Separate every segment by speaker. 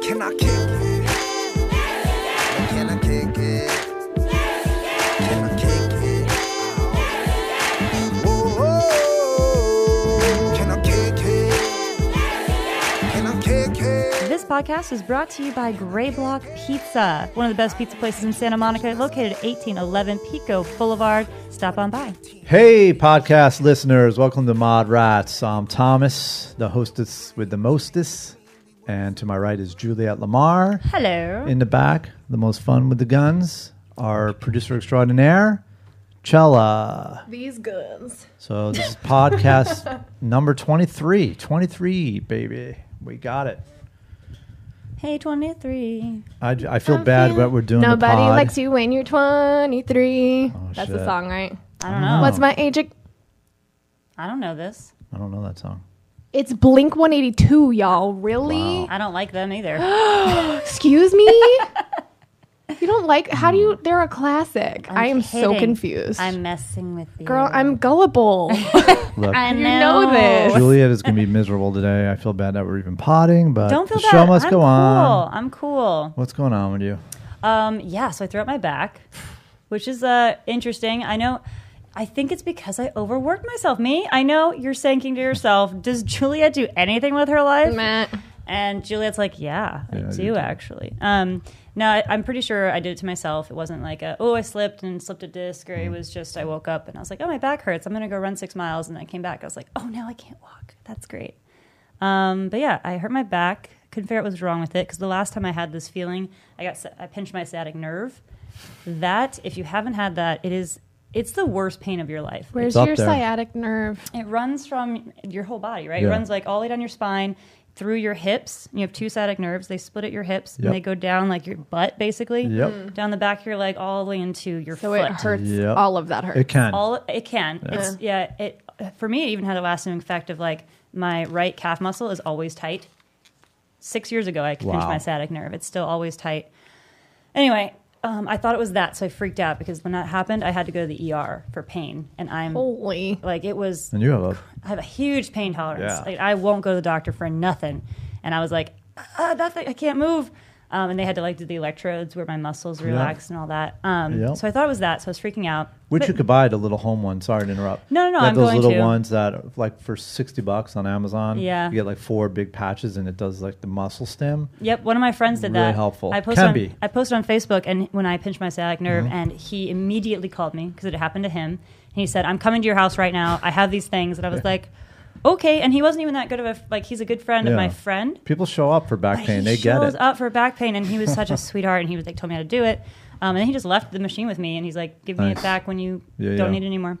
Speaker 1: Can I kick it? Can I kick it? Can I kick it? Whoa, whoa. Can I kick it? Can I kick it?
Speaker 2: This podcast is brought to you by Gray Block Pizza, one of the best pizza places in Santa Monica, located at 1811 Pico Boulevard. Stop on by.
Speaker 3: Hey, podcast listeners, welcome to Mod Rats. I'm Thomas, the hostess with the mostest, and to my right is Juliet Lamar.
Speaker 2: Hello.
Speaker 3: In the back, the most fun with the guns, our producer extraordinaire, Chella.
Speaker 4: These guns.
Speaker 3: So this is podcast number 23. 23, baby. We got it.
Speaker 2: hey, 23.
Speaker 3: I, I feel bad what we're doing.
Speaker 4: Nobody
Speaker 3: the pod. Oh,
Speaker 4: likes you when you're 23. That's
Speaker 3: shit.
Speaker 4: the song, right?
Speaker 2: I don't know.
Speaker 4: What's my age? ag-
Speaker 2: I don't know this.
Speaker 3: I don't know that song.
Speaker 4: It's Blink 182, y'all. Really?
Speaker 2: I don't like them either.
Speaker 4: Excuse me? you don't like? How do you? They're a classic. i am so
Speaker 2: kidding.
Speaker 4: confused.
Speaker 2: I'm messing with you.
Speaker 4: Girl, I'm gullible.
Speaker 3: Look,
Speaker 2: I know.
Speaker 4: know this.
Speaker 3: Juliet is going to be miserable today. I feel bad that we're even potting, but
Speaker 2: Don't feel
Speaker 3: the
Speaker 2: bad.
Speaker 3: show must
Speaker 2: I'm
Speaker 3: go
Speaker 2: cool.
Speaker 3: on.
Speaker 2: I'm cool.
Speaker 3: What's going on with you?
Speaker 2: Um, yeah, so I threw out my back, which is uh, interesting. I know. I think it's because I overworked myself. Me, I know you're thinking to yourself, does Juliet do anything with her life?
Speaker 4: Meh.
Speaker 2: And Juliet's like, yeah, I
Speaker 3: Yeah, I
Speaker 2: do,
Speaker 3: do too."
Speaker 2: actually. Um, no, I, I'm pretty sure I did it to myself. It wasn't like, a, oh, I slipped and slipped a disc, or it
Speaker 3: Mm-hmm.
Speaker 2: was just I woke up and I was like, oh, my back hurts. I'm going to go run six miles. And I came back. I was like, oh, now I can't walk. That's great. Um, but yeah, I hurt my back. Couldn't figure out what was wrong with it because the last time I had this feeling, I got sa- I pinched my sciatic nerve. That, if you haven't had that, it is it's the worst pain of your life.
Speaker 4: Where's
Speaker 3: It's up
Speaker 4: your
Speaker 3: there.
Speaker 4: sciatic nerve?
Speaker 2: It runs from your whole body, right? It
Speaker 3: Yeah.
Speaker 2: runs like all the way down your spine through your hips. You have two sciatic nerves. They split at your hips
Speaker 3: Yep.
Speaker 2: and they go down like your butt, basically.
Speaker 3: Yep. Mm.
Speaker 2: Down the back of your leg, all the way into your
Speaker 4: So
Speaker 2: foot.
Speaker 4: it hurts.
Speaker 3: Yep.
Speaker 4: All of that hurts.
Speaker 3: It can.
Speaker 2: All it can. It's yeah. It for me, it even had a lasting effect of like my right calf muscle is always tight. Six years ago, I pinched
Speaker 3: Wow.
Speaker 2: my sciatic nerve. It's still always tight. Anyway, um, I thought it was that, so I freaked out because when that happened, I had to go to the ER for pain, and I'm
Speaker 4: Oh. Holy.
Speaker 2: like it was
Speaker 3: and you have a
Speaker 2: I have a huge pain tolerance.
Speaker 3: Yeah.
Speaker 2: Like, I won't go to the doctor for nothing. And I was like, ah, nothing. I can't move. Um, and they had to like do the electrodes where my muscles relaxed and all that. Um,
Speaker 3: Yep.
Speaker 2: So I thought it was that. So I was freaking out.
Speaker 3: Which
Speaker 2: But-
Speaker 3: you could buy at a little home one. Sorry to interrupt.
Speaker 2: No, no, no,
Speaker 3: They have
Speaker 2: I'm
Speaker 3: those
Speaker 2: going
Speaker 3: little
Speaker 2: to.
Speaker 3: ones that, are, like, for sixty bucks on Amazon.
Speaker 2: Yeah.
Speaker 3: you get like four big patches, and it does like the muscle stem.
Speaker 2: Yep, one of my friends did
Speaker 3: Really
Speaker 2: that.
Speaker 3: helpful.
Speaker 2: I posted
Speaker 3: Can
Speaker 2: on,
Speaker 3: be. Mm-hmm.
Speaker 2: I posted on Facebook, and when I pinched my sciatic nerve, and he immediately called me because it happened to him. And he said, "I'm coming to your house right now. I have these things," and I was like, "Okay." And he wasn't even that good of a like. He's a good friend of
Speaker 3: Yeah.
Speaker 2: my friend.
Speaker 3: People show up for back pain.
Speaker 2: He
Speaker 3: They get
Speaker 2: shows
Speaker 3: it.
Speaker 2: up for back pain, and he was such a sweetheart, and he was like, told me how to do it. Um, and then he just left the machine with me, and he's like, give me
Speaker 3: Nice.
Speaker 2: it back when you
Speaker 3: Yeah,
Speaker 2: don't
Speaker 3: yeah.
Speaker 2: need it anymore.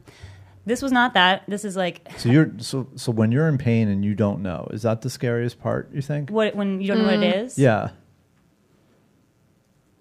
Speaker 2: This was not that. This is like
Speaker 3: So you're so so when you're in pain and you don't know, is that the scariest part? You think?
Speaker 2: what when you don't know what it is.
Speaker 3: Yeah.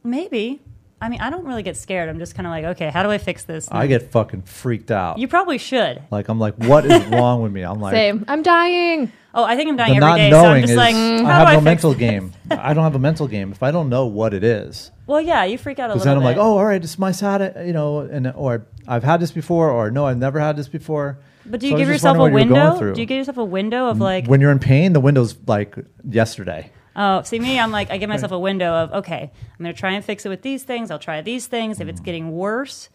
Speaker 2: maybe. I mean, I don't really get scared. I'm just kind of like, okay, how do I fix this?
Speaker 3: I get fucking freaked out.
Speaker 2: Hmm. you probably should.
Speaker 3: like I'm like, what is wrong with me? I'm like,
Speaker 4: Same. I'm dying.
Speaker 2: Oh, I think I'm dying
Speaker 3: the
Speaker 2: every
Speaker 3: not
Speaker 2: day, so I'm
Speaker 3: knowing
Speaker 2: just
Speaker 3: is
Speaker 2: like, hmm,
Speaker 3: I
Speaker 2: how do
Speaker 3: have no
Speaker 2: I fix
Speaker 3: mental
Speaker 2: it?
Speaker 3: game. I don't have a mental game if I don't know what it is.
Speaker 2: Well, yeah, you freak out a
Speaker 3: Because
Speaker 2: little
Speaker 3: then I'm
Speaker 2: bit.
Speaker 3: like, oh, all right, it's my side, you know, and uh, or I've had this before, or no, I've never had this before.
Speaker 2: But do you
Speaker 3: So I was
Speaker 2: give
Speaker 3: just
Speaker 2: yourself a
Speaker 3: wondering what you were going
Speaker 2: window?
Speaker 3: through.
Speaker 2: Do you give yourself a window of like,
Speaker 3: when you're in pain, the window's like yesterday.
Speaker 2: oh, see me? I'm like, I give myself a window of, okay, I'm going to try and fix it with these things. I'll try these things. If it's getting worse,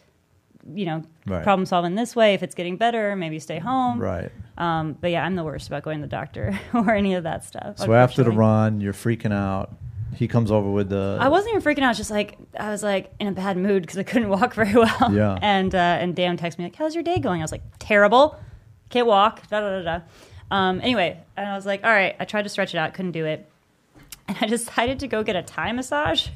Speaker 2: you know,
Speaker 3: Mm-hmm. Right.
Speaker 2: problem solving this way. If it's getting better, maybe stay home.
Speaker 3: Right.
Speaker 2: Um, but yeah, I'm the worst about going to the doctor or any of that stuff.
Speaker 3: So after the
Speaker 2: unfortunately.
Speaker 3: run, you're freaking out. He comes over with the.
Speaker 2: I wasn't even freaking out. Just like I was like in a bad mood because I couldn't walk very well.
Speaker 3: Yeah.
Speaker 2: And uh, and Dan texted me like, "How's your day going?" I was like, "Terrible. Can't walk." Da da da da. Um, anyway, and I was like, "All right." I tried to stretch it out, couldn't do it, and I decided to go get a Thai massage.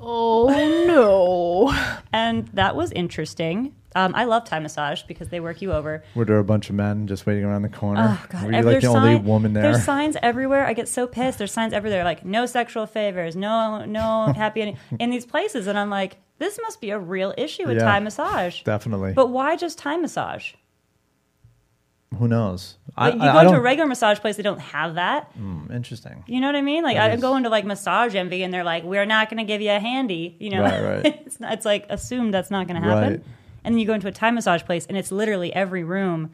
Speaker 4: Oh, no.
Speaker 2: And that was interesting. Um, I love Thai massage because they work you over.
Speaker 3: Were there a bunch of men just waiting around the corner?
Speaker 2: Oh God!
Speaker 3: Were you
Speaker 2: Ev-
Speaker 3: like
Speaker 2: there's
Speaker 3: the only
Speaker 2: sign-
Speaker 3: woman there?
Speaker 2: There's signs everywhere. I get so pissed. There's signs everywhere, like no sexual favors, no no happy ending in these places, and I'm like, this must be a real issue with
Speaker 3: Yeah.
Speaker 2: Thai massage.
Speaker 3: Definitely.
Speaker 2: But why just Thai massage?
Speaker 3: Who knows?
Speaker 2: Like, you go to a regular massage place, they don't have that.
Speaker 3: Hmm, Interesting.
Speaker 2: You know what I mean? Like
Speaker 3: That
Speaker 2: I
Speaker 3: is-
Speaker 2: go into like massage envy, and they're like, we're not going to give you a handy. You know,
Speaker 3: Right, right.
Speaker 2: it's, not, it's like assumed that's not going to happen.
Speaker 3: Right.
Speaker 2: And then you go into a Thai massage place, and it's literally every room.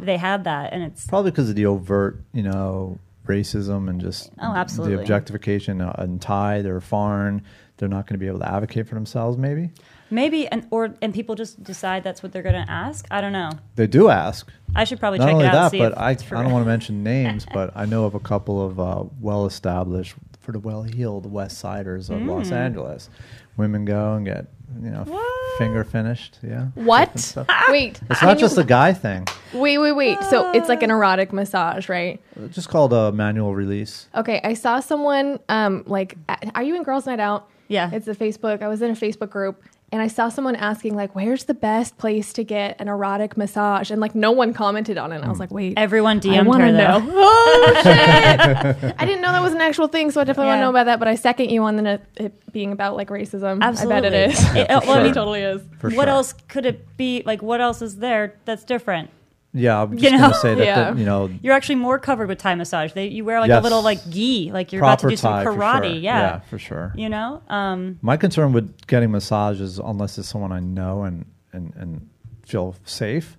Speaker 2: They had that, and it's
Speaker 3: Probably because of the overt, you know, racism and just
Speaker 2: Oh, absolutely.
Speaker 3: the objectification uh, and tie. They're foreign. They're not going to be able to advocate for themselves. Maybe
Speaker 2: Maybe and or and people just decide that's what they're going to ask. I don't know.
Speaker 3: they do ask.
Speaker 2: I should probably
Speaker 3: Not
Speaker 2: check
Speaker 3: only
Speaker 2: it out.
Speaker 3: that,
Speaker 2: and see
Speaker 3: but
Speaker 2: if
Speaker 3: I, I
Speaker 2: it's for
Speaker 3: don't want to mention names, but I know of a couple of uh, well-established, for the well-heeled West Siders of
Speaker 2: Mm.
Speaker 3: Los Angeles. Women go and get you know
Speaker 2: What?
Speaker 3: finger finished. Yeah,
Speaker 4: What? Wait.
Speaker 3: it's
Speaker 4: can
Speaker 3: not
Speaker 4: you-
Speaker 3: just a guy thing.
Speaker 4: Wait, wait, wait. So it's like an
Speaker 2: Ah.
Speaker 4: erotic massage, right?
Speaker 3: It's just called a manual release.
Speaker 4: Okay, I saw someone um like at- are you in girls night out?
Speaker 2: Yeah.
Speaker 4: It's a Facebook. I was in a Facebook group and I saw someone asking like where's the best place to get an erotic massage and like no one commented on it. I was like, "Wait.
Speaker 2: Everyone
Speaker 4: Hmm. I
Speaker 2: DM'd
Speaker 4: wanna
Speaker 2: her though.
Speaker 4: know. Oh shit! I didn't know that was an actual thing, so I definitely want
Speaker 2: Yeah.
Speaker 4: to know about that. But I second you on the it, it being about like racism. I bet
Speaker 2: Absolutely.
Speaker 4: it is.
Speaker 2: It-
Speaker 3: for
Speaker 2: well, I
Speaker 4: it
Speaker 2: mean,
Speaker 4: totally is.
Speaker 3: For
Speaker 2: what
Speaker 3: sure.
Speaker 2: else could it be? Like, what else is there that's different?
Speaker 3: Yeah, I'm just
Speaker 2: You know?
Speaker 3: gonna say that,
Speaker 4: Yeah.
Speaker 3: that, you know
Speaker 2: You're actually more covered with Thai massage. They, you wear like
Speaker 3: Yes.
Speaker 2: a little like gi, like you're about to
Speaker 3: proper
Speaker 2: do some
Speaker 3: Thai for
Speaker 2: karate.
Speaker 3: sure.
Speaker 2: Yeah.
Speaker 3: for sure.
Speaker 2: you know. Um,
Speaker 3: My concern with getting massages, unless it's someone I know and and and feel safe,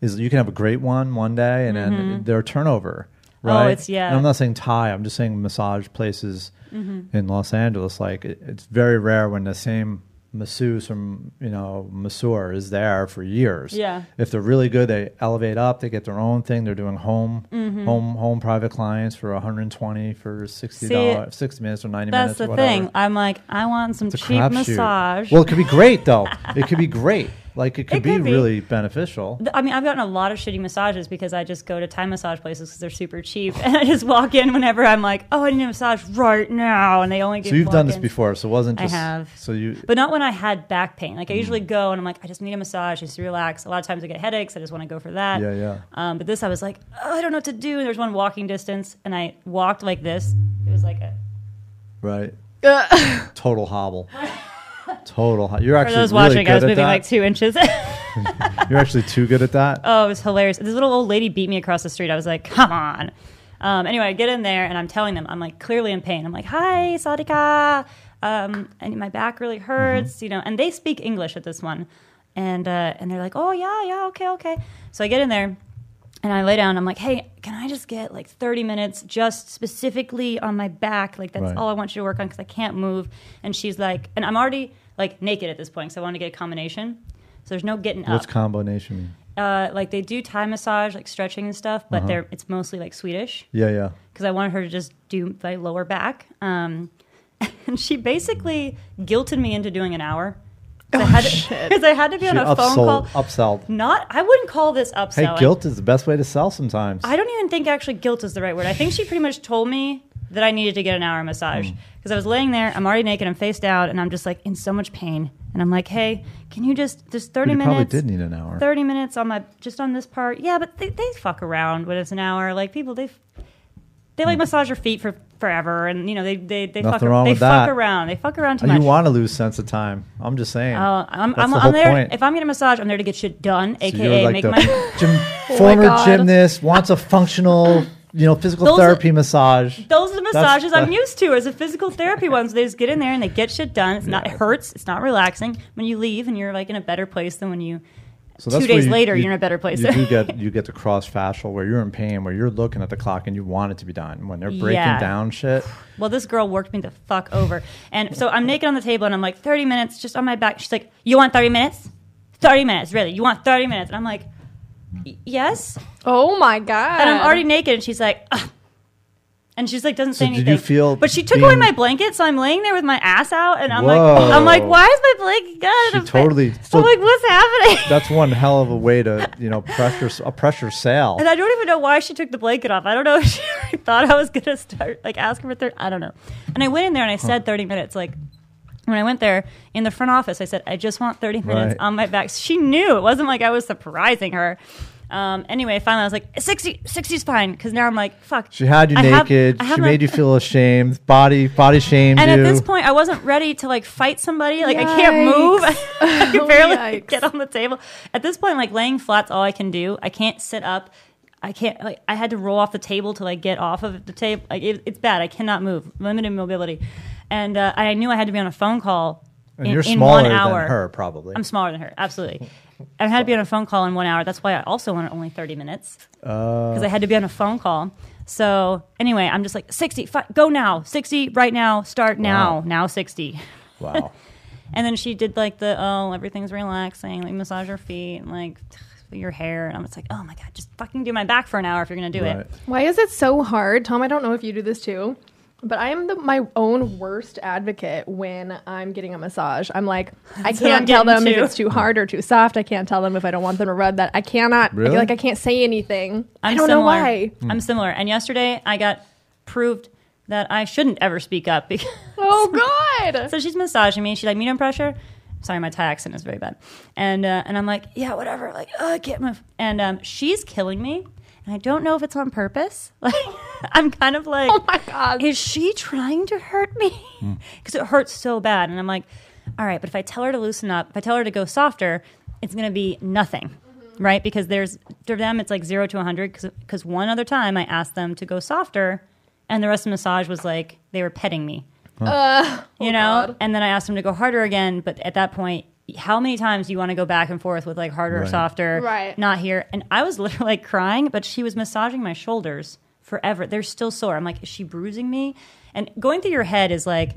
Speaker 3: is that you can have a great one one day and then their turnover.
Speaker 2: Mm-hmm. Oh,
Speaker 3: Right?
Speaker 2: it's- yeah.
Speaker 3: And I'm not saying Thai. I'm just saying massage places
Speaker 2: Mm-hmm.
Speaker 3: in Los Angeles. Like it, it's very rare when the same masseuse from you know masseur is there for years.
Speaker 2: Yeah.
Speaker 3: If they're really good, they elevate up. They get their own thing. They're doing home
Speaker 2: Mm-hmm.
Speaker 3: home home private clients for 120 for 60 dollars, 60 minutes or 90
Speaker 2: that's
Speaker 3: minutes. or
Speaker 2: the
Speaker 3: whatever.
Speaker 2: thing. I'm like, I want some
Speaker 3: It's a
Speaker 2: cheap
Speaker 3: crapshoot.
Speaker 2: massage.
Speaker 3: Well, it could be great though. it could be great. Like it could,
Speaker 2: It
Speaker 3: be,
Speaker 2: could be.
Speaker 3: really beneficial.
Speaker 2: Th- I mean, I've gotten a lot of shitty massages because I just go to Thai massage places because they're super cheap, and I just walk in whenever I'm like, "Oh, I need a massage right now," and they only.
Speaker 3: So
Speaker 2: give
Speaker 3: you've done this
Speaker 2: walk-ins.
Speaker 3: before, so it wasn't
Speaker 2: I
Speaker 3: just.
Speaker 2: have.
Speaker 3: So you.
Speaker 2: but not when I had back pain. Like I
Speaker 3: Mm-hmm.
Speaker 2: usually go and I'm like, I just need a massage, just to relax. A lot of times I get headaches. I just want to go for that.
Speaker 3: Yeah, yeah.
Speaker 2: Um, but this, I was like, oh, I don't know what to do. And there's one walking distance, and I walked like this. It was like a,
Speaker 3: Right. Total hobble. Total. Ho- You're
Speaker 2: for
Speaker 3: actually
Speaker 2: those
Speaker 3: really
Speaker 2: watching,
Speaker 3: good
Speaker 2: I was
Speaker 3: at
Speaker 2: moving
Speaker 3: that.
Speaker 2: like two Uh, inches. oh,
Speaker 3: You're actually too good at that.
Speaker 2: it was hilarious. This little old lady beat me across the street. I was like, come on. Um, anyway, I get in there and I'm telling them I'm like clearly in pain. I'm like, hi, Sadika. Um, and my back really hurts,
Speaker 3: Mm-hmm.
Speaker 2: you know. And they speak English at this one, and uh, and they're like, oh yeah, yeah, okay, okay. So I get in there. And I lay down. I'm like, hey, can I just get like 30 minutes just specifically on my back? Like, that's
Speaker 3: Right.
Speaker 2: all I want you to work on because I can't move. And she's like, and I'm already like naked at this point, so I want to get a combination. So there's no getting
Speaker 3: What's
Speaker 2: up.
Speaker 3: combination mean?
Speaker 2: uh, like they do Thai massage, like stretching and stuff,
Speaker 3: Uh-huh.
Speaker 2: but they're it's mostly like Swedish
Speaker 3: Yeah, yeah.
Speaker 2: because I wanted her to just do my lower back. Um, and she basically guilted me into doing an hour because I had to be
Speaker 3: Oh,
Speaker 2: on
Speaker 3: She
Speaker 2: a phone
Speaker 3: upsold.
Speaker 2: call.
Speaker 3: Upsold.
Speaker 2: Not, I wouldn't call this
Speaker 3: Hey,
Speaker 2: upselling.
Speaker 3: guilt is the best way to sell sometimes.
Speaker 2: I don't even think actually guilt is the right word. I think she pretty much told me that I needed to get an hour
Speaker 3: Mm.
Speaker 2: massage because I was laying there, I'm already naked, I'm face down, and I'm just like in so much pain. And I'm like, hey, can you just just
Speaker 3: But
Speaker 2: thirty
Speaker 3: you probably
Speaker 2: minutes?
Speaker 3: did need an hour.
Speaker 2: Thirty minutes on my just on this part. Yeah, but they, they fuck around when it's an hour. Like people, they f- they like massage your feet for forever, and you know they they they fuck
Speaker 3: Hmm. Nothing wrong
Speaker 2: they
Speaker 3: with
Speaker 2: fuck
Speaker 3: that.
Speaker 2: around. They fuck around too
Speaker 3: You
Speaker 2: much.
Speaker 3: want to lose sense of time. I'm just saying.
Speaker 2: Uh, I'm,
Speaker 3: That's
Speaker 2: I'm,
Speaker 3: the
Speaker 2: I'm
Speaker 3: whole
Speaker 2: there.
Speaker 3: point.
Speaker 2: If I'm getting a massage, I'm there to get shit done,
Speaker 3: So
Speaker 2: aka
Speaker 3: you're like
Speaker 2: make
Speaker 3: the
Speaker 2: Oh my
Speaker 3: gym,
Speaker 4: my
Speaker 3: former
Speaker 4: God.
Speaker 3: gymnast wants a functional, you know, physical
Speaker 2: Those are-
Speaker 3: therapy massage.
Speaker 2: Those are the
Speaker 3: That's-
Speaker 2: massages I'm used to as a physical therapy ones. They just get in there and they get shit done. It's not it hurts. It's not relaxing. When you leave and you're like in a better place than when you
Speaker 3: So
Speaker 2: two
Speaker 3: where
Speaker 2: days later, you're in a better place.
Speaker 3: You do get you get the cross fascial where you're in pain, where you're looking at the clock and you want it to be done. When they're breaking
Speaker 2: Yeah.
Speaker 3: down shit,
Speaker 2: Well, this girl worked me the fuck over. And so I'm naked on the table and I'm like, 30 minutes just on my back. She's like, You want 30 minutes? 30 minutes, really. You want 30 minutes? And I'm like, "Y- Yes.
Speaker 4: Oh my god.
Speaker 2: And I'm already naked. And she's like, "Ugh." And she's like, doesn't say
Speaker 3: So did you
Speaker 2: anything.
Speaker 3: feel
Speaker 2: but she took away
Speaker 3: being-
Speaker 2: my blanket, so I'm laying there with my ass out, and I'm
Speaker 3: Whoa.
Speaker 2: like, I'm like, why is my blanket got
Speaker 3: She
Speaker 2: in a-
Speaker 3: totally- so-
Speaker 2: I'm like, what's happening?
Speaker 3: that's one hell of a way to you know pressure a pressure sale.
Speaker 2: And I don't even know why she took the blanket off. I don't know if she thought I was gonna start like asking for thirty. I don't know. And I went in there and I said thirty minutes. Like when I went there in the front office, I said I just want thirty minutes
Speaker 3: Right.
Speaker 2: on my back. She knew it wasn't like I was surprising her. Um, anyway, finally I was like 60, 60 is fine because now I'm like fuck.
Speaker 3: She had you
Speaker 2: I have-
Speaker 3: naked.
Speaker 2: I have
Speaker 3: she
Speaker 2: my-
Speaker 3: made you feel ashamed. Body body shamed
Speaker 2: And
Speaker 3: you.
Speaker 2: at this point, I wasn't ready to like fight somebody. Like I can't move. I
Speaker 4: Oh,
Speaker 2: can barely
Speaker 4: yikes.
Speaker 2: get on the table. At this point, like laying flat's all I can do. I can't sit up. I can't. Like I had to roll off the table to like get off of the table. Like it, it's bad. I cannot move. Limited mobility. And uh, I knew I had to be on a phone call
Speaker 3: and
Speaker 2: in,
Speaker 3: you're
Speaker 2: in
Speaker 3: smaller
Speaker 2: one hour.
Speaker 3: than her, probably.
Speaker 2: I'm smaller than her. Absolutely. I
Speaker 3: Uh.
Speaker 2: had to be on a phone call in one hour. That's why I also wanted only 30 minutes because I had to be on a phone call. So anyway, I'm just like 60, fi- go now, 60 right now, start now,
Speaker 3: Wow.
Speaker 2: now 60.
Speaker 3: Wow.
Speaker 2: And then she did like the oh everything's relaxing, like massage your feet and like your hair, and I'm just like oh my god, just fucking do my back for an hour if you're gonna do
Speaker 3: right.
Speaker 2: it.
Speaker 4: Why is it so hard, Tom? I don't know if you do this too, but I am the, my own worst advocate when I'm getting a massage. I'm like, I
Speaker 2: what I'm
Speaker 4: can't tell
Speaker 2: getting
Speaker 4: them if
Speaker 2: to.
Speaker 4: it's too hard or too soft. I can't tell them if I don't want them to rub that. I cannot.
Speaker 3: Really?
Speaker 4: Like, I can't say anything. I'm I
Speaker 2: I'm
Speaker 4: do not know
Speaker 2: similar.
Speaker 4: why.
Speaker 2: I'm similar. And yesterday I got proved that I shouldn't ever speak up because
Speaker 4: Oh God!
Speaker 2: so she's massaging me. She's like medium pressure. Sorry, my Thai accent is very bad. And uh, and I'm like yeah whatever like oh, I can't move. And um, she's killing me. And I don't know if it's on purpose. Like I'm kind of like
Speaker 4: Oh my God!
Speaker 2: is she trying to hurt me? Because it hurts so bad. And I'm like, all right, but if I tell her to loosen up, if I tell her to go softer, it's going to be nothing,
Speaker 4: Mm-hmm.
Speaker 2: right? Because there's, to them, it's like zero to 100. Because one other time I asked them to go softer, and the rest of the massage was like they were petting me. you know?
Speaker 4: Oh, God.
Speaker 2: And then I asked them to go harder again. But at that point, how many times do you want to go back and forth with like harder or
Speaker 3: Right.
Speaker 2: softer?
Speaker 4: Right.
Speaker 2: Not here. And I was literally like crying, but she was massaging my shoulders forever. They're still sore. I'm like, is she bruising me? And going through your head is like,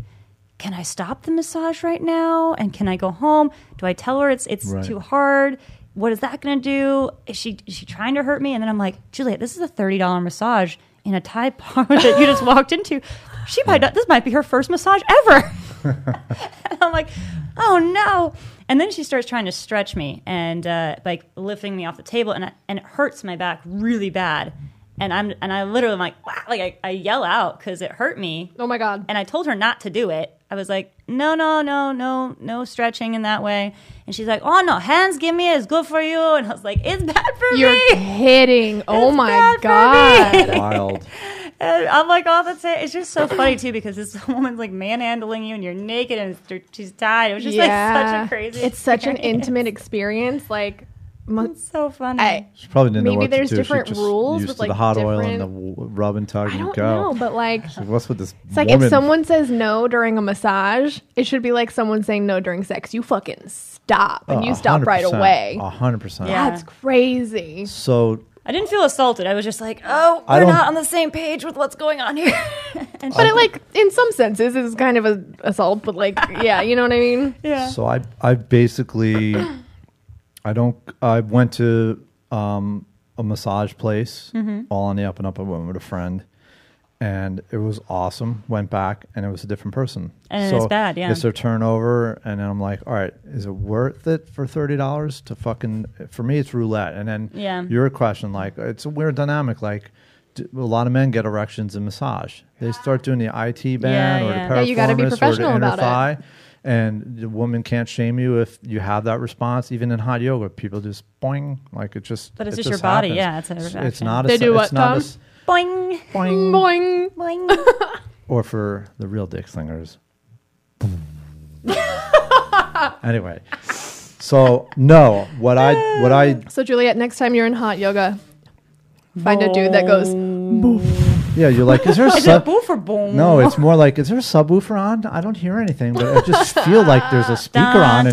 Speaker 2: can I stop the massage right now? And can I go home? Do I tell her it's it's
Speaker 3: Right.
Speaker 2: too hard? What is that going to do? Is she is she trying to hurt me? And then I'm like, Juliet, this is a thirty dollar massage in a Thai parlor that you just walked into. She might not, this might be her first massage ever. I'm like, oh no. And then she starts trying to stretch me and uh, like lifting me off the table, and I, and it hurts my back really bad. And I'm and I literally am like, wow, like I, I yell out because it hurt me.
Speaker 4: Oh my God!
Speaker 2: And I told her not to do it. I was like, no, no, no, no, no stretching in that way. And she's like, oh no, hands give me is good for you. And I was like, it's bad for
Speaker 4: You're
Speaker 2: me.
Speaker 4: kidding! Oh
Speaker 2: It's
Speaker 4: my
Speaker 2: bad for me.
Speaker 4: God!
Speaker 3: Wild.
Speaker 2: And I'm like, oh, that's it. It's just so funny too because this woman's like manhandling you and you're naked and it's- she's tied. It was just like such a crazy.
Speaker 4: It's such an
Speaker 2: experience.
Speaker 4: intimate experience. Like, mu-
Speaker 2: It's so funny.
Speaker 4: I
Speaker 3: She probably didn't
Speaker 4: Maybe
Speaker 3: know what
Speaker 4: there's
Speaker 3: to do.
Speaker 4: different
Speaker 3: she just
Speaker 4: rules
Speaker 3: used
Speaker 4: with,
Speaker 3: to the
Speaker 4: like,
Speaker 3: hot oil and the
Speaker 4: different-
Speaker 3: w- rub and tug
Speaker 4: I
Speaker 3: and
Speaker 4: don't
Speaker 3: go.
Speaker 4: know, but like.
Speaker 3: So What's with this
Speaker 4: It's like
Speaker 3: woman?
Speaker 4: if someone says no during a massage, it should be like someone saying no during sex. You fucking stop and
Speaker 3: Oh,
Speaker 4: you stop right
Speaker 3: 100%,
Speaker 4: away.
Speaker 3: A hundred Oh. percent.
Speaker 2: Yeah.
Speaker 4: That's crazy.
Speaker 3: So
Speaker 2: I didn't feel assaulted. I was just like, oh,
Speaker 3: I
Speaker 2: we're
Speaker 3: don't-
Speaker 2: not on the same page with what's going on here. and
Speaker 4: But it, like in some senses is kind of a assault, but like yeah, you know what I mean?
Speaker 2: yeah.
Speaker 3: So I I basically I don't I went to um, a massage place
Speaker 2: Mm-hmm.
Speaker 3: all on the up and up. I went with a friend, and it was awesome. Went back and it was a different person.
Speaker 2: And it's bad, yeah.
Speaker 3: It's their turnover, and then I'm like, all right, is it worth it for thirty dollars to fucking? For me, it's roulette. And then
Speaker 2: Yeah.
Speaker 3: your question, like, it's a weird dynamic, like. d- A lot of men get erections in massage. They start doing the IT
Speaker 2: Yeah,
Speaker 3: band or
Speaker 2: yeah.
Speaker 3: the
Speaker 4: Yeah, you gotta be
Speaker 3: piriformis
Speaker 4: professional
Speaker 3: or the inner
Speaker 4: about it.
Speaker 3: thigh and the woman can't shame you if you have that response. Even in hot yoga, people just boing, like it just.
Speaker 2: But it's
Speaker 3: it
Speaker 2: just your body,
Speaker 3: happens.
Speaker 2: yeah, it's a
Speaker 3: It's- It's
Speaker 2: reaction.
Speaker 3: not. A,
Speaker 4: They
Speaker 3: se-
Speaker 4: do
Speaker 3: it's
Speaker 4: what,
Speaker 3: not a
Speaker 4: Tom?
Speaker 3: s-
Speaker 2: boing,
Speaker 3: boing.
Speaker 4: Boing.
Speaker 2: boing.
Speaker 3: Or for the real dick slingers. anyway, so no, what I what I
Speaker 4: So Juliet, next time you're in hot yoga, find a dude that goes
Speaker 3: yeah, you're like, is there
Speaker 2: Is it
Speaker 3: sub?
Speaker 2: boof or boom?
Speaker 3: No, it's more like, is there a subwoofer on? I don't hear anything, but I just feel like there's a speaker on in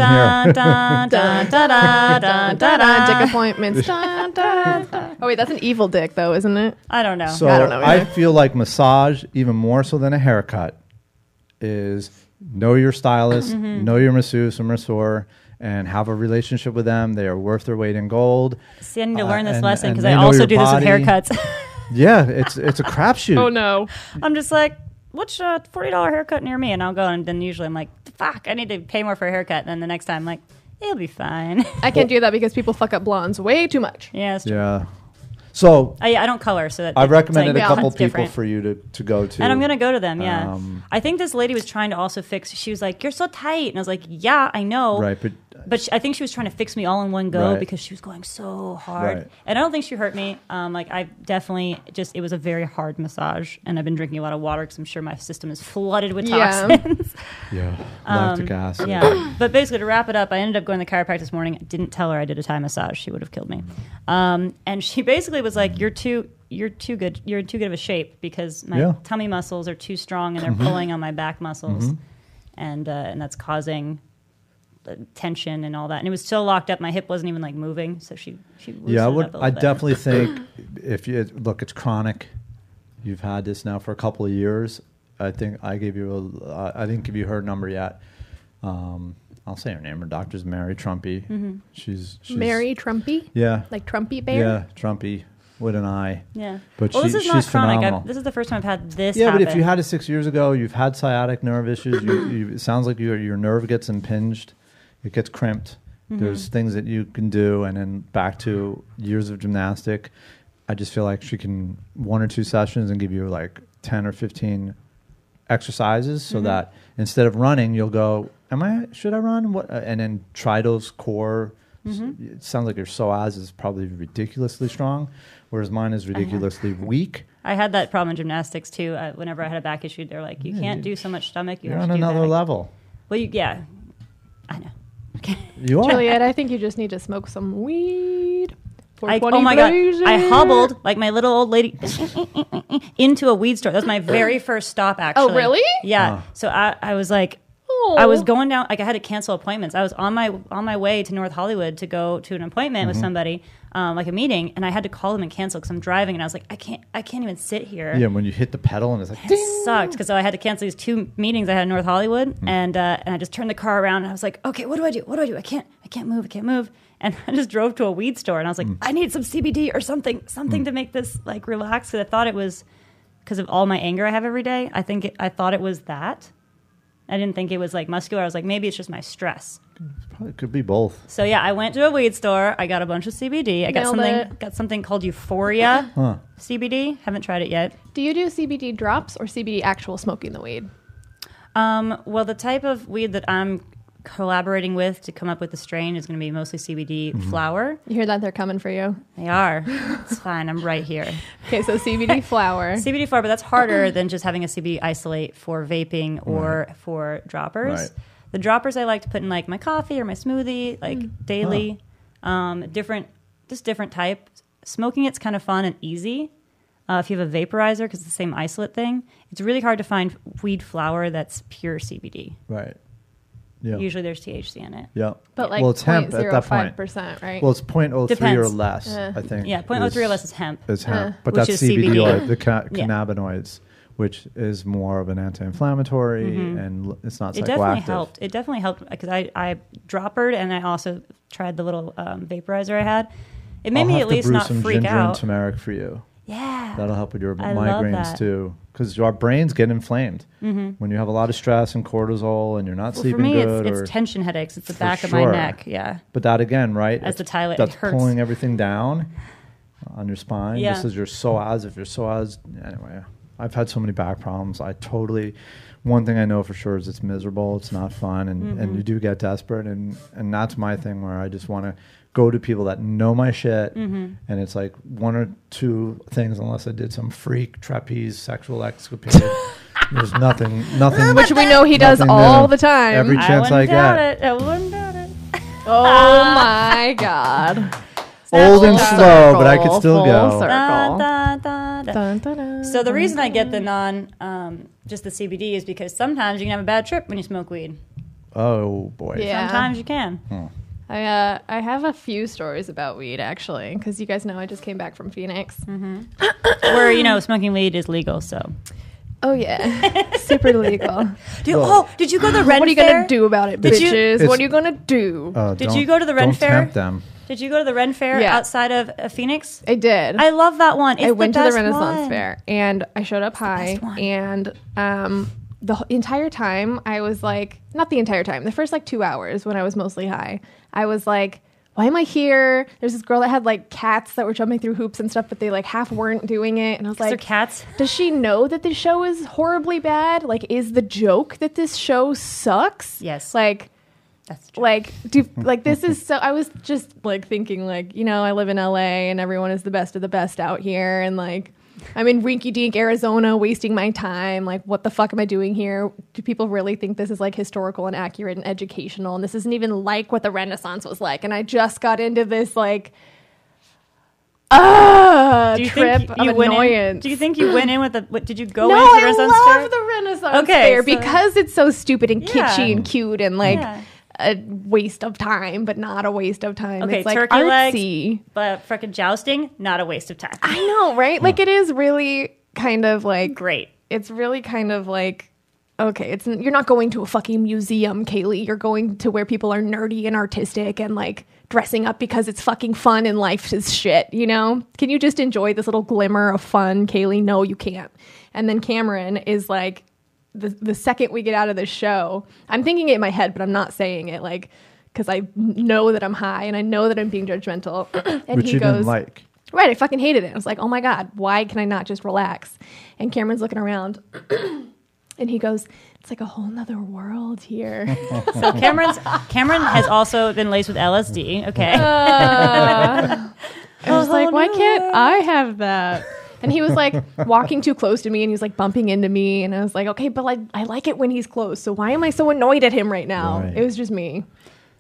Speaker 2: Dun,
Speaker 3: here.
Speaker 2: dun, dun, dun, dun,
Speaker 4: da,
Speaker 2: dun,
Speaker 4: da,
Speaker 2: dun,
Speaker 4: da,
Speaker 2: dun.
Speaker 4: dick appointments. da, da, da. Oh wait, that's an evil dick though, isn't it?
Speaker 2: I don't know.
Speaker 3: So
Speaker 4: I don't know
Speaker 3: I
Speaker 4: either.
Speaker 3: feel like massage, even more so than a haircut, is know your stylist, know your masseuse or masseur, and have a relationship with them. They are worth their weight in gold.
Speaker 2: See, I need to
Speaker 3: uh,
Speaker 2: learn this
Speaker 3: and-
Speaker 2: lesson
Speaker 3: and
Speaker 2: because
Speaker 3: they
Speaker 2: I
Speaker 3: know
Speaker 2: also
Speaker 3: your
Speaker 2: do
Speaker 3: body.
Speaker 2: this with haircuts.
Speaker 3: Yeah, it's it's a crapshoot.
Speaker 4: Oh no.
Speaker 2: I'm just like, what's a forty dollar haircut near me? And I'll go, and then usually I'm like, fuck, I need to pay more for a haircut. And then the next time, I'm like, it'll be fine.
Speaker 4: I can't do that because people fuck up blondes way too much.
Speaker 2: yeah, it's true.
Speaker 3: Yeah. So
Speaker 2: I, I don't color, so that
Speaker 3: I
Speaker 2: it's
Speaker 3: recommended
Speaker 2: like,
Speaker 3: a
Speaker 4: yeah,
Speaker 3: couple
Speaker 2: it's
Speaker 3: people
Speaker 2: different.
Speaker 3: for you to, to go to.
Speaker 2: And I'm gonna go to them. Yeah,
Speaker 3: Um,
Speaker 2: I think this lady was trying to also fix. She was like, "You're so tight," and I was like, "Yeah, I know."
Speaker 3: Right, but
Speaker 2: But she, I think she was trying to fix me all in one go
Speaker 3: Right.
Speaker 2: because she was going so hard,
Speaker 3: Right.
Speaker 2: and I don't think she hurt me. Um, like I definitely just it was a very hard massage, and I've been drinking a lot of water because I'm sure my system is flooded with
Speaker 4: Yeah.
Speaker 2: toxins.
Speaker 3: yeah, lactic acid.
Speaker 2: Yeah. but basically, to wrap it up, I ended up going to the chiropractor this morning. I didn't tell her I did a Thai massage; she would have killed me. Um, and she basically was like, "You're too, you're too good. You're in too good of a shape because my
Speaker 3: Yeah. Mm-hmm.
Speaker 2: tummy muscles are too strong and they're pulling on my back muscles, and uh, and that's causing." uh, tension and all that and it was still locked up my hip wasn't even like moving so she she loosened
Speaker 3: Yeah, I
Speaker 2: it
Speaker 3: would.
Speaker 2: up a little
Speaker 3: I
Speaker 2: bit.
Speaker 3: definitely think if you look, it's chronic. You've had this now for a couple of years. I think I gave you a. I- I didn't give you her number yet. Um, I'll say her name. Her doctor's Mary Trumpy. She's, she's
Speaker 4: Mary Trumpy?
Speaker 3: Yeah.
Speaker 4: Like Trumpy Bear?
Speaker 3: yeah, Trumpy with an I.
Speaker 2: Yeah.
Speaker 3: But
Speaker 2: well,
Speaker 3: she-
Speaker 2: this is not
Speaker 3: she's
Speaker 2: chronic.
Speaker 3: phenomenal.
Speaker 2: I've, this is the first time I've had this.
Speaker 3: Yeah,
Speaker 2: happen.
Speaker 3: but if you had it six years ago, you've had sciatic nerve issues. You, you, it sounds like your your nerve gets impinged, it gets crimped.
Speaker 2: Mm-hmm.
Speaker 3: There's things that you can do, and then back to years of gymnastic. I just feel like she can one or two sessions and give you like ten or fifteen exercises,
Speaker 2: Mm-hmm.
Speaker 3: so that instead of running, you'll go, "Am I? Should I run?" What? uh, And then try those core. s-
Speaker 2: Mm-hmm.
Speaker 3: It sounds like your psoas is probably ridiculously strong, whereas mine
Speaker 2: Uh-huh.
Speaker 3: is ridiculously weak.
Speaker 2: I had that problem in gymnastics too. Uh, whenever I had a back issue, they're like, "You
Speaker 3: Yeah,
Speaker 2: can't
Speaker 3: dude.
Speaker 2: do so much stomach. You
Speaker 3: You're
Speaker 2: have
Speaker 3: on
Speaker 2: to do
Speaker 3: another
Speaker 2: back."
Speaker 3: level.
Speaker 2: Well, you, yeah, I know.
Speaker 3: You are.
Speaker 4: Juliet, I think you just need to smoke some weed.
Speaker 2: I,
Speaker 4: 420
Speaker 2: oh my god!
Speaker 4: blazer.
Speaker 2: I hobbled like my little old lady into a weed store. That was my very first stop. Actually,
Speaker 4: really?
Speaker 2: Yeah.
Speaker 3: Huh.
Speaker 2: So I, I was like, I was going down. Like I had to cancel appointments. I was on my on my way to North Hollywood to go to an appointment with somebody, um, like a meeting, and I had to call them and cancel because I'm driving, and I was like, I can't, I can't even sit here.
Speaker 3: Yeah, when you hit the pedal and it's like,
Speaker 2: It sucked because I had to cancel these two meetings I had in North Hollywood, and uh, and I just turned the car around and I was like, okay, what do I do? What do I do? I can't, I can't move, I can't move, and I just drove to a weed store and I was like, I need some CBD or something, something to make this like relax because I thought it was because of all my anger I have every day. I think it, I thought it was that. I didn't think it was like muscular. I was like, maybe it's just my stress.
Speaker 3: probably could be both.
Speaker 2: So yeah, I went to a weed store. I got a bunch of CBD. I got
Speaker 4: Nailed
Speaker 2: something,
Speaker 4: it.
Speaker 2: got something called Euphoria
Speaker 3: Huh.
Speaker 2: CBD. Haven't tried it yet.
Speaker 4: Do you do CBD drops or CBD actual smoking the weed?
Speaker 2: Um, well, the type of weed that I'm collaborating with to come up with the strain is going to be mostly CBD
Speaker 3: Mm-hmm.
Speaker 2: flower.
Speaker 4: You hear that? They're coming for you.
Speaker 2: They are. it's fine. I'm right here.
Speaker 4: Okay, so CBD flower.
Speaker 2: CBD flower, but that's harder than just having a CBD isolate for vaping or for droppers.
Speaker 3: Right.
Speaker 2: The droppers I like to put in like my coffee or my smoothie, like
Speaker 3: Mm.
Speaker 2: daily. Um, different, just different type. Smoking it's kind of fun and easy. Uh, if you have a vaporizer, because it's the same isolate thing, it's really hard to find weed flower that's pure CBD.
Speaker 3: Right. Yeah.
Speaker 2: Usually there's THC in it.
Speaker 3: Yeah.
Speaker 4: But like
Speaker 3: well, it's hemp at that point.
Speaker 4: percent right?
Speaker 3: Well, it's 0.03 or
Speaker 2: Depends.
Speaker 3: less,
Speaker 4: Uh,
Speaker 3: I think.
Speaker 2: Yeah, 0.03 or less is hemp.
Speaker 3: is hemp,
Speaker 4: Uh,
Speaker 3: but
Speaker 2: Which
Speaker 3: that's
Speaker 2: is
Speaker 3: CBD,
Speaker 2: CBD.
Speaker 3: oil, the ca-
Speaker 2: Yeah.
Speaker 3: cannabinoids, which is more of an anti-inflammatory
Speaker 2: Mm-hmm.
Speaker 3: and l- it's not
Speaker 2: It definitely
Speaker 3: psychoactive.
Speaker 2: helped. It definitely helped because I, I droppered and I also tried the little um, vaporizer I had. It made
Speaker 3: I'll
Speaker 2: me
Speaker 3: have
Speaker 2: at
Speaker 3: to
Speaker 2: least
Speaker 3: brew
Speaker 2: not
Speaker 3: some
Speaker 2: freak
Speaker 3: ginger and
Speaker 2: out.
Speaker 3: turmeric for you.
Speaker 2: Yeah.
Speaker 3: That'll help with your
Speaker 2: I love
Speaker 3: migraines
Speaker 2: that. Mm-hmm.
Speaker 3: too, because our brains get inflamed when you have a lot of stress and cortisol, and you're
Speaker 2: Well,
Speaker 3: not
Speaker 2: for
Speaker 3: sleeping
Speaker 2: me,
Speaker 3: good.
Speaker 2: it's,
Speaker 3: or,
Speaker 2: it's tension headaches. It's the back of my
Speaker 3: sure.
Speaker 2: neck. Yeah.
Speaker 3: But that again, right?
Speaker 2: As the
Speaker 3: it's-
Speaker 2: Tyler- it
Speaker 3: that's
Speaker 2: hurts.
Speaker 3: pulling everything down on your spine.
Speaker 2: Yeah.
Speaker 3: This is your psoas. If your psoas, anyway, I've had so many back problems. I totally. One thing I know for sure is it's miserable. It's not fun, and,
Speaker 2: Mm-hmm.
Speaker 3: and you do get desperate, and and that's my thing where I just want to go to people that know my shit,
Speaker 2: Mm-hmm.
Speaker 3: and it's like one or two things, unless I did some freak trapeze sexual escapade. There's nothing, nothing.
Speaker 4: which we know he does
Speaker 3: nothing new.
Speaker 4: all the time.
Speaker 3: Every
Speaker 2: I
Speaker 3: chance
Speaker 2: wouldn't
Speaker 3: I,
Speaker 2: doubt
Speaker 3: get.
Speaker 2: it. I wouldn't doubt it.
Speaker 4: oh my god!
Speaker 3: Old and
Speaker 4: Full
Speaker 3: slow, but I could
Speaker 4: circle,
Speaker 3: still
Speaker 4: full
Speaker 3: go.
Speaker 4: circle.
Speaker 2: Da, da, da, da.
Speaker 4: Dun, dun, dun.
Speaker 2: So the reason I get the non, um, just the CBD, is because sometimes you can have a bad trip when you smoke weed.
Speaker 3: Oh boy.
Speaker 4: Yeah.
Speaker 2: Sometimes you can.
Speaker 4: I uh, I have a few stories about weed actually, because you guys know I just came back from Phoenix.
Speaker 2: Hmm. Where you know smoking weed is legal, so
Speaker 4: Oh yeah, super legal.
Speaker 2: Do you,
Speaker 3: Look.
Speaker 2: oh, did you go to the Ren
Speaker 4: what are you
Speaker 2: Fair?
Speaker 4: gonna do about it,
Speaker 2: Did you-
Speaker 4: bitches?
Speaker 3: It's-
Speaker 4: what are you gonna do?
Speaker 3: Uh,
Speaker 2: Did
Speaker 3: don't-
Speaker 2: you go to the Ren
Speaker 3: don't
Speaker 2: Fair?
Speaker 3: tempt them.
Speaker 2: Did you go to the Ren Fair
Speaker 4: Yeah.
Speaker 2: outside of uh, Phoenix?
Speaker 4: I did.
Speaker 2: I love that one. It's
Speaker 4: I went
Speaker 2: the
Speaker 4: to the
Speaker 2: best
Speaker 4: Renaissance
Speaker 2: one.
Speaker 4: Fair and I showed up high
Speaker 2: best one.
Speaker 4: and um the wh- entire time I was like not the entire time the first like 2 hours when I was mostly high I was like why am I here? There's this girl that had like cats that were jumping through hoops and stuff, but they like half weren't doing it. And I was
Speaker 2: Is there
Speaker 4: like,
Speaker 2: cats?
Speaker 4: does she know that this show is horribly bad? Like, is the joke that this show sucks?
Speaker 2: Yes.
Speaker 4: Like,
Speaker 2: That's true.
Speaker 4: like do like this is so i was just like thinking like you know i live in la and everyone is the best of the best out here and like i'm in rinky dink arizona wasting my time like what the fuck am i doing here do people really think this is like historical and accurate and educational and this isn't even like what the renaissance was like and i just got into this like uh,
Speaker 2: do you
Speaker 4: trip
Speaker 2: think
Speaker 4: of
Speaker 2: you went in?
Speaker 4: annoyance
Speaker 2: Do you think you went in with the? What, did you go
Speaker 4: no,
Speaker 2: into the
Speaker 4: I
Speaker 2: Renaissance
Speaker 4: love
Speaker 2: Fair?
Speaker 4: the Renaissance
Speaker 2: Okay,
Speaker 4: Fair
Speaker 2: so-
Speaker 4: because it's so stupid and
Speaker 2: Yeah.
Speaker 4: kitschy and cute and like
Speaker 2: Yeah.
Speaker 4: a waste of time, but not a waste of time.
Speaker 2: Okay,
Speaker 4: it's like
Speaker 2: turkey legs.
Speaker 4: artsy.
Speaker 2: but frickin' jousting, not a waste of time.
Speaker 4: I know, right? Like it is really kind of like
Speaker 2: Great.
Speaker 4: it's really kind of like okay it's you're not going to a fucking museum kaylee you're going to where people are nerdy and artistic and like dressing up because it's fucking fun and life is shit you know can you just enjoy this little glimmer of fun kaylee no you can't and then cameron is like the, the second we get out of this show i'm thinking it in my head but i'm not saying it like because i know that i'm high and i know that i'm being judgmental and
Speaker 3: which
Speaker 4: he
Speaker 3: you
Speaker 4: goes
Speaker 3: didn't like.
Speaker 4: Right, I fucking hated it. I was like, oh my God, why can I not just relax? And Cameron's looking around and he goes, it's like a whole nother world here.
Speaker 2: So Cameron's Cameron has also been laced with LSD. Okay.
Speaker 4: Uh. I was like, why can't I have that? And he was like walking too close to me and he was like bumping into me. And I was like, okay, but like, I like it when he's close. So why am I so annoyed at him right now?
Speaker 3: Right.
Speaker 4: It was just me.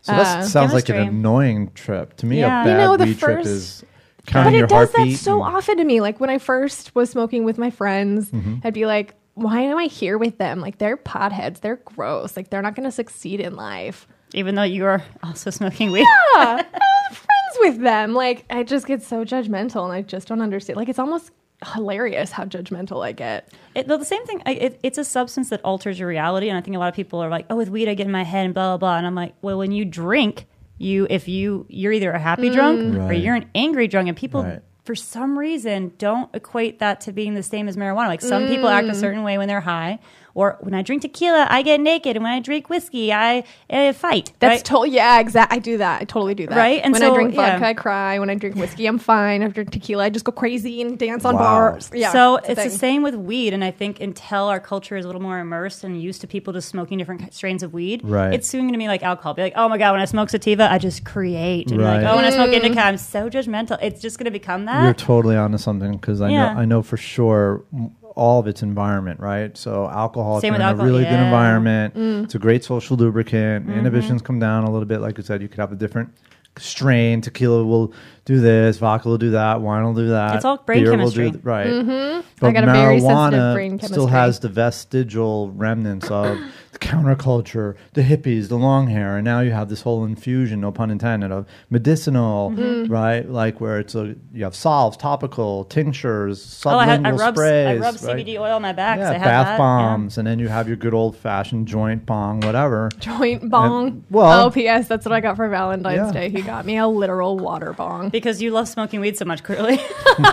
Speaker 3: So that
Speaker 4: Uh,
Speaker 3: sounds like an
Speaker 2: chemistry.
Speaker 3: annoying trip. To me,
Speaker 2: Yeah.
Speaker 3: a
Speaker 2: You
Speaker 3: bad
Speaker 4: know, the
Speaker 3: weed trip
Speaker 4: first-
Speaker 3: is
Speaker 4: But
Speaker 3: counting your
Speaker 4: it does that
Speaker 3: heartbeat.
Speaker 4: so
Speaker 3: and-
Speaker 4: often to me. Like when I first was smoking with my friends,
Speaker 3: Mm-hmm.
Speaker 4: I'd be like, why am I here with them? Like they're potheads. They're gross. Like they're not going to succeed in life.
Speaker 2: Even though you are also smoking weed.
Speaker 4: friends with them. Like I just get so judgmental, and I just don't understand. Like it's almost hilarious how judgmental I get.
Speaker 2: It, though the same thing, I- it, it's a substance that alters your reality, and I think a lot of people are like, "Oh, with weed, I get in my head and blah blah blah," and I'm like, "Well, when you drink, you if you you're either a happy drunk or
Speaker 3: Mm. Right.
Speaker 2: you're an angry drunk, and people."
Speaker 3: Right.
Speaker 2: For some reason, don't equate that to being the same as marijuana. Like some people
Speaker 3: Mm.
Speaker 2: act a certain way when they're high, or when I drink tequila, I get naked, and when I drink whiskey, I uh, fight.
Speaker 4: That's
Speaker 2: right?
Speaker 4: total. Yeah, exact. I do that. I totally do that.
Speaker 2: Right? And
Speaker 4: when
Speaker 2: so,
Speaker 4: I drink
Speaker 2: yeah.
Speaker 4: vodka, I cry. When I drink whiskey, I'm fine. After tequila, I just go crazy and dance on
Speaker 3: Wow.
Speaker 4: bars. Yeah.
Speaker 2: so it's the
Speaker 4: thing.
Speaker 2: same with weed, and I think until our culture is a little more immersed and used to people just smoking different ki- strains of weed,
Speaker 3: Right.
Speaker 2: it's soon going to be like alcohol. Be like, oh my god, when I smoke sativa, I just create, and
Speaker 3: Right.
Speaker 2: like, oh, when I smoke
Speaker 4: Mm.
Speaker 2: indica, I'm so judgmental. It's just going to become
Speaker 3: You're
Speaker 2: that.
Speaker 3: totally onto something because I
Speaker 2: Yeah.
Speaker 3: know I know for sure m- all of its environment, right? So alcohol, if
Speaker 2: Same
Speaker 3: you're
Speaker 2: with
Speaker 3: in
Speaker 2: alcohol,
Speaker 3: a really good
Speaker 2: yeah.
Speaker 3: environment,
Speaker 4: Mm.
Speaker 3: it's a great social lubricant.
Speaker 4: Mm-hmm.
Speaker 3: Inhibitions come down a little bit, like you said. You could have a different strain. Tequila will do this, vodka will do that, wine will do that.
Speaker 2: It's all brain
Speaker 3: beer
Speaker 2: chemistry.
Speaker 3: Will do th- right. But
Speaker 4: Mm-hmm. I got a very sensitive
Speaker 3: marijuana
Speaker 4: brain
Speaker 3: still
Speaker 4: chemistry.
Speaker 3: has the vestigial remnants of the counterculture, the hippies, the long hair, and now you have this whole infusion, no pun intended, of medicinal,
Speaker 4: Mm-hmm.
Speaker 3: right? Like where it's a you have salves, topical, tinctures, sublingual
Speaker 2: Oh, I, had, I rub
Speaker 3: sprays,
Speaker 2: I rub
Speaker 3: right?
Speaker 2: CBD oil on my back.
Speaker 3: yeah,
Speaker 2: so I
Speaker 3: bath
Speaker 2: have that.
Speaker 3: bombs, and then you have your good old fashioned joint bong, whatever.
Speaker 4: joint bong.
Speaker 3: well-
Speaker 4: oh, P.S. That's what I got for Valentine's
Speaker 3: Yeah.
Speaker 4: Day. He got me a literal water bong.
Speaker 2: Because you love smoking weed so much, clearly.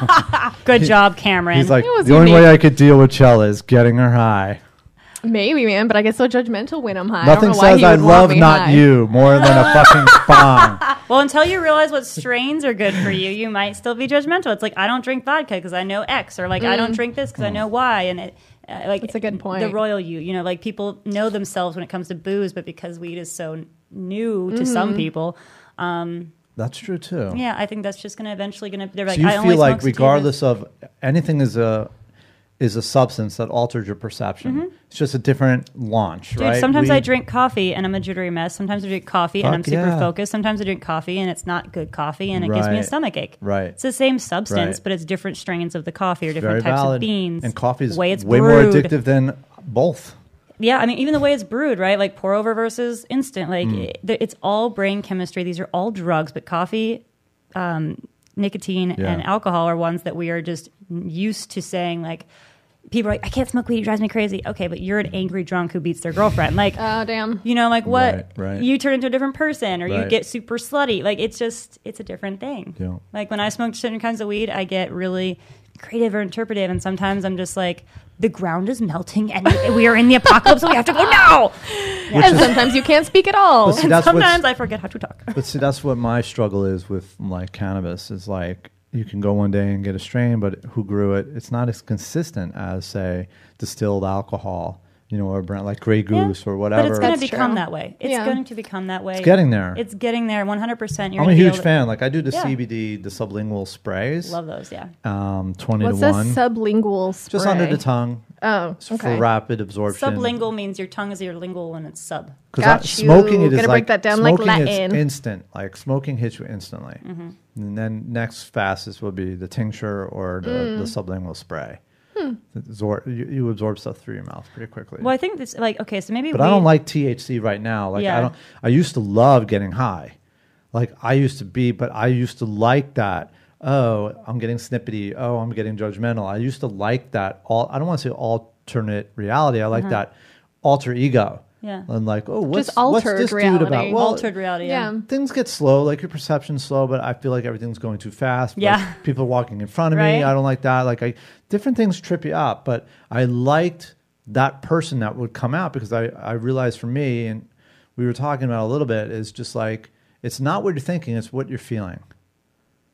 Speaker 2: Good job, Cameron.
Speaker 3: He's like,
Speaker 4: It was
Speaker 3: the only
Speaker 4: unique.
Speaker 3: way I could deal with Chella is getting her high.
Speaker 4: Maybe, man, but I get so judgmental when I'm high.
Speaker 3: Nothing
Speaker 4: I don't know why
Speaker 3: says
Speaker 4: he
Speaker 3: I
Speaker 4: would want
Speaker 3: love
Speaker 4: me
Speaker 3: not
Speaker 4: high.
Speaker 3: you more than a fucking bong.
Speaker 2: well, until you realize what strains are good for you, you might still be judgmental. It's like I don't drink vodka because I know X, or like I don't drink this because
Speaker 3: Hmm.
Speaker 2: I know Y, and it. Uh, like
Speaker 4: Mm. That's a good point.
Speaker 2: The royal you, you know, like people know themselves when it comes to booze, but because weed is so n- new to
Speaker 4: Mm-hmm.
Speaker 2: some people,
Speaker 3: That's true too.
Speaker 2: yeah, I think that's just going to eventually going to. They're like,
Speaker 3: so you
Speaker 2: I only
Speaker 3: feel like
Speaker 2: smoke sativas."
Speaker 3: regardless of anything is a is a substance that alters your perception. It's just a different launch,
Speaker 2: Mm-hmm. Dude,
Speaker 3: right?
Speaker 2: sometimes I
Speaker 3: Weed-
Speaker 2: drink coffee and I'm a jittery mess. Sometimes I drink coffee
Speaker 3: Fuck
Speaker 2: and I'm super
Speaker 3: yeah.
Speaker 2: focused. Sometimes I drink coffee and it's not good coffee and it gives me a
Speaker 3: Right.
Speaker 2: stomach ache.
Speaker 3: Right.
Speaker 2: It's the same substance,
Speaker 3: Right.
Speaker 2: but it's different strains of the coffee or
Speaker 3: very
Speaker 2: different types
Speaker 3: valid.
Speaker 2: of beans.
Speaker 3: and coffee is
Speaker 2: The way it's
Speaker 3: way
Speaker 2: brewed.
Speaker 3: more addictive than both.
Speaker 2: Yeah, I mean, even the way it's brewed, right? Like pour over versus instant. Like
Speaker 3: Mm.
Speaker 2: it- th- it's all brain chemistry. These are all drugs, but coffee, um, nicotine,
Speaker 3: Yeah.
Speaker 2: and alcohol are ones that we are just used to saying like. People are like, I can't smoke weed; it drives me crazy. Okay, but you're an angry drunk who beats their girlfriend. Like,
Speaker 4: Oh, damn.
Speaker 2: you know, like what
Speaker 3: Right, right.
Speaker 2: you turn into a different person or you
Speaker 3: Right.
Speaker 2: get super slutty. Like it's just it's a different thing.
Speaker 3: Yeah.
Speaker 2: Like when I smoke certain kinds of weed, I get really creative or interpretive and sometimes I'm just like the ground is melting and we are in the apocalypse so we have to go now.
Speaker 4: And sometimes you can't speak at all.
Speaker 3: But see, that's what's,
Speaker 2: Sometimes I forget how to talk.
Speaker 3: but see, that's what my struggle is with like cannabis. Is like you can go one day and get a strain, but who grew it? It's not as consistent as say distilled alcohol, you know, or brand like Grey Goose or whatever.
Speaker 2: But it's going to
Speaker 4: That's
Speaker 2: become
Speaker 4: true.
Speaker 2: that way. It's
Speaker 4: Yeah.
Speaker 2: going to become that way. It's
Speaker 3: getting there.
Speaker 2: It's getting there 100%. You're
Speaker 3: I'm a
Speaker 2: gonna be
Speaker 3: huge
Speaker 2: able to-
Speaker 3: fan. Like I do the
Speaker 2: Yeah.
Speaker 3: CBD, the sublingual sprays.
Speaker 2: Love those, yeah.
Speaker 3: um, 20
Speaker 4: What's
Speaker 3: to
Speaker 4: a
Speaker 3: 1.
Speaker 4: sublingual spray?
Speaker 3: just under the tongue
Speaker 4: Oh,
Speaker 3: s-
Speaker 4: okay.
Speaker 3: for rapid absorption.
Speaker 2: Sublingual means your tongue is your lingual when it's sub.
Speaker 3: 'Cause
Speaker 4: Got
Speaker 3: I- smoking
Speaker 4: you.
Speaker 3: it is
Speaker 4: Gotta break
Speaker 3: like
Speaker 4: that down like
Speaker 3: smoking It's
Speaker 4: Latin.
Speaker 3: instant. Like smoking hits you instantly.
Speaker 4: Mm-hmm.
Speaker 3: And then next fastest would be the tincture or the,
Speaker 4: Mm.
Speaker 3: the sublingual spray.
Speaker 4: Hmm.
Speaker 3: The Zor- you, you absorb stuff through your mouth pretty quickly.
Speaker 2: Well, I think this like okay, so maybe
Speaker 3: But I don't
Speaker 2: weed-
Speaker 3: like THC right now. Like
Speaker 2: Yeah.
Speaker 3: I don't. I used to love getting high. Like I used to be, but I used to like that oh, I'm getting snippety. Oh, I'm getting judgmental. I used to like that. All I don't want to say alternate reality. I like that alter ego.
Speaker 2: Yeah.
Speaker 3: And like, oh, what's,
Speaker 4: Just
Speaker 3: what's
Speaker 4: altered
Speaker 3: this dude about?
Speaker 4: reality.
Speaker 3: Well,
Speaker 2: Altered reality. Yeah.
Speaker 4: Yeah.
Speaker 3: things get slow. Like your perception's slow, but I feel like everything's going too fast. Like,
Speaker 2: Yeah.
Speaker 3: people are walking in front of me.
Speaker 2: Right.
Speaker 3: I don't like that. Like I, different things trip you up. But I liked that person that would come out because I, I realized for me, and we were talking about a little bit, is just like, it's not what you're thinking, it's what you're feeling.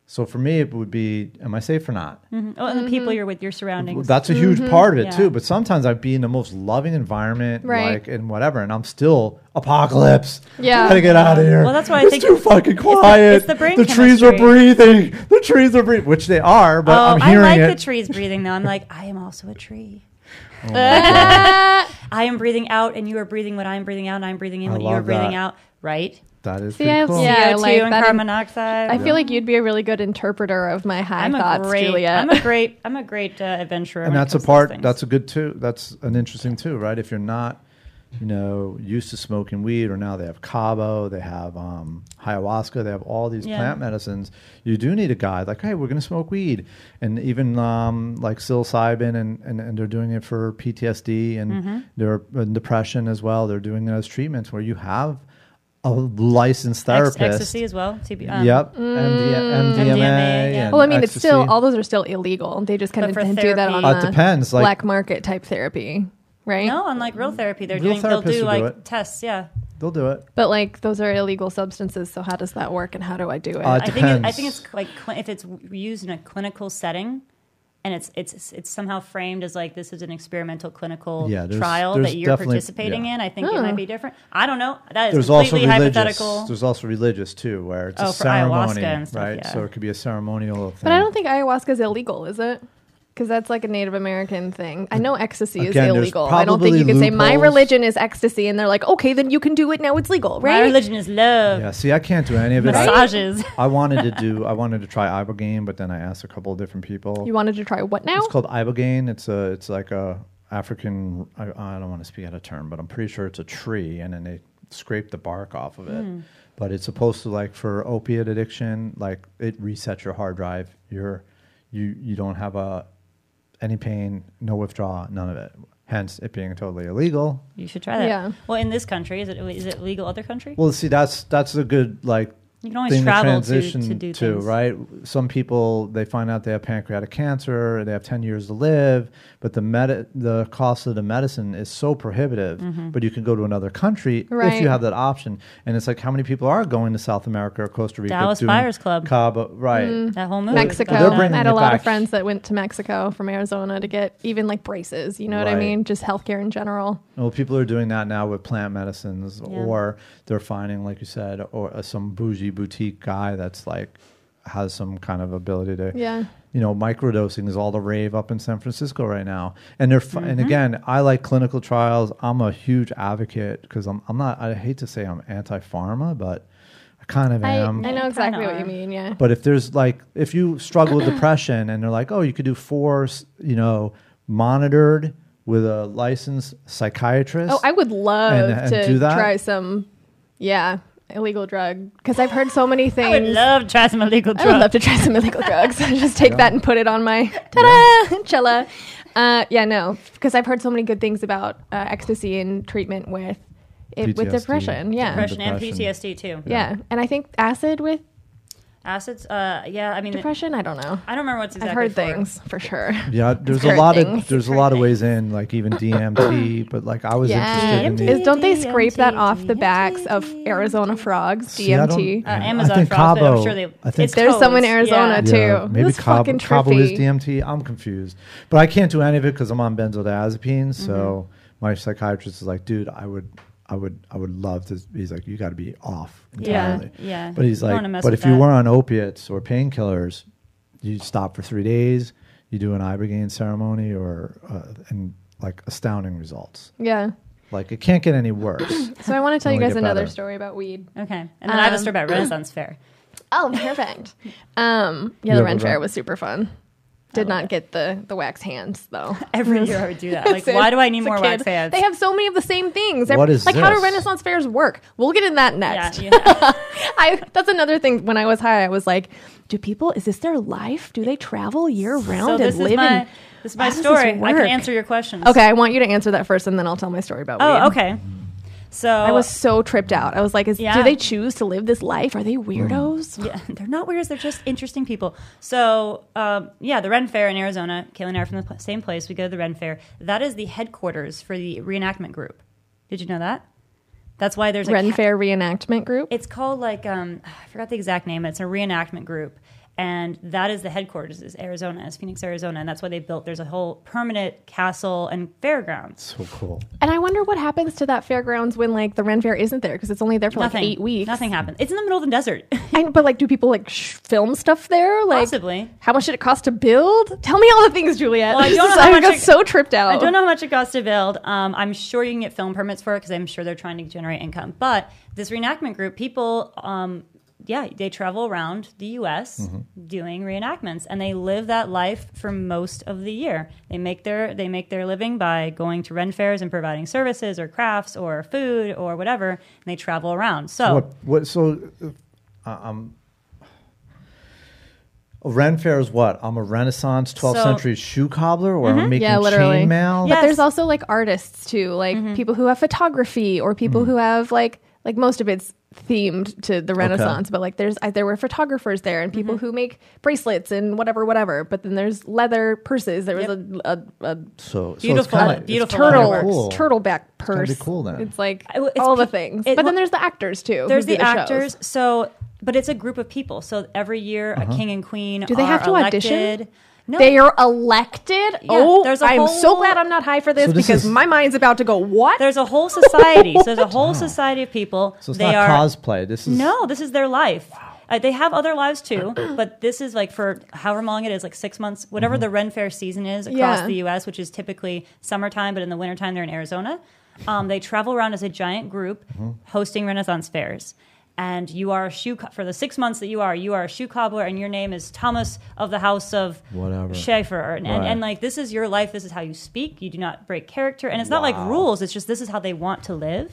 Speaker 3: So for me, it would be, am I safe or not?
Speaker 2: Mhm. Oh, and the
Speaker 4: Mm-hmm.
Speaker 2: people you're with, your surroundings.
Speaker 3: That's a huge part of it
Speaker 2: Mm-hmm. Yeah.
Speaker 3: too. But sometimes I'd be in the most loving environment,
Speaker 4: Right.
Speaker 3: like and whatever, and I'm still apocalypse.
Speaker 4: Yeah.
Speaker 3: gotta get out of here.
Speaker 2: Well, that's why I
Speaker 3: it's
Speaker 2: think
Speaker 3: too
Speaker 2: it's-
Speaker 3: fucking
Speaker 2: it's the- it's
Speaker 3: quiet.
Speaker 2: the brain
Speaker 3: trees are
Speaker 2: chemistry.
Speaker 3: breathing. The trees are breathing, which they are, but
Speaker 2: oh,
Speaker 3: I'm
Speaker 2: I
Speaker 3: hearing
Speaker 2: like
Speaker 3: it. Oh
Speaker 2: the trees breathing though. I'm like, I am also a tree.
Speaker 4: Ah,
Speaker 2: I am breathing out, and you are breathing what I am breathing out, and I'm breathing in
Speaker 3: I
Speaker 2: what you are
Speaker 3: love
Speaker 2: breathing
Speaker 3: that.
Speaker 2: out. Right?
Speaker 3: that is
Speaker 4: See,
Speaker 3: pretty
Speaker 4: I-
Speaker 3: cool.
Speaker 4: yeah. I
Speaker 2: CO2
Speaker 4: like
Speaker 2: and
Speaker 4: that.
Speaker 2: carbon monoxide.
Speaker 4: I feel like you'd be a really good interpreter of my high
Speaker 2: I'm
Speaker 4: thoughts,
Speaker 2: a great,
Speaker 4: Juliet.
Speaker 2: I'm a great, I'm a great uh, adventurer.
Speaker 3: and
Speaker 2: when it
Speaker 3: that's a
Speaker 2: comes to those
Speaker 3: part
Speaker 2: things.
Speaker 3: that's a good too that's an interesting too right if you're not you know used to smoking weed or now they have cabo they have um, ayahuasca they have all these
Speaker 2: Yeah.
Speaker 3: plant medicines you do need a guide like hey we're going to smoke weed and even um, like psilocybin and, and, and they're doing it for ptsd and
Speaker 2: Mm-hmm.
Speaker 3: they're and depression as well they're doing it as treatments where you have a licensed
Speaker 2: Ex-
Speaker 3: therapist
Speaker 2: ecstasy as well. TB, um,
Speaker 3: yep MD- mdma,
Speaker 2: MDMA, yeah.
Speaker 3: and
Speaker 4: well, I mean, it's still
Speaker 3: ecstasy.
Speaker 4: all those are still illegal. They just kind
Speaker 2: But
Speaker 4: of
Speaker 2: for
Speaker 4: do that on
Speaker 2: therapy-
Speaker 3: Uh, it
Speaker 4: the
Speaker 3: depends, like-
Speaker 4: black market type therapy, right?
Speaker 2: No, unlike real therapy, they're
Speaker 3: Real
Speaker 2: doing. They'll
Speaker 3: therapists
Speaker 2: do
Speaker 3: will do
Speaker 2: like
Speaker 3: it.
Speaker 2: tests. Yeah.
Speaker 3: they'll do it
Speaker 4: But like those are illegal substances, so how does that work and how do I do it?
Speaker 3: Uh, It
Speaker 2: I think it, I
Speaker 3: depends.
Speaker 2: think it's like cl- if it's used in a clinical setting, and it's it's it's somehow framed as like this is an experimental clinical
Speaker 3: Yeah, there's-
Speaker 2: trial
Speaker 3: there's
Speaker 2: that you're
Speaker 3: definitely-
Speaker 2: participating
Speaker 3: yeah.
Speaker 2: in. I think
Speaker 4: Huh.
Speaker 2: it might be different. I don't know. That is
Speaker 3: there's also
Speaker 2: completely
Speaker 3: religious.
Speaker 2: hypothetical.
Speaker 3: There's also religious too, where it's
Speaker 2: Oh,
Speaker 3: a
Speaker 2: for ayahuasca
Speaker 3: ceremony,
Speaker 2: and stuff,
Speaker 3: right?
Speaker 2: yeah.
Speaker 3: So it could be a ceremonial thing.
Speaker 4: but I don't think ayahuasca is illegal, is it? Because that's like a Native American thing. I know ecstasy
Speaker 3: Again,
Speaker 4: is
Speaker 3: there's
Speaker 4: illegal. I don't think
Speaker 3: probably
Speaker 4: you can say my
Speaker 3: loopholes."
Speaker 4: religion is ecstasy, and they're like, okay, then you can do it now. It's legal, right?
Speaker 2: My religion is love,
Speaker 3: Yeah. See, I can't do any of it. I,
Speaker 2: massages.
Speaker 3: I wanted to do. I wanted to try ibogaine, but then I asked a couple of different people.
Speaker 4: You wanted to try what now?
Speaker 3: it's called ibogaine. It's a. It's like a African. I, I don't want to speak out of turn, but I'm pretty sure it's a tree, and then they scrape the bark off of it. But it's supposed to like for opiate addiction, like it resets your hard drive. You're, you you don't have a any pain, no withdrawal, none of it. Hence, it being totally illegal.
Speaker 2: You should try that.
Speaker 4: Yeah.
Speaker 2: Well, in this country, is it is it legal? Other country?
Speaker 3: Well, see, that's that's a good like
Speaker 2: You can always
Speaker 3: thing
Speaker 2: travel to-
Speaker 3: to transition
Speaker 2: to
Speaker 3: to,
Speaker 2: do things.
Speaker 3: right? Some people they find out they have pancreatic cancer, they have ten years to live, but the med- the cost of the medicine is so prohibitive.
Speaker 2: Mm-hmm.
Speaker 3: But you can go to another country if
Speaker 4: Right.
Speaker 3: you have that option. And it's like how many people are going to South America or Costa Rica?
Speaker 2: Dallas Buyers Club.
Speaker 3: Cabo, right?
Speaker 2: that whole movie. was
Speaker 4: Mexico.
Speaker 2: about
Speaker 3: they're
Speaker 2: that.
Speaker 3: bringing
Speaker 4: I had a
Speaker 3: it
Speaker 4: lot of
Speaker 3: back.
Speaker 4: friends that went to Mexico from Arizona to get even like braces. You know what I
Speaker 3: Right.
Speaker 4: mean? Just healthcare in general.
Speaker 3: Well, people are doing that now with plant medicines,
Speaker 2: Yeah.
Speaker 3: or they're finding, like you said, or uh, some bougie boutique guy that's like has some kind of ability to,
Speaker 4: Yeah.
Speaker 3: you know, microdosing is all the rave up in San Francisco right now. And they're, fi- and
Speaker 4: Mm-hmm.
Speaker 3: again, I like clinical trials. I'm a huge advocate because I'm, I'm not. I hate to say I'm anti-pharma, but I kind of
Speaker 4: I, I
Speaker 3: am.
Speaker 4: know
Speaker 2: kinda
Speaker 4: exactly what
Speaker 2: are.
Speaker 4: you mean. Yeah.
Speaker 3: But if there's like, if you struggle with depression and they're like, oh, you could do four, s- you know, monitored with a licensed psychiatrist.
Speaker 4: Oh, I would love
Speaker 3: And- and
Speaker 4: to
Speaker 3: do that?
Speaker 4: try some, yeah, illegal drug because I've heard so many things.
Speaker 2: I would love to try some illegal
Speaker 4: I would
Speaker 2: drugs.
Speaker 4: love to try some illegal drugs. Just take that and put it on my ta-da cella. Uh, yeah, no, because I've heard so many good things about uh, ecstasy and treatment with it, with
Speaker 3: PTSD.
Speaker 4: depression. Yeah.
Speaker 2: Depression and
Speaker 3: Depression.
Speaker 2: PTSD too.
Speaker 4: yeah, and I think acid with
Speaker 2: Acids. Uh, yeah. I mean,
Speaker 4: depression. I don't know.
Speaker 2: I don't remember what's exactly.
Speaker 4: I've heard
Speaker 2: for.
Speaker 4: things for sure.
Speaker 3: Yeah, there's a
Speaker 4: hurt
Speaker 3: lot
Speaker 4: things.
Speaker 3: of there's a lot of ways in, like even DMT. but like I was
Speaker 4: Yeah,
Speaker 3: interested in
Speaker 4: Is,
Speaker 3: the.
Speaker 4: don't they scrape that off the backs of Arizona frogs?
Speaker 3: See, I don't-
Speaker 4: DMT.
Speaker 2: Uh,
Speaker 3: I
Speaker 2: Amazon
Speaker 3: think
Speaker 2: frogs. but I'm
Speaker 3: Cabo-
Speaker 2: sure they.
Speaker 3: I think-
Speaker 2: it's
Speaker 4: There's some in
Speaker 2: codes,
Speaker 4: Arizona,
Speaker 2: yeah.
Speaker 4: too.
Speaker 3: Yeah,
Speaker 4: It
Speaker 3: maybe
Speaker 4: was
Speaker 3: Cabo,
Speaker 4: fucking
Speaker 3: Cabo is
Speaker 4: trippy.
Speaker 3: DMT. I'm confused, but I can't do any of it because I'm on benzodiazepines. So
Speaker 4: Mm-hmm.
Speaker 3: my psychiatrist is like, dude, I would, I would, I would love to. He's like, you got to be off
Speaker 2: Yeah,
Speaker 3: entirely.
Speaker 2: yeah.
Speaker 3: But he's
Speaker 2: You don't wanna
Speaker 3: like,
Speaker 2: mess
Speaker 3: but
Speaker 2: with
Speaker 3: if you
Speaker 2: that."
Speaker 3: were on opiates or painkillers, you stop for three days. You do an ibogaine ceremony, or uh, and like astounding results.
Speaker 4: Yeah.
Speaker 3: Like it can't get any worse.
Speaker 4: So I want to tell you
Speaker 3: Only
Speaker 4: guys
Speaker 3: get
Speaker 4: another
Speaker 3: better.
Speaker 4: story about weed.
Speaker 2: Okay, and then I have a
Speaker 4: Um,
Speaker 2: story about Renaissance Fair.
Speaker 4: Oh, perfect. Um,
Speaker 3: You
Speaker 4: yeah, the
Speaker 3: have
Speaker 4: rent
Speaker 3: a rent-
Speaker 4: fair was super fun. Did not get the the wax hands though.
Speaker 2: Every year I would do that. Like,
Speaker 4: As a-
Speaker 2: why do I need
Speaker 4: as a
Speaker 2: more
Speaker 4: kid.
Speaker 2: wax hands?
Speaker 4: They have so many of the same things.
Speaker 3: What is
Speaker 4: like how do
Speaker 3: this?
Speaker 4: Renaissance fairs work? We'll get in that
Speaker 2: yeah,
Speaker 4: next.
Speaker 2: yeah.
Speaker 4: I that's another thing. When I was high, I was like, "Do people? Is this their life? Do they travel year round
Speaker 2: so
Speaker 4: and
Speaker 2: this
Speaker 4: live
Speaker 2: is my
Speaker 4: in?"
Speaker 2: this is my
Speaker 4: How does this
Speaker 2: story. I can
Speaker 4: work?
Speaker 2: answer your questions.
Speaker 4: Okay, I want you to answer that first, and then I'll tell my story about. weed.
Speaker 2: Oh, okay. So
Speaker 4: I was so tripped out. I was like, is,
Speaker 2: Yeah. Mm.
Speaker 4: "Do they choose to live this life? Are they weirdos?"
Speaker 2: Yeah, they're not weirdos. They're just interesting people. So, um, yeah, the Ren Fair in Arizona. Kayla and I are from the pl- same place. We go to the Ren Fair. That is the headquarters for the reenactment group. Did you know that? That's why there's a
Speaker 4: Ren
Speaker 2: ca-
Speaker 4: Fair reenactment group.
Speaker 2: It's called like um, I forgot the exact name. It's a reenactment group, and that is the headquarters. Is Arizona? Is Phoenix, Arizona? And that's why they built. There's a whole permanent castle and fairgrounds.
Speaker 3: So cool.
Speaker 4: And I wonder what happens to that fairgrounds when like the Ren Fair isn't there because it's only there for
Speaker 2: Nothing.
Speaker 4: like eight weeks.
Speaker 2: Nothing happens. It's in the middle of the desert.
Speaker 4: And, but like, do people like sh- film stuff there? Like,
Speaker 2: Possibly.
Speaker 4: How much did it cost to build? Tell me all the things, Juliet.
Speaker 2: Well, I don't
Speaker 4: This
Speaker 2: know
Speaker 4: is-
Speaker 2: how much
Speaker 4: got
Speaker 2: it-
Speaker 4: so tripped out.
Speaker 2: I don't know how much it costs to build. Um, I'm sure you can get film permits for it because I'm sure they're trying to generate income. But this reenactment group, people, um, yeah, they travel around the U.S. doing reenactments, and they live that life for most of the year. They make their they make their living by going to Ren fairs and providing services or crafts or food or whatever. And they travel around. So
Speaker 3: What? What? So, uh, I'm. A Ren Fair is what? I'm a Renaissance 12th
Speaker 2: So- Mm-hmm.
Speaker 3: century shoe cobbler, where I'm making
Speaker 4: Yeah, literally.
Speaker 3: chainmail.
Speaker 4: But
Speaker 2: Yes.
Speaker 4: there's also like artists too, like
Speaker 2: Mm-hmm.
Speaker 4: people who have photography or people
Speaker 3: Mm-hmm.
Speaker 4: who have like like most of it's themed to the Renaissance. But like there's I, there were photographers there and
Speaker 2: Mm-hmm.
Speaker 4: people who make bracelets and whatever whatever. But then there's leather purses. There was a, a, a
Speaker 3: So, so it's
Speaker 2: Beautiful,
Speaker 3: kinda, it's
Speaker 2: beautiful
Speaker 3: kinda
Speaker 4: turtle
Speaker 2: leatherworks.
Speaker 3: cool.
Speaker 4: turtleback
Speaker 3: gotta
Speaker 4: purse.
Speaker 3: be cool then.
Speaker 4: It's like
Speaker 2: I- it's
Speaker 4: all the
Speaker 2: pe-
Speaker 4: things.
Speaker 2: it-
Speaker 4: but then there's the actors too. who
Speaker 2: there's
Speaker 4: do
Speaker 2: the,
Speaker 4: shows.
Speaker 2: actors. So, but it's a group of people. So every year, a king and queen.
Speaker 4: Do they
Speaker 2: are
Speaker 4: have to audition?
Speaker 2: elected. No,
Speaker 4: They are elected. oh,
Speaker 2: there's a
Speaker 4: I'm so
Speaker 2: whole-
Speaker 4: glad I'm not high for this
Speaker 3: So this
Speaker 4: because
Speaker 3: is-
Speaker 4: my mind's about to go. What?
Speaker 2: There's a whole society. so there's a whole society of people.
Speaker 3: So it's
Speaker 2: they
Speaker 3: not
Speaker 2: are
Speaker 3: cosplay. This is
Speaker 2: no, this is their life. Uh, they have other lives too, but this is like for however long it is, like six months, whatever the Ren Fair season is across
Speaker 4: Mm-hmm. Yeah.
Speaker 2: the U.S., which is typically summertime, but in the wintertime they're in Arizona. Um, they travel around as a giant group
Speaker 4: Mm-hmm.
Speaker 2: hosting Renaissance fairs. And you are a shoe co- for the six months that you are, you are a shoe cobbler, and your name is Thomas of the House of
Speaker 3: Whatever.
Speaker 2: Schaefer. And, and,
Speaker 3: Right.
Speaker 2: and like this is your life, this is how you speak. You do not break character, and it's not like rules. It's just this is how they want to live.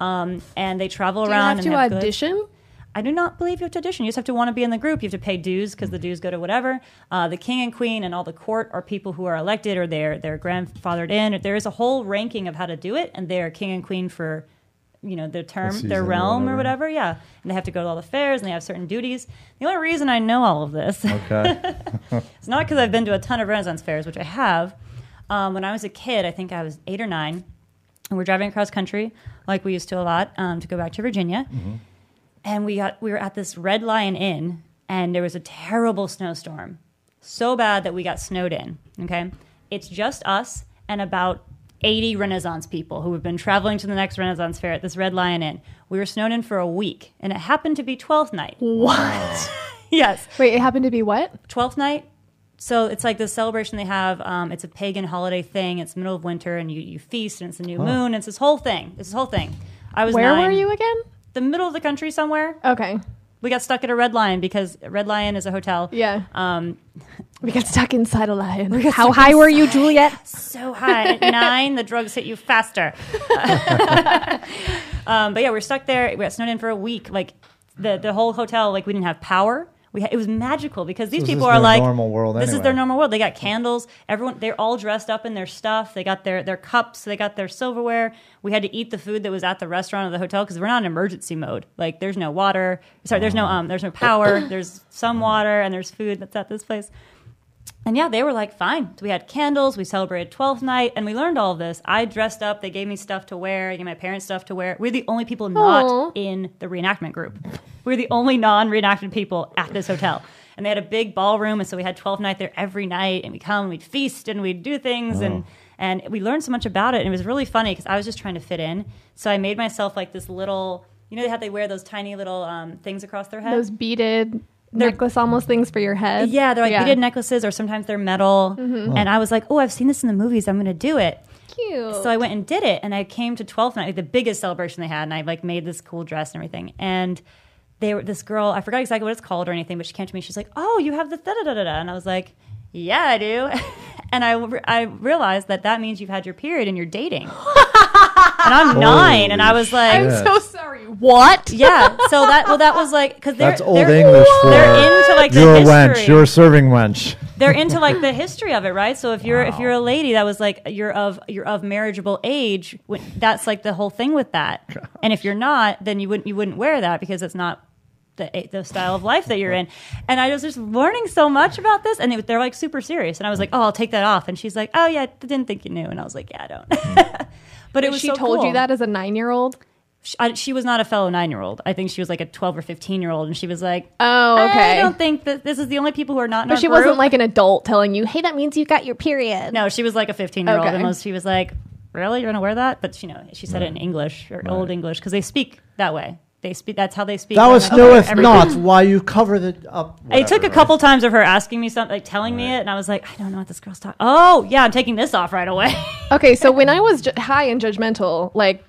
Speaker 2: Um, and they travel
Speaker 4: Do you
Speaker 2: around
Speaker 4: have
Speaker 2: and
Speaker 4: to
Speaker 2: have good-
Speaker 4: audition?
Speaker 2: I do not believe you have to audition. You just have to want to be in the group. You have to pay dues because the
Speaker 3: Mm-hmm.
Speaker 2: dues go to whatever. Uh, the king and queen and all the court are people who are elected or they're they're grandfathered in. There is a whole ranking of how to do it, and they are king and queen for you know their term,
Speaker 3: season
Speaker 2: their
Speaker 3: or
Speaker 2: realm or
Speaker 3: whatever.
Speaker 2: whatever. Yeah, and they have to go to all the fairs and they have certain duties. The only reason I know all of this
Speaker 3: Okay.
Speaker 2: it's not because I've been to a ton of Renaissance fairs, which I have. Um, when I was a kid, I think I was eight or nine, and we're driving across country like we used to a lot um, to go back to Virginia. And we got we were at this Red Lion Inn, and there was a terrible snowstorm, so bad that we got snowed in. Okay, it's just us and about. 80 Renaissance people who have been traveling to the next Renaissance fair at this Red Lion Inn. We were snowed in for a week, and it happened to be 12th night.
Speaker 4: What?
Speaker 2: Yes.
Speaker 4: Wait, it happened to be what?
Speaker 2: Twelfth night. So it's like this celebration they have. Um, it's a pagan holiday thing. It's middle of winter, and you, you feast, and it's the new moon. It's this whole thing. It's this whole thing. I was
Speaker 4: Where
Speaker 2: nine.
Speaker 4: were you again?
Speaker 2: The middle of the country somewhere.
Speaker 4: Okay.
Speaker 2: We got stuck at a Red Lion because Red Lion is a hotel.
Speaker 4: Yeah.
Speaker 2: Um,
Speaker 4: We got stuck inside a lion. How high were you, Juliet?
Speaker 2: so high at nine, the drugs hit you faster. um, but yeah, we were stuck there. We got snowed in for a week. Like the the whole hotel, like we didn't have power. We ha- it was magical because these
Speaker 3: this
Speaker 2: people
Speaker 3: is
Speaker 2: are
Speaker 3: their
Speaker 2: like
Speaker 3: normal world
Speaker 2: This is
Speaker 3: anyway.
Speaker 2: their normal world. They got candles. Everyone, they're all dressed up in their stuff. They got their their cups. They got their silverware. We had to eat the food that was at the restaurant of the hotel because we're not in emergency mode. Like there's no water. Sorry, there's no um, there's no power. there's some water and there's food that's at this place. And yeah, they were like, fine. So we had candles, we celebrated 12th night, and we learned all this. I dressed up, they gave me stuff to wear, I gave my parents stuff to wear. We're the only people not
Speaker 4: Aw.
Speaker 2: in the reenactment group. We're the only non reenactment people at this hotel. And they had a big ballroom, and so we had 12th night there every night, and we'd come, we'd feast, and we'd do things, and and we learned so much about it, and it was really funny because I was just trying to fit in. So I made myself like this little, you know, they had they wear those tiny little um, things across their head.
Speaker 4: Those beaded
Speaker 2: They're-
Speaker 4: necklace almost things for your head.
Speaker 2: Yeah, they're like beaded necklaces, or sometimes they're metal. And I was like, oh, I've seen this in the movies. I'm going to do it.
Speaker 4: Cute.
Speaker 2: So I went and did it, and I came to 12th night, like, the biggest celebration they had, and I like made this cool dress and everything. And they were this girl, I forgot exactly what it's called or anything, but she came to me. She's like, oh, you have the da da da da da, and I was like. yeah, I do. And I, re- I realized that that means you've had your period and you're dating. and I'm nine, and I was like,
Speaker 3: shit.
Speaker 4: I'm so sorry. What?
Speaker 2: yeah. So that well, that was like because they're
Speaker 3: That's old
Speaker 2: they're,
Speaker 3: English for
Speaker 2: They're into like the
Speaker 3: you're a
Speaker 2: history.
Speaker 3: wench. You're a serving wench.
Speaker 2: they're into like the history of it, right? So if you're if you're a lady that was like you're of you're of marriageable age, when- that's like the whole thing with that. And if you're not, then you wouldn't you wouldn't wear that because it's not the eh, the style of life that you're in. And I was just learning so much about this, and they, they're like super serious. And I was like, oh, I'll take that off. And she's like, oh yeah, I didn't think you knew. And I was like, yeah, I don't. but it was
Speaker 4: she
Speaker 2: so
Speaker 4: told
Speaker 2: cool.
Speaker 4: you that as a nine year old?
Speaker 2: She, I, she was not a fellow nine year old. I think she was like a twelve or fifteen year old, and she was like,
Speaker 4: Oh, okay.
Speaker 2: I don't think that this is the only people who are not. In
Speaker 4: But
Speaker 2: our
Speaker 4: she
Speaker 2: group.
Speaker 4: wasn't like an adult telling you, hey, that means you got your period.
Speaker 2: No, she was like a 15 year old,
Speaker 4: Okay.
Speaker 2: and most she was like, "Really, you're gonna wear that?" But you know, she said it in English or old English because they speak that way. They speak. That's how they speak.
Speaker 5: That
Speaker 2: on
Speaker 5: was
Speaker 2: the-
Speaker 5: no, if
Speaker 2: every-
Speaker 5: not, why you covered it
Speaker 3: uh,
Speaker 5: up.
Speaker 2: It took a couple times of her asking me something, like telling me it, and I was like, "I don't know what this girl's talking." Oh, yeah, I'm taking this off right away.
Speaker 4: Okay, so when I was ju- high and judgmental, like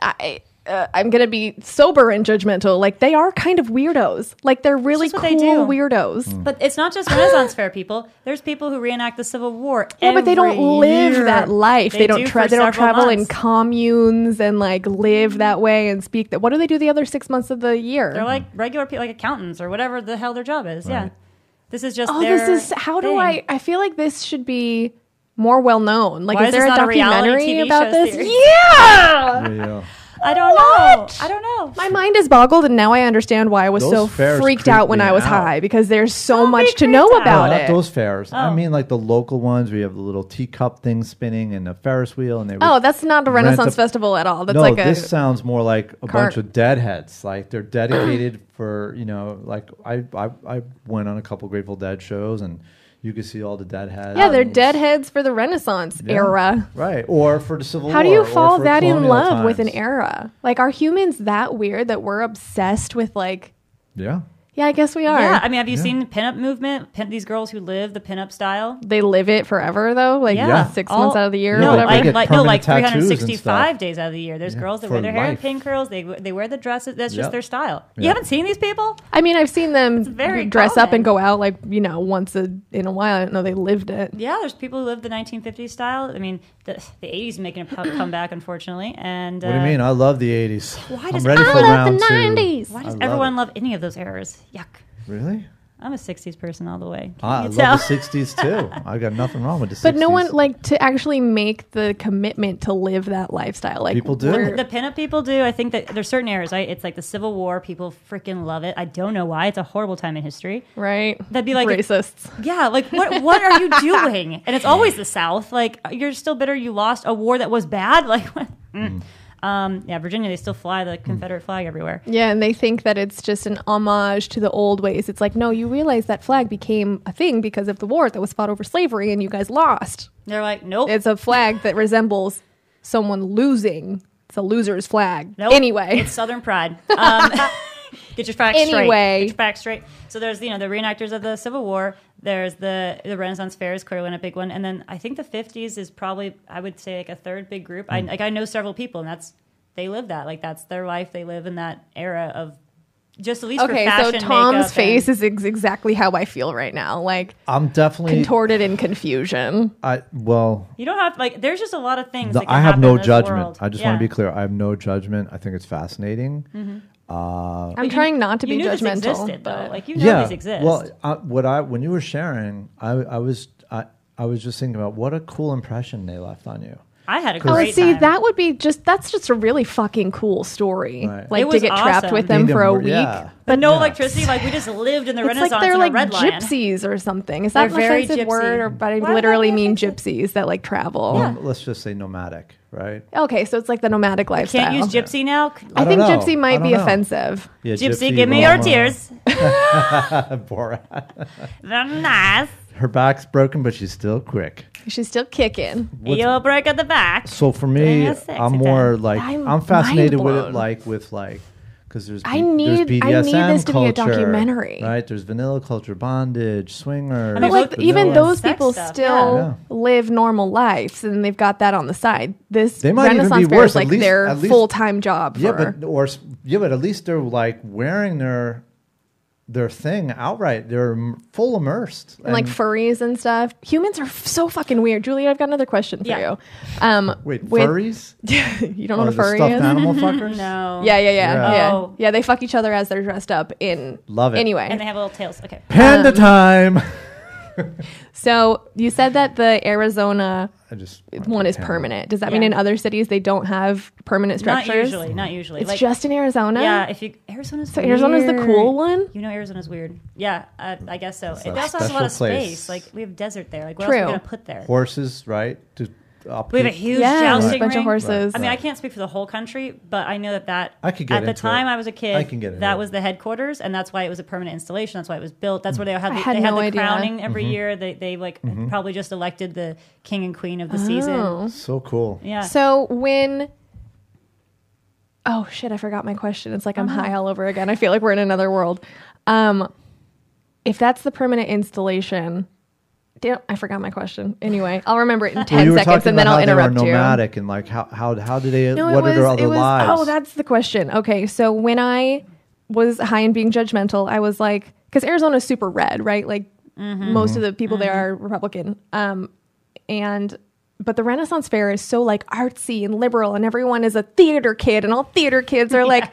Speaker 4: I. Uh, I'm gonna be sober and judgmental. Like they are kind of weirdos. Like they're really
Speaker 2: just
Speaker 4: cool
Speaker 2: what they do.
Speaker 4: weirdos.
Speaker 2: but it's not just Renaissance fair people. There's people who reenact the Civil War.
Speaker 4: Yeah, but they don't
Speaker 2: every
Speaker 4: live
Speaker 2: year.
Speaker 4: that life. They, don't
Speaker 2: do
Speaker 4: tra-
Speaker 2: for
Speaker 4: they don't
Speaker 2: several
Speaker 4: travel in
Speaker 2: months. Hmm.
Speaker 4: communes and like live that way and speak that. What do they do the other six months of the year?
Speaker 2: They're like regular people, like accountants or whatever the hell their job is. Yeah, this is just.
Speaker 4: oh,
Speaker 2: their
Speaker 4: this is how do
Speaker 2: thing.
Speaker 4: I? I feel like this should be more well known. Like,
Speaker 2: Why
Speaker 4: is
Speaker 2: is
Speaker 4: there
Speaker 2: this
Speaker 4: a
Speaker 2: not a reality
Speaker 4: documentary
Speaker 2: TV
Speaker 4: about
Speaker 2: show
Speaker 4: this?
Speaker 2: series?
Speaker 4: Yeah,
Speaker 3: Yeah.
Speaker 2: I don't
Speaker 4: What?
Speaker 2: know. I don't know.
Speaker 4: my mind is boggled, and now I understand why I was
Speaker 3: Those
Speaker 4: so
Speaker 3: fairs
Speaker 4: freaked
Speaker 3: creep
Speaker 4: out when
Speaker 3: me
Speaker 4: I was
Speaker 3: out.
Speaker 4: high because there's so
Speaker 2: Don't be
Speaker 4: much to
Speaker 2: creeped
Speaker 4: know
Speaker 2: out.
Speaker 4: about
Speaker 3: Not
Speaker 4: it.
Speaker 3: those fairs.
Speaker 2: Oh.
Speaker 3: I mean, like the local ones where you have the little teacup thing spinning and the Ferris wheel, and they. would
Speaker 4: oh, that's not a
Speaker 3: rent
Speaker 4: Renaissance
Speaker 3: a-
Speaker 4: festival at all. That's
Speaker 3: no,
Speaker 4: like a
Speaker 3: this sounds more like a
Speaker 4: cart.
Speaker 3: bunch of deadheads. Like they're dedicated for you know, like I, I I went on a couple Grateful Dead shows and you could see all the deadheads.
Speaker 4: yeah, they're
Speaker 3: and-
Speaker 4: deadheads for the Renaissance
Speaker 3: Yeah.
Speaker 4: era.
Speaker 3: right? Or for the Civil War.
Speaker 4: How do you
Speaker 3: or
Speaker 4: fall
Speaker 3: for
Speaker 4: that in
Speaker 3: colonial
Speaker 4: love with an
Speaker 3: times.
Speaker 4: era? Like, are humans that weird that we're obsessed with like?
Speaker 3: Yeah,
Speaker 4: Yeah, I guess we are.
Speaker 2: Yeah, I mean, have you seen the pinup movement? Pin, these girls who live the pinup style.
Speaker 4: they live it forever though. Like
Speaker 2: Yeah.
Speaker 4: six
Speaker 2: All-
Speaker 4: months out of the year.
Speaker 3: Yeah,
Speaker 2: No,
Speaker 4: or
Speaker 3: but they
Speaker 4: whatever.
Speaker 2: like,
Speaker 3: get
Speaker 2: like no, like
Speaker 3: permanent tattoos and
Speaker 2: 365
Speaker 3: stuff.
Speaker 2: days out of the year. There's
Speaker 3: Yeah,
Speaker 2: girls that
Speaker 3: for
Speaker 2: wear their hair in
Speaker 3: life.
Speaker 2: pin curls. They they wear the dresses. That's just
Speaker 3: Yep.
Speaker 2: their style. You
Speaker 3: Yeah.
Speaker 2: haven't seen these people?
Speaker 4: I mean, I've seen them
Speaker 2: very
Speaker 4: dress up
Speaker 2: common.
Speaker 4: and go out like you know once a, in a while. I don't know they lived it.
Speaker 2: Yeah, there's people who live the 1950s style. I mean, the, the 80s making a pu- comeback, unfortunately. And uh,
Speaker 3: what do you mean? I love the '80s.
Speaker 2: Why
Speaker 3: I'm
Speaker 2: does-
Speaker 3: ready
Speaker 2: I
Speaker 3: for
Speaker 2: love
Speaker 3: round
Speaker 5: the
Speaker 3: two.
Speaker 5: 90s.
Speaker 2: Why
Speaker 3: I
Speaker 2: does
Speaker 3: love
Speaker 2: everyone
Speaker 3: it.
Speaker 2: love any of those eras? Yuck.
Speaker 3: Really?
Speaker 2: I'm a 60s person all the way. Can
Speaker 3: Ah, I
Speaker 2: you
Speaker 3: love
Speaker 2: tell?
Speaker 3: the '60s too. I got nothing wrong with the '60s.
Speaker 4: But no one like to actually make the commitment to live that lifestyle. Like
Speaker 3: People do.
Speaker 4: we're-
Speaker 2: The pinup people do. I think that there's certain eras. Right? It's like the Civil War. People freaking love it. I don't know why. It's a horrible time in history.
Speaker 4: right?
Speaker 2: That'd be like if-
Speaker 4: racists.
Speaker 2: Yeah, like what? What are you doing? And it's always the South. Like you're still bitter you lost a war that was bad. Like, what? Mm. um, yeah, Virginia they still fly the Confederate flag everywhere.
Speaker 4: Yeah, and they think that it's just an homage to the old ways. It's like, no, you realize that flag became a thing because of the war that was fought over slavery, and you guys lost.
Speaker 2: They're like, nope.
Speaker 4: It's a flag that resembles someone losing. It's a loser's flag.
Speaker 2: nope.
Speaker 4: Anyway,
Speaker 2: it's Southern pride. Um, get your facts straight.
Speaker 4: Anyway.
Speaker 2: Get your facts straight. So there's you know the reenactors of the Civil War. There's the the Renaissance Fair is clearly a big one, and then I think the 50s is probably I would say like a third big group.
Speaker 3: Hmm.
Speaker 2: I like I know several people, and that's they live that like that's their life. They live in that era of. Just at least for
Speaker 4: Okay, so
Speaker 2: fashion, makeup,
Speaker 4: Tom's
Speaker 2: and-
Speaker 4: face is ex- exactly how I feel right now, like
Speaker 3: I'm definitely.
Speaker 4: contorted in confusion.
Speaker 3: I well,
Speaker 2: You don't have like. There's just a lot of things.
Speaker 3: The-
Speaker 2: that can
Speaker 3: I have
Speaker 2: happen in
Speaker 3: no
Speaker 2: this
Speaker 3: judgment.
Speaker 2: world.
Speaker 3: I just
Speaker 2: Yeah.
Speaker 3: want to be clear. I have no judgment. I think it's fascinating.
Speaker 4: I'm trying not to
Speaker 2: you
Speaker 4: be
Speaker 2: knew
Speaker 4: judgmental,
Speaker 2: This existed, though.
Speaker 4: but
Speaker 2: Like you know
Speaker 3: Yeah.
Speaker 2: these exist.
Speaker 3: Well, I, what I when you were sharing, I, I was I, I was just thinking about what a cool impression they left on you.
Speaker 2: I had a
Speaker 4: oh,
Speaker 2: great
Speaker 4: see,
Speaker 2: time.
Speaker 4: that would be just that's just a really fucking cool story.
Speaker 3: Right.
Speaker 4: Like
Speaker 2: It
Speaker 4: to
Speaker 2: was
Speaker 4: get trapped
Speaker 2: awesome.
Speaker 4: with them
Speaker 3: Need
Speaker 4: for a
Speaker 3: them-
Speaker 4: week.
Speaker 3: yeah.
Speaker 2: but no
Speaker 3: Yeah.
Speaker 2: electricity. Like we just lived in the
Speaker 4: It's
Speaker 2: Renaissance
Speaker 4: like they're
Speaker 2: in
Speaker 4: like
Speaker 2: a red lion.
Speaker 4: gypsies or something. Is that
Speaker 2: They're
Speaker 4: an
Speaker 2: very
Speaker 4: offensive
Speaker 2: gypsy.
Speaker 4: word? Or, but I
Speaker 2: Why would
Speaker 4: literally
Speaker 2: that be
Speaker 4: mean
Speaker 2: offensive?
Speaker 4: gypsies that like travel.
Speaker 3: Um, let's just say nomadic, right?
Speaker 4: Okay, so it's like the nomadic lifestyle.
Speaker 2: Can't use gypsy now.
Speaker 4: I,
Speaker 3: I don't
Speaker 4: think
Speaker 3: know.
Speaker 4: gypsy
Speaker 3: I
Speaker 4: might
Speaker 3: don't
Speaker 4: be
Speaker 3: know.
Speaker 4: offensive.
Speaker 3: Yeah,
Speaker 2: Gypsy, give me your
Speaker 3: Rama,
Speaker 2: tears.
Speaker 3: Borat.
Speaker 2: They're nice.
Speaker 3: Her back's broken, but she's still quick.
Speaker 4: She's still kicking.
Speaker 3: What's-
Speaker 2: You'll break at the back.
Speaker 3: So for
Speaker 2: Doing
Speaker 3: me,
Speaker 2: a sexy
Speaker 3: I'm more like
Speaker 4: I'm
Speaker 3: I'm, fascinated
Speaker 4: mind
Speaker 3: with it,
Speaker 4: blown.
Speaker 3: like with like because there's B-
Speaker 4: I
Speaker 3: there's
Speaker 4: need- I need
Speaker 3: BDSM
Speaker 4: this to be a
Speaker 3: culture,
Speaker 4: documentary.
Speaker 3: right? There's vanilla culture, bondage, swingers.
Speaker 2: mean,
Speaker 4: But like
Speaker 2: Both
Speaker 4: even
Speaker 3: vanilla-
Speaker 4: those
Speaker 2: Sex
Speaker 4: people
Speaker 2: stuff,
Speaker 4: still
Speaker 3: yeah. Yeah.
Speaker 4: live normal lives, and they've got that on the side. This
Speaker 3: They might even
Speaker 4: Renaissance
Speaker 3: be
Speaker 4: fair
Speaker 3: worse,
Speaker 4: is
Speaker 3: at
Speaker 4: like
Speaker 3: least-
Speaker 4: their
Speaker 3: at least-
Speaker 4: full time job.
Speaker 3: Yeah,
Speaker 4: for-
Speaker 3: but or s- yeah, but at least they're like wearing their their thing outright. They're im- full immersed.
Speaker 4: And like furries and stuff. Humans are f- so fucking weird. Julia, I've got another question for
Speaker 2: Yeah.
Speaker 4: you. Um,
Speaker 3: wait,
Speaker 4: with-
Speaker 3: furries?
Speaker 4: you don't know
Speaker 3: Or
Speaker 4: what a
Speaker 3: the
Speaker 4: furry
Speaker 3: stuffed
Speaker 4: is?
Speaker 3: animal fuckers?
Speaker 2: No.
Speaker 4: Yeah, yeah, yeah,
Speaker 3: Yeah.
Speaker 4: yeah.
Speaker 2: Oh.
Speaker 4: Yeah, they fuck each other as they're dressed up in.
Speaker 3: Love it.
Speaker 4: Anyway,
Speaker 2: And they have little tails. Okay.
Speaker 3: Panda
Speaker 4: Um,
Speaker 3: time.
Speaker 4: so you said that the Arizona
Speaker 3: I just
Speaker 4: one is
Speaker 3: Panda.
Speaker 4: permanent. Does that
Speaker 2: Yeah.
Speaker 4: mean in other cities they don't have permanent structures?
Speaker 2: Not usually. Not usually.
Speaker 4: It's just in Arizona.
Speaker 2: Yeah, if you Arizona's
Speaker 4: So Arizona's the
Speaker 2: weird.
Speaker 4: cool one?
Speaker 2: You know Arizona's weird. Yeah, I, I guess so. It
Speaker 3: a
Speaker 2: also has a lot of
Speaker 3: special place.
Speaker 2: space. Like we have desert there. Like what
Speaker 4: True.
Speaker 2: else are we gonna put there?
Speaker 3: Horses, right? To
Speaker 2: We have a
Speaker 3: upkeep.
Speaker 2: huge
Speaker 4: yeah, there's
Speaker 2: jousting
Speaker 4: a bunch of
Speaker 2: ring.
Speaker 4: horses.
Speaker 2: I mean, I
Speaker 3: Right.
Speaker 2: can't speak for the whole country, but I know that that
Speaker 3: I could get
Speaker 2: at the
Speaker 3: into
Speaker 2: time
Speaker 3: it.
Speaker 2: I was a kid.
Speaker 3: I can get into
Speaker 2: that
Speaker 3: it. Mm.
Speaker 2: was the headquarters, and that's why it was a permanent installation. That's why it was built. That's where they had the,
Speaker 4: had
Speaker 2: they had
Speaker 4: no
Speaker 2: the
Speaker 4: idea.
Speaker 2: crowning every
Speaker 3: Mm-hmm.
Speaker 2: year. They they like probably just elected the king and queen of the season.
Speaker 4: Oh.
Speaker 3: So cool.
Speaker 2: Yeah.
Speaker 4: So when Oh shit, I forgot my question. It's like I'm high all over again. I feel like we're in another world. Um if that's the permanent installation, damn, I forgot my question. Anyway, I'll remember it in 10
Speaker 3: Well, you were
Speaker 4: seconds
Speaker 3: talking
Speaker 4: and then
Speaker 3: about
Speaker 4: I'll
Speaker 3: how they were
Speaker 4: interrupt you.
Speaker 3: nomadic and like how how how do they
Speaker 4: No,
Speaker 3: what
Speaker 4: it was,
Speaker 3: are their other
Speaker 4: it was,
Speaker 3: lives?
Speaker 4: Oh, that's the question. Okay, so when I was high and being judgmental, I was like, because Arizona's super red, right? Like most of the people there are Republican. Um, and but the Renaissance Fair is so like artsy and liberal, and everyone is a theater kid, and all theater kids are like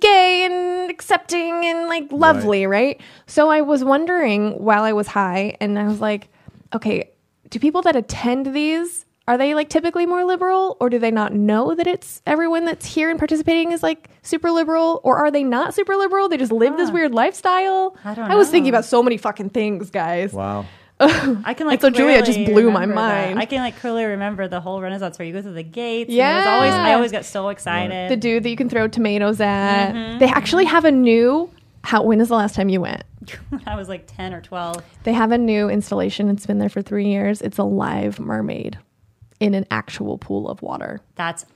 Speaker 4: gay and accepting and like lovely, right? So I was wondering while I was high, and I was like, okay, do people that attend these are they like typically more liberal, or do they not know that it's everyone that's here and participating is like super liberal, or are they not super liberal? They just live this weird lifestyle.
Speaker 2: I don't
Speaker 4: was
Speaker 2: know.
Speaker 4: thinking about so many fucking things, guys.
Speaker 3: wow.
Speaker 2: I can like
Speaker 4: And so Julia just
Speaker 2: clearly
Speaker 4: blew my
Speaker 2: remember that.
Speaker 4: mind.
Speaker 2: I can like clearly remember the whole Renaissance where you go through the gates. Yeah, and it was always
Speaker 4: Yeah.
Speaker 2: I always got so excited.
Speaker 4: the dude that you can throw tomatoes at.
Speaker 2: Mm-hmm.
Speaker 4: They actually have a new. How? When is the last time you went?
Speaker 2: when I was like ten or twelve.
Speaker 4: They have a new installation. It's been there for three years. It's a live mermaid in an actual pool of water.
Speaker 2: That's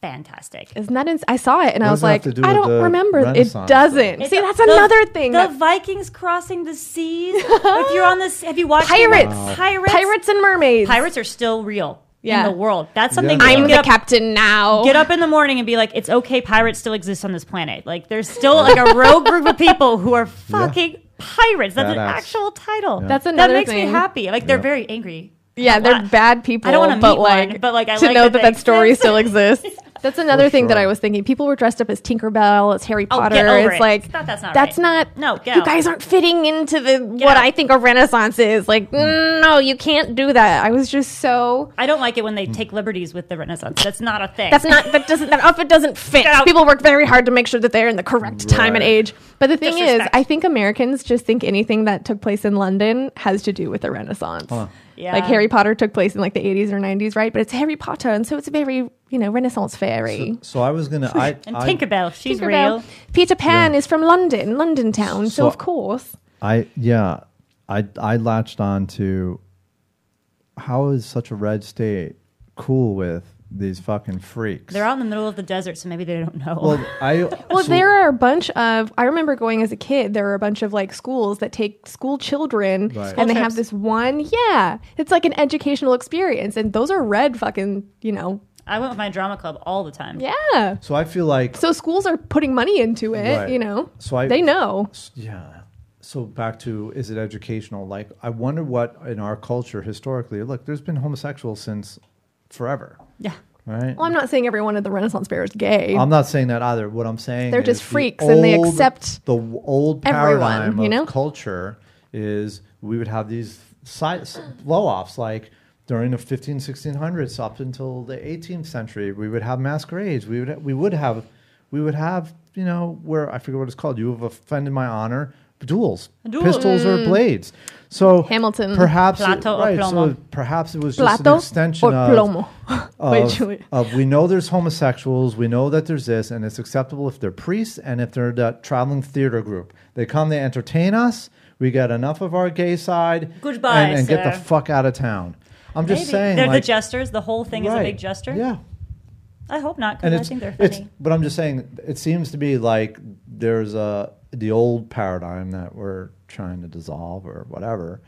Speaker 2: fantastic.
Speaker 4: Isn't that? Ins- I saw it and I
Speaker 3: What does
Speaker 4: was
Speaker 3: that
Speaker 4: like,
Speaker 3: have to do
Speaker 4: I
Speaker 3: with
Speaker 4: don't
Speaker 3: the
Speaker 4: remember. It
Speaker 3: Renaissance,
Speaker 4: doesn't.
Speaker 2: It's
Speaker 4: See,
Speaker 2: a-
Speaker 4: that's
Speaker 2: the-
Speaker 4: another thing.
Speaker 2: The
Speaker 4: that-
Speaker 2: Vikings crossing the seas. if you're on this, have you watched any, like,
Speaker 4: pirates,
Speaker 2: Pirates.
Speaker 4: pirates, and mermaids.
Speaker 2: Pirates are still real
Speaker 4: Yeah.
Speaker 2: in the world. That's something
Speaker 3: Yeah.
Speaker 2: you
Speaker 4: I'm
Speaker 2: can
Speaker 4: the
Speaker 2: get up,
Speaker 4: captain now.
Speaker 2: get up in the morning and be like, it's okay. Pirates still exist on this planet. Like there's still like a rogue group of people who are fucking pirates. That's an
Speaker 3: Badass.
Speaker 2: actual title.
Speaker 4: That's
Speaker 2: that
Speaker 4: another
Speaker 2: makes
Speaker 4: thing.
Speaker 2: me happy. Like they're very angry.
Speaker 4: Yeah, they're
Speaker 2: Why-
Speaker 4: bad people.
Speaker 2: I don't wanna
Speaker 4: but
Speaker 2: meet
Speaker 4: like,
Speaker 2: one, but, like, I
Speaker 4: to
Speaker 2: like
Speaker 4: know
Speaker 2: that
Speaker 4: that
Speaker 2: they
Speaker 4: that story
Speaker 2: exist.
Speaker 4: still exists. That's another
Speaker 3: For
Speaker 4: thing that
Speaker 3: sure.
Speaker 4: I was thinking. People were dressed up as Tinkerbell, it's Harry
Speaker 2: Oh,
Speaker 4: Potter.
Speaker 2: get over
Speaker 4: it's
Speaker 2: it.
Speaker 4: like
Speaker 2: Stop, that's not
Speaker 4: that's
Speaker 2: right.
Speaker 4: not
Speaker 2: No, get
Speaker 4: you
Speaker 2: out.
Speaker 4: guys aren't fitting into the
Speaker 2: out.
Speaker 4: what
Speaker 2: Mm.
Speaker 4: I think a Renaissance is. Like, no, you can't do that. I was just so
Speaker 2: I don't like it when
Speaker 3: Mm.
Speaker 2: they take liberties with the Renaissance. That's not a thing.
Speaker 4: that's not that doesn't that outfit doesn't fit.
Speaker 2: Get out.
Speaker 4: People work very hard to make sure that they're in the correct time and
Speaker 3: Right.
Speaker 4: age. But the thing
Speaker 2: Disrespect.
Speaker 4: is, I think Americans just think anything that took place in London has to do with the Renaissance.
Speaker 2: Yeah.
Speaker 4: Like Harry Potter took place in like the 80s or 90s, right? But it's Harry Potter, and so it's a very you know Renaissance fairy.
Speaker 3: So, so I was gonna I,
Speaker 2: and
Speaker 3: I
Speaker 2: Tinkerbell, she's
Speaker 4: Tinkerbell.
Speaker 2: real.
Speaker 4: Peter Pan is from London, London town. So,
Speaker 3: So-
Speaker 4: of course,
Speaker 3: I yeah, I I latched on to how is such a red state cool with these fucking freaks?
Speaker 2: They're out in the middle of the desert, so maybe they don't know.
Speaker 3: well, I
Speaker 4: well,
Speaker 3: so-
Speaker 4: there are a bunch of. I remember going as a kid. There were a bunch of like schools that take school children,
Speaker 3: Right.
Speaker 4: and they
Speaker 2: School
Speaker 4: have
Speaker 2: trips.
Speaker 4: this one. Yeah, it's like an educational experience, and those are red fucking. You know,
Speaker 2: I went with my drama club all the time.
Speaker 4: yeah.
Speaker 3: So I feel like
Speaker 4: So schools are putting money into it.
Speaker 3: Right.
Speaker 4: You know,
Speaker 3: So I-
Speaker 4: they know.
Speaker 3: S- Yeah. So back to is it educational? Like I wonder what in our culture historically. Look, there's been homosexuals since forever,
Speaker 2: Yeah.
Speaker 3: right?
Speaker 4: Well, I'm not saying everyone at the Renaissance Fair is gay.
Speaker 3: I'm not saying that either. What I'm saying
Speaker 4: They're
Speaker 3: is
Speaker 4: just
Speaker 3: the
Speaker 4: freaks and they
Speaker 3: old-
Speaker 4: accept
Speaker 3: the w- old
Speaker 4: everyone,
Speaker 3: paradigm
Speaker 4: you
Speaker 3: of
Speaker 4: know?
Speaker 3: culture is we would have these side blow offs like during the 15 1600s up until the 18th century we would have masquerades we would we would have we would have you know where I forget what it's called you have offended my honor duels,
Speaker 2: Duels.
Speaker 3: pistols or blades so
Speaker 4: Mm. Hamilton.
Speaker 3: perhaps it-
Speaker 2: Plato or
Speaker 3: right, so
Speaker 2: plomo.
Speaker 3: perhaps it was just
Speaker 4: Plato
Speaker 3: an extension
Speaker 4: or
Speaker 3: of
Speaker 4: plomo. Wait,
Speaker 3: of,
Speaker 4: Julia.
Speaker 3: of we know there's homosexuals, we know that there's this, and it's acceptable if they're priests and if they're that traveling theater group. They come, they entertain us. We got enough of our gay side.
Speaker 2: Goodbye,
Speaker 3: and, and get the
Speaker 2: sir.
Speaker 3: fuck out of town. I'm just
Speaker 2: Maybe.
Speaker 3: saying,
Speaker 2: they're
Speaker 3: like,
Speaker 2: the jesters. The whole thing is a
Speaker 3: right.
Speaker 2: big jester.
Speaker 3: Yeah,
Speaker 2: I hope not, because
Speaker 3: and
Speaker 2: I
Speaker 3: it's,
Speaker 2: think they're
Speaker 3: it's.
Speaker 2: funny.
Speaker 3: But I'm just saying, it seems to be like there's a the old paradigm that we're trying to dissolve or whatever.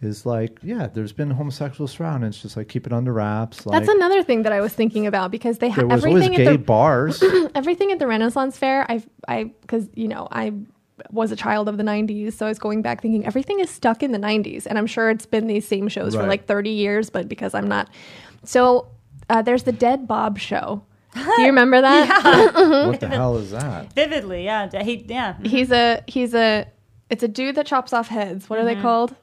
Speaker 3: Is like, yeah, there's been homosexuals around. And it's just like keep it under wraps. Like,
Speaker 4: That's another thing that I was thinking about because they
Speaker 3: There
Speaker 4: have
Speaker 3: was always
Speaker 4: everything
Speaker 3: gay
Speaker 4: at the
Speaker 3: bars.
Speaker 4: everything at the Renaissance Fair. I I because you know I was a child of the 90s so i was going back thinking everything is stuck in the 90s and i'm sure it's been these same shows for
Speaker 3: Right.
Speaker 4: like 30 years but because i'm not so uh, there's the dead bob show do you remember that
Speaker 3: What the hell is that?
Speaker 2: Vividly, yeah. D- He, yeah.
Speaker 4: he's a he's a it's a dude that chops off heads what are they called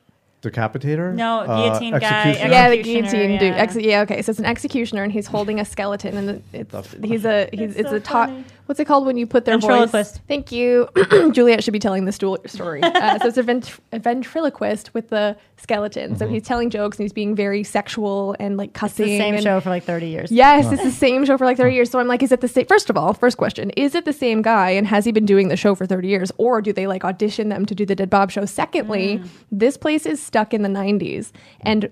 Speaker 3: Decapitator? Uh,
Speaker 2: No, guillotine guy,
Speaker 3: executioner?
Speaker 2: ex-
Speaker 4: yeah, the
Speaker 2: Executioner,
Speaker 4: guillotine dude.
Speaker 2: yeah.
Speaker 4: Ex- yeah, okay. So it's an executioner, and he's holding a skeleton, and it's
Speaker 3: That's
Speaker 4: he's a he's it's,
Speaker 2: That's so
Speaker 4: a talk.
Speaker 2: funny.
Speaker 4: What's it called when you put their voice?
Speaker 2: Ventriloquist.
Speaker 4: Thank you. Juliet should be telling the stool- story. Uh, so it's a, vent- a ventriloquist with the skeleton. So he's telling jokes, and he's being very sexual and like cussing.
Speaker 2: It's the same
Speaker 4: and-
Speaker 2: show for like 30 years.
Speaker 4: Yes, it's the same show for like 30 years. So I'm like, is it the same? First of all, first question is it the same guy and has he been doing the show for 30 years or do they like audition them to do the Dead Bob show? Secondly,
Speaker 2: Mm.
Speaker 4: this place is stuck in the 90s. And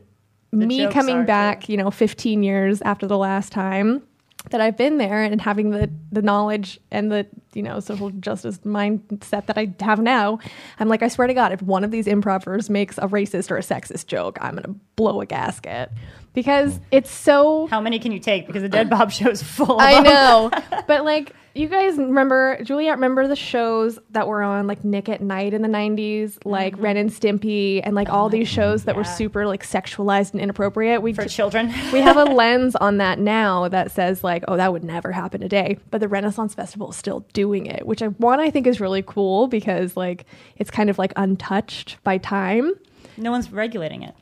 Speaker 4: me
Speaker 2: jokes
Speaker 4: coming
Speaker 2: are,
Speaker 4: back, you know, 15 years after the last time that I've been there and having the, the knowledge and the, you know, social justice mindset that I have now, I'm like, I swear to God, if one of these improvers makes a racist or a sexist joke, I'm going to blow a gasket because it's so
Speaker 2: How many can you take? Because the Dead Bob show is full. of
Speaker 4: I
Speaker 2: them.
Speaker 4: know. but like you guys remember Juliet remember the shows that were on like Nick at Night in the 90s, like
Speaker 2: Mm-hmm.
Speaker 4: Ren and Stimpy and like all these shows that were super like sexualized and inappropriate. We
Speaker 2: Oh For children.
Speaker 4: we have a lens on that now that says like, oh, that would never happen today. But the Renaissance Festival is still doing it, which I one I think is really cool because like it's kind of like untouched by time.
Speaker 2: No one's regulating it.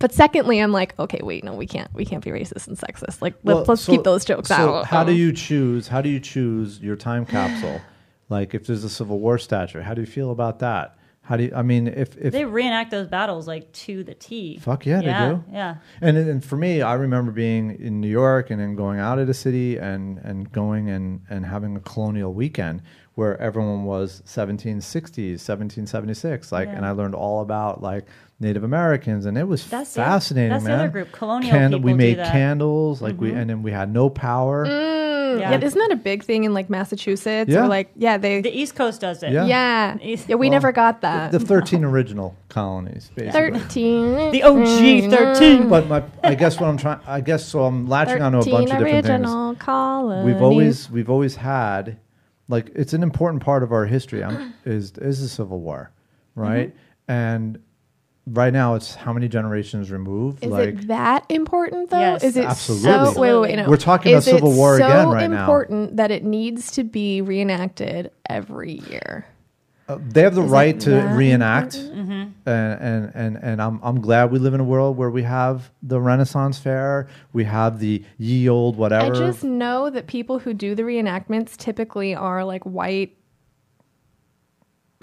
Speaker 4: But secondly, I'm like, okay, wait, no, we can't, we can't be racist and sexist. Like, let's,
Speaker 3: Well,
Speaker 4: let's
Speaker 3: so-
Speaker 4: keep those jokes
Speaker 3: so
Speaker 4: out.
Speaker 3: How do
Speaker 4: Um,
Speaker 3: you choose? How do you choose your time capsule? like, if there's a Civil War statue, how do you feel about that? How do you? I mean, if if
Speaker 2: They reenact those battles like to the T.
Speaker 3: Fuck yeah, they do.
Speaker 2: Yeah.
Speaker 3: And and for me, I remember being in New York and then going out of the city and and going and and having a colonial weekend where everyone was 1760s, 1776, like, and I learned all about like Native Americans, and it was
Speaker 2: That's the-
Speaker 3: fascinating.
Speaker 2: that's the
Speaker 3: man.
Speaker 2: other group. Colonial people
Speaker 3: We
Speaker 2: do
Speaker 3: made
Speaker 2: that. Mm-hmm. Mm.
Speaker 3: candles, like we, and then we had no power.
Speaker 2: yeah.
Speaker 4: Yeah, isn't that a big thing in like Massachusetts?
Speaker 3: Yeah.
Speaker 4: Or like, yeah, they,
Speaker 2: the East Coast does it.
Speaker 3: Yeah.
Speaker 4: yeah. yeah,
Speaker 2: East-
Speaker 4: we never got that.
Speaker 3: The 13 original colonies, basically.
Speaker 4: Thirteen.
Speaker 2: The
Speaker 4: Mm-hmm.
Speaker 2: OG 13.
Speaker 3: But my, I guess what I'm trying, I guess so. I'm latching onto a bunch of different things.
Speaker 4: original colonies.
Speaker 3: we've always we've always had like it's an important part of our history um, is is the civil war
Speaker 4: Mm-hmm.
Speaker 3: right and right now it's how many generations removed
Speaker 4: Is
Speaker 3: like
Speaker 4: it that important though?
Speaker 2: Yes.
Speaker 4: Is it
Speaker 3: Absolutely.
Speaker 4: so? Wait, wait, wait, no.
Speaker 3: We're talking about
Speaker 4: Is
Speaker 3: Civil
Speaker 4: it
Speaker 3: War
Speaker 4: so
Speaker 3: again right now.
Speaker 4: important that it needs to be reenacted every year.
Speaker 3: uh, they have the right to
Speaker 4: that Mm-hmm.
Speaker 3: reenact and, and and and I'm I'm glad we live in a world where we have the Renaissance fair we have the ye old
Speaker 4: I
Speaker 3: whatever
Speaker 4: just know that people who do the reenactments typically are like white,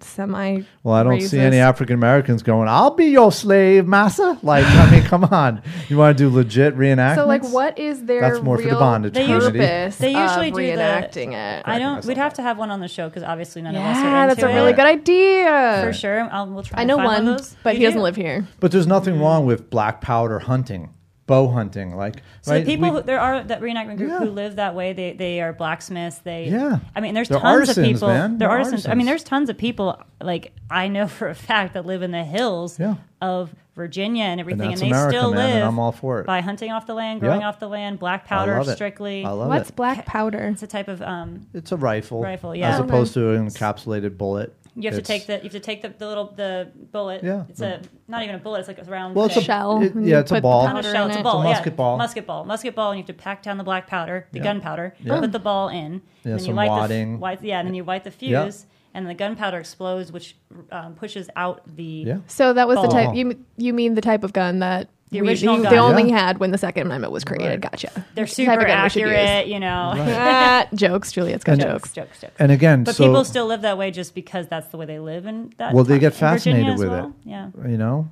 Speaker 4: semi.
Speaker 3: well I don't see any African Americans going I'll be your slave massa like I mean come on you want to do legit reenactments
Speaker 4: So, like, what is their
Speaker 3: That's more for the
Speaker 4: real
Speaker 3: bondage
Speaker 2: They
Speaker 3: community.
Speaker 2: usually-
Speaker 4: purpose
Speaker 2: They usually
Speaker 4: of
Speaker 2: do the-
Speaker 4: reenacting it?
Speaker 2: I don't. We'd have to have one on the show because obviously none of us are
Speaker 4: yeah,
Speaker 2: into
Speaker 4: that's a
Speaker 2: it.
Speaker 4: really good idea.
Speaker 2: For sure, I'll, we'll try.
Speaker 4: I
Speaker 2: and
Speaker 4: know
Speaker 2: find
Speaker 4: one,
Speaker 2: of those.
Speaker 4: but
Speaker 2: You
Speaker 4: he doesn't
Speaker 2: do?
Speaker 4: live here.
Speaker 3: But there's nothing
Speaker 2: Mm-hmm.
Speaker 3: wrong with black powder hunting, bow hunting, like
Speaker 2: So
Speaker 3: right.
Speaker 2: the people
Speaker 3: we-
Speaker 2: who, there are that reenactment group
Speaker 3: Yeah.
Speaker 2: who live that way. They they are blacksmiths. They
Speaker 3: Yeah.
Speaker 2: I mean, there's
Speaker 3: They're
Speaker 2: tons
Speaker 3: artisans,
Speaker 2: of people.
Speaker 3: man.
Speaker 2: They're
Speaker 3: They're
Speaker 2: artisans. I mean,
Speaker 3: artisans.
Speaker 2: there's tons of people like I know for a fact that live in the hills
Speaker 3: Yeah.
Speaker 2: of Virginia and everything, and,
Speaker 3: that's
Speaker 2: they
Speaker 3: America,
Speaker 2: still
Speaker 3: man, and
Speaker 2: live.
Speaker 3: I'm all for it.
Speaker 2: by hunting off the land, growing
Speaker 3: Yeah.
Speaker 2: off the land, black
Speaker 3: I
Speaker 2: powder
Speaker 3: love it.
Speaker 2: strictly.
Speaker 3: I love
Speaker 4: What's
Speaker 3: it.
Speaker 4: black powder?
Speaker 2: It's a type of um.
Speaker 3: It's a rifle,
Speaker 2: Rifle, yeah.
Speaker 3: as
Speaker 2: Okay.
Speaker 3: opposed to an encapsulated bullet.
Speaker 2: You have
Speaker 3: It's-
Speaker 2: to take the you have to take the, the little the bullet.
Speaker 3: Yeah.
Speaker 2: It's a not even a bullet. It's like a round.
Speaker 3: Well, it's a
Speaker 2: thing.
Speaker 4: Shell,
Speaker 3: It,
Speaker 4: and
Speaker 3: yeah,
Speaker 4: you
Speaker 3: it's a
Speaker 4: put the
Speaker 3: ball.
Speaker 4: powder
Speaker 2: not a
Speaker 4: powder
Speaker 2: shell,
Speaker 4: in
Speaker 2: it's a
Speaker 4: it.
Speaker 2: ball.
Speaker 3: It's a
Speaker 2: yeah.
Speaker 3: musket ball.
Speaker 2: Musket ball. Musket ball, and you have to pack down the black powder, the
Speaker 3: Yeah.
Speaker 2: gunpowder,
Speaker 3: Yeah.
Speaker 2: put the ball in,
Speaker 3: Yeah,
Speaker 2: and then you
Speaker 3: some
Speaker 2: light the
Speaker 3: wadding.
Speaker 2: f- light, yeah, and then you light the fuse,
Speaker 3: Yeah.
Speaker 2: and the gunpowder explodes, which um, pushes out the
Speaker 3: Yeah.
Speaker 4: So that was the
Speaker 3: Ball.
Speaker 4: type you m- you mean the type of gun that
Speaker 2: The
Speaker 4: we-
Speaker 2: original
Speaker 4: you-
Speaker 2: gun.
Speaker 4: they only
Speaker 3: Yeah.
Speaker 4: had when the Second Amendment was created.
Speaker 3: Right.
Speaker 4: Gotcha.
Speaker 2: They're
Speaker 4: It's the type
Speaker 2: super
Speaker 4: of gun we should use.
Speaker 2: accurate, you know.
Speaker 4: Ah, jokes, Juliet's got
Speaker 3: And-
Speaker 4: jokes.
Speaker 2: Jokes, jokes.
Speaker 3: And again,
Speaker 2: but
Speaker 3: so
Speaker 2: people still live that way just because that's the way they live in that.
Speaker 3: well, they
Speaker 2: in
Speaker 3: get
Speaker 2: Virginia
Speaker 3: fascinated
Speaker 2: as
Speaker 3: with
Speaker 2: well.
Speaker 3: it.
Speaker 2: Yeah.
Speaker 3: you know,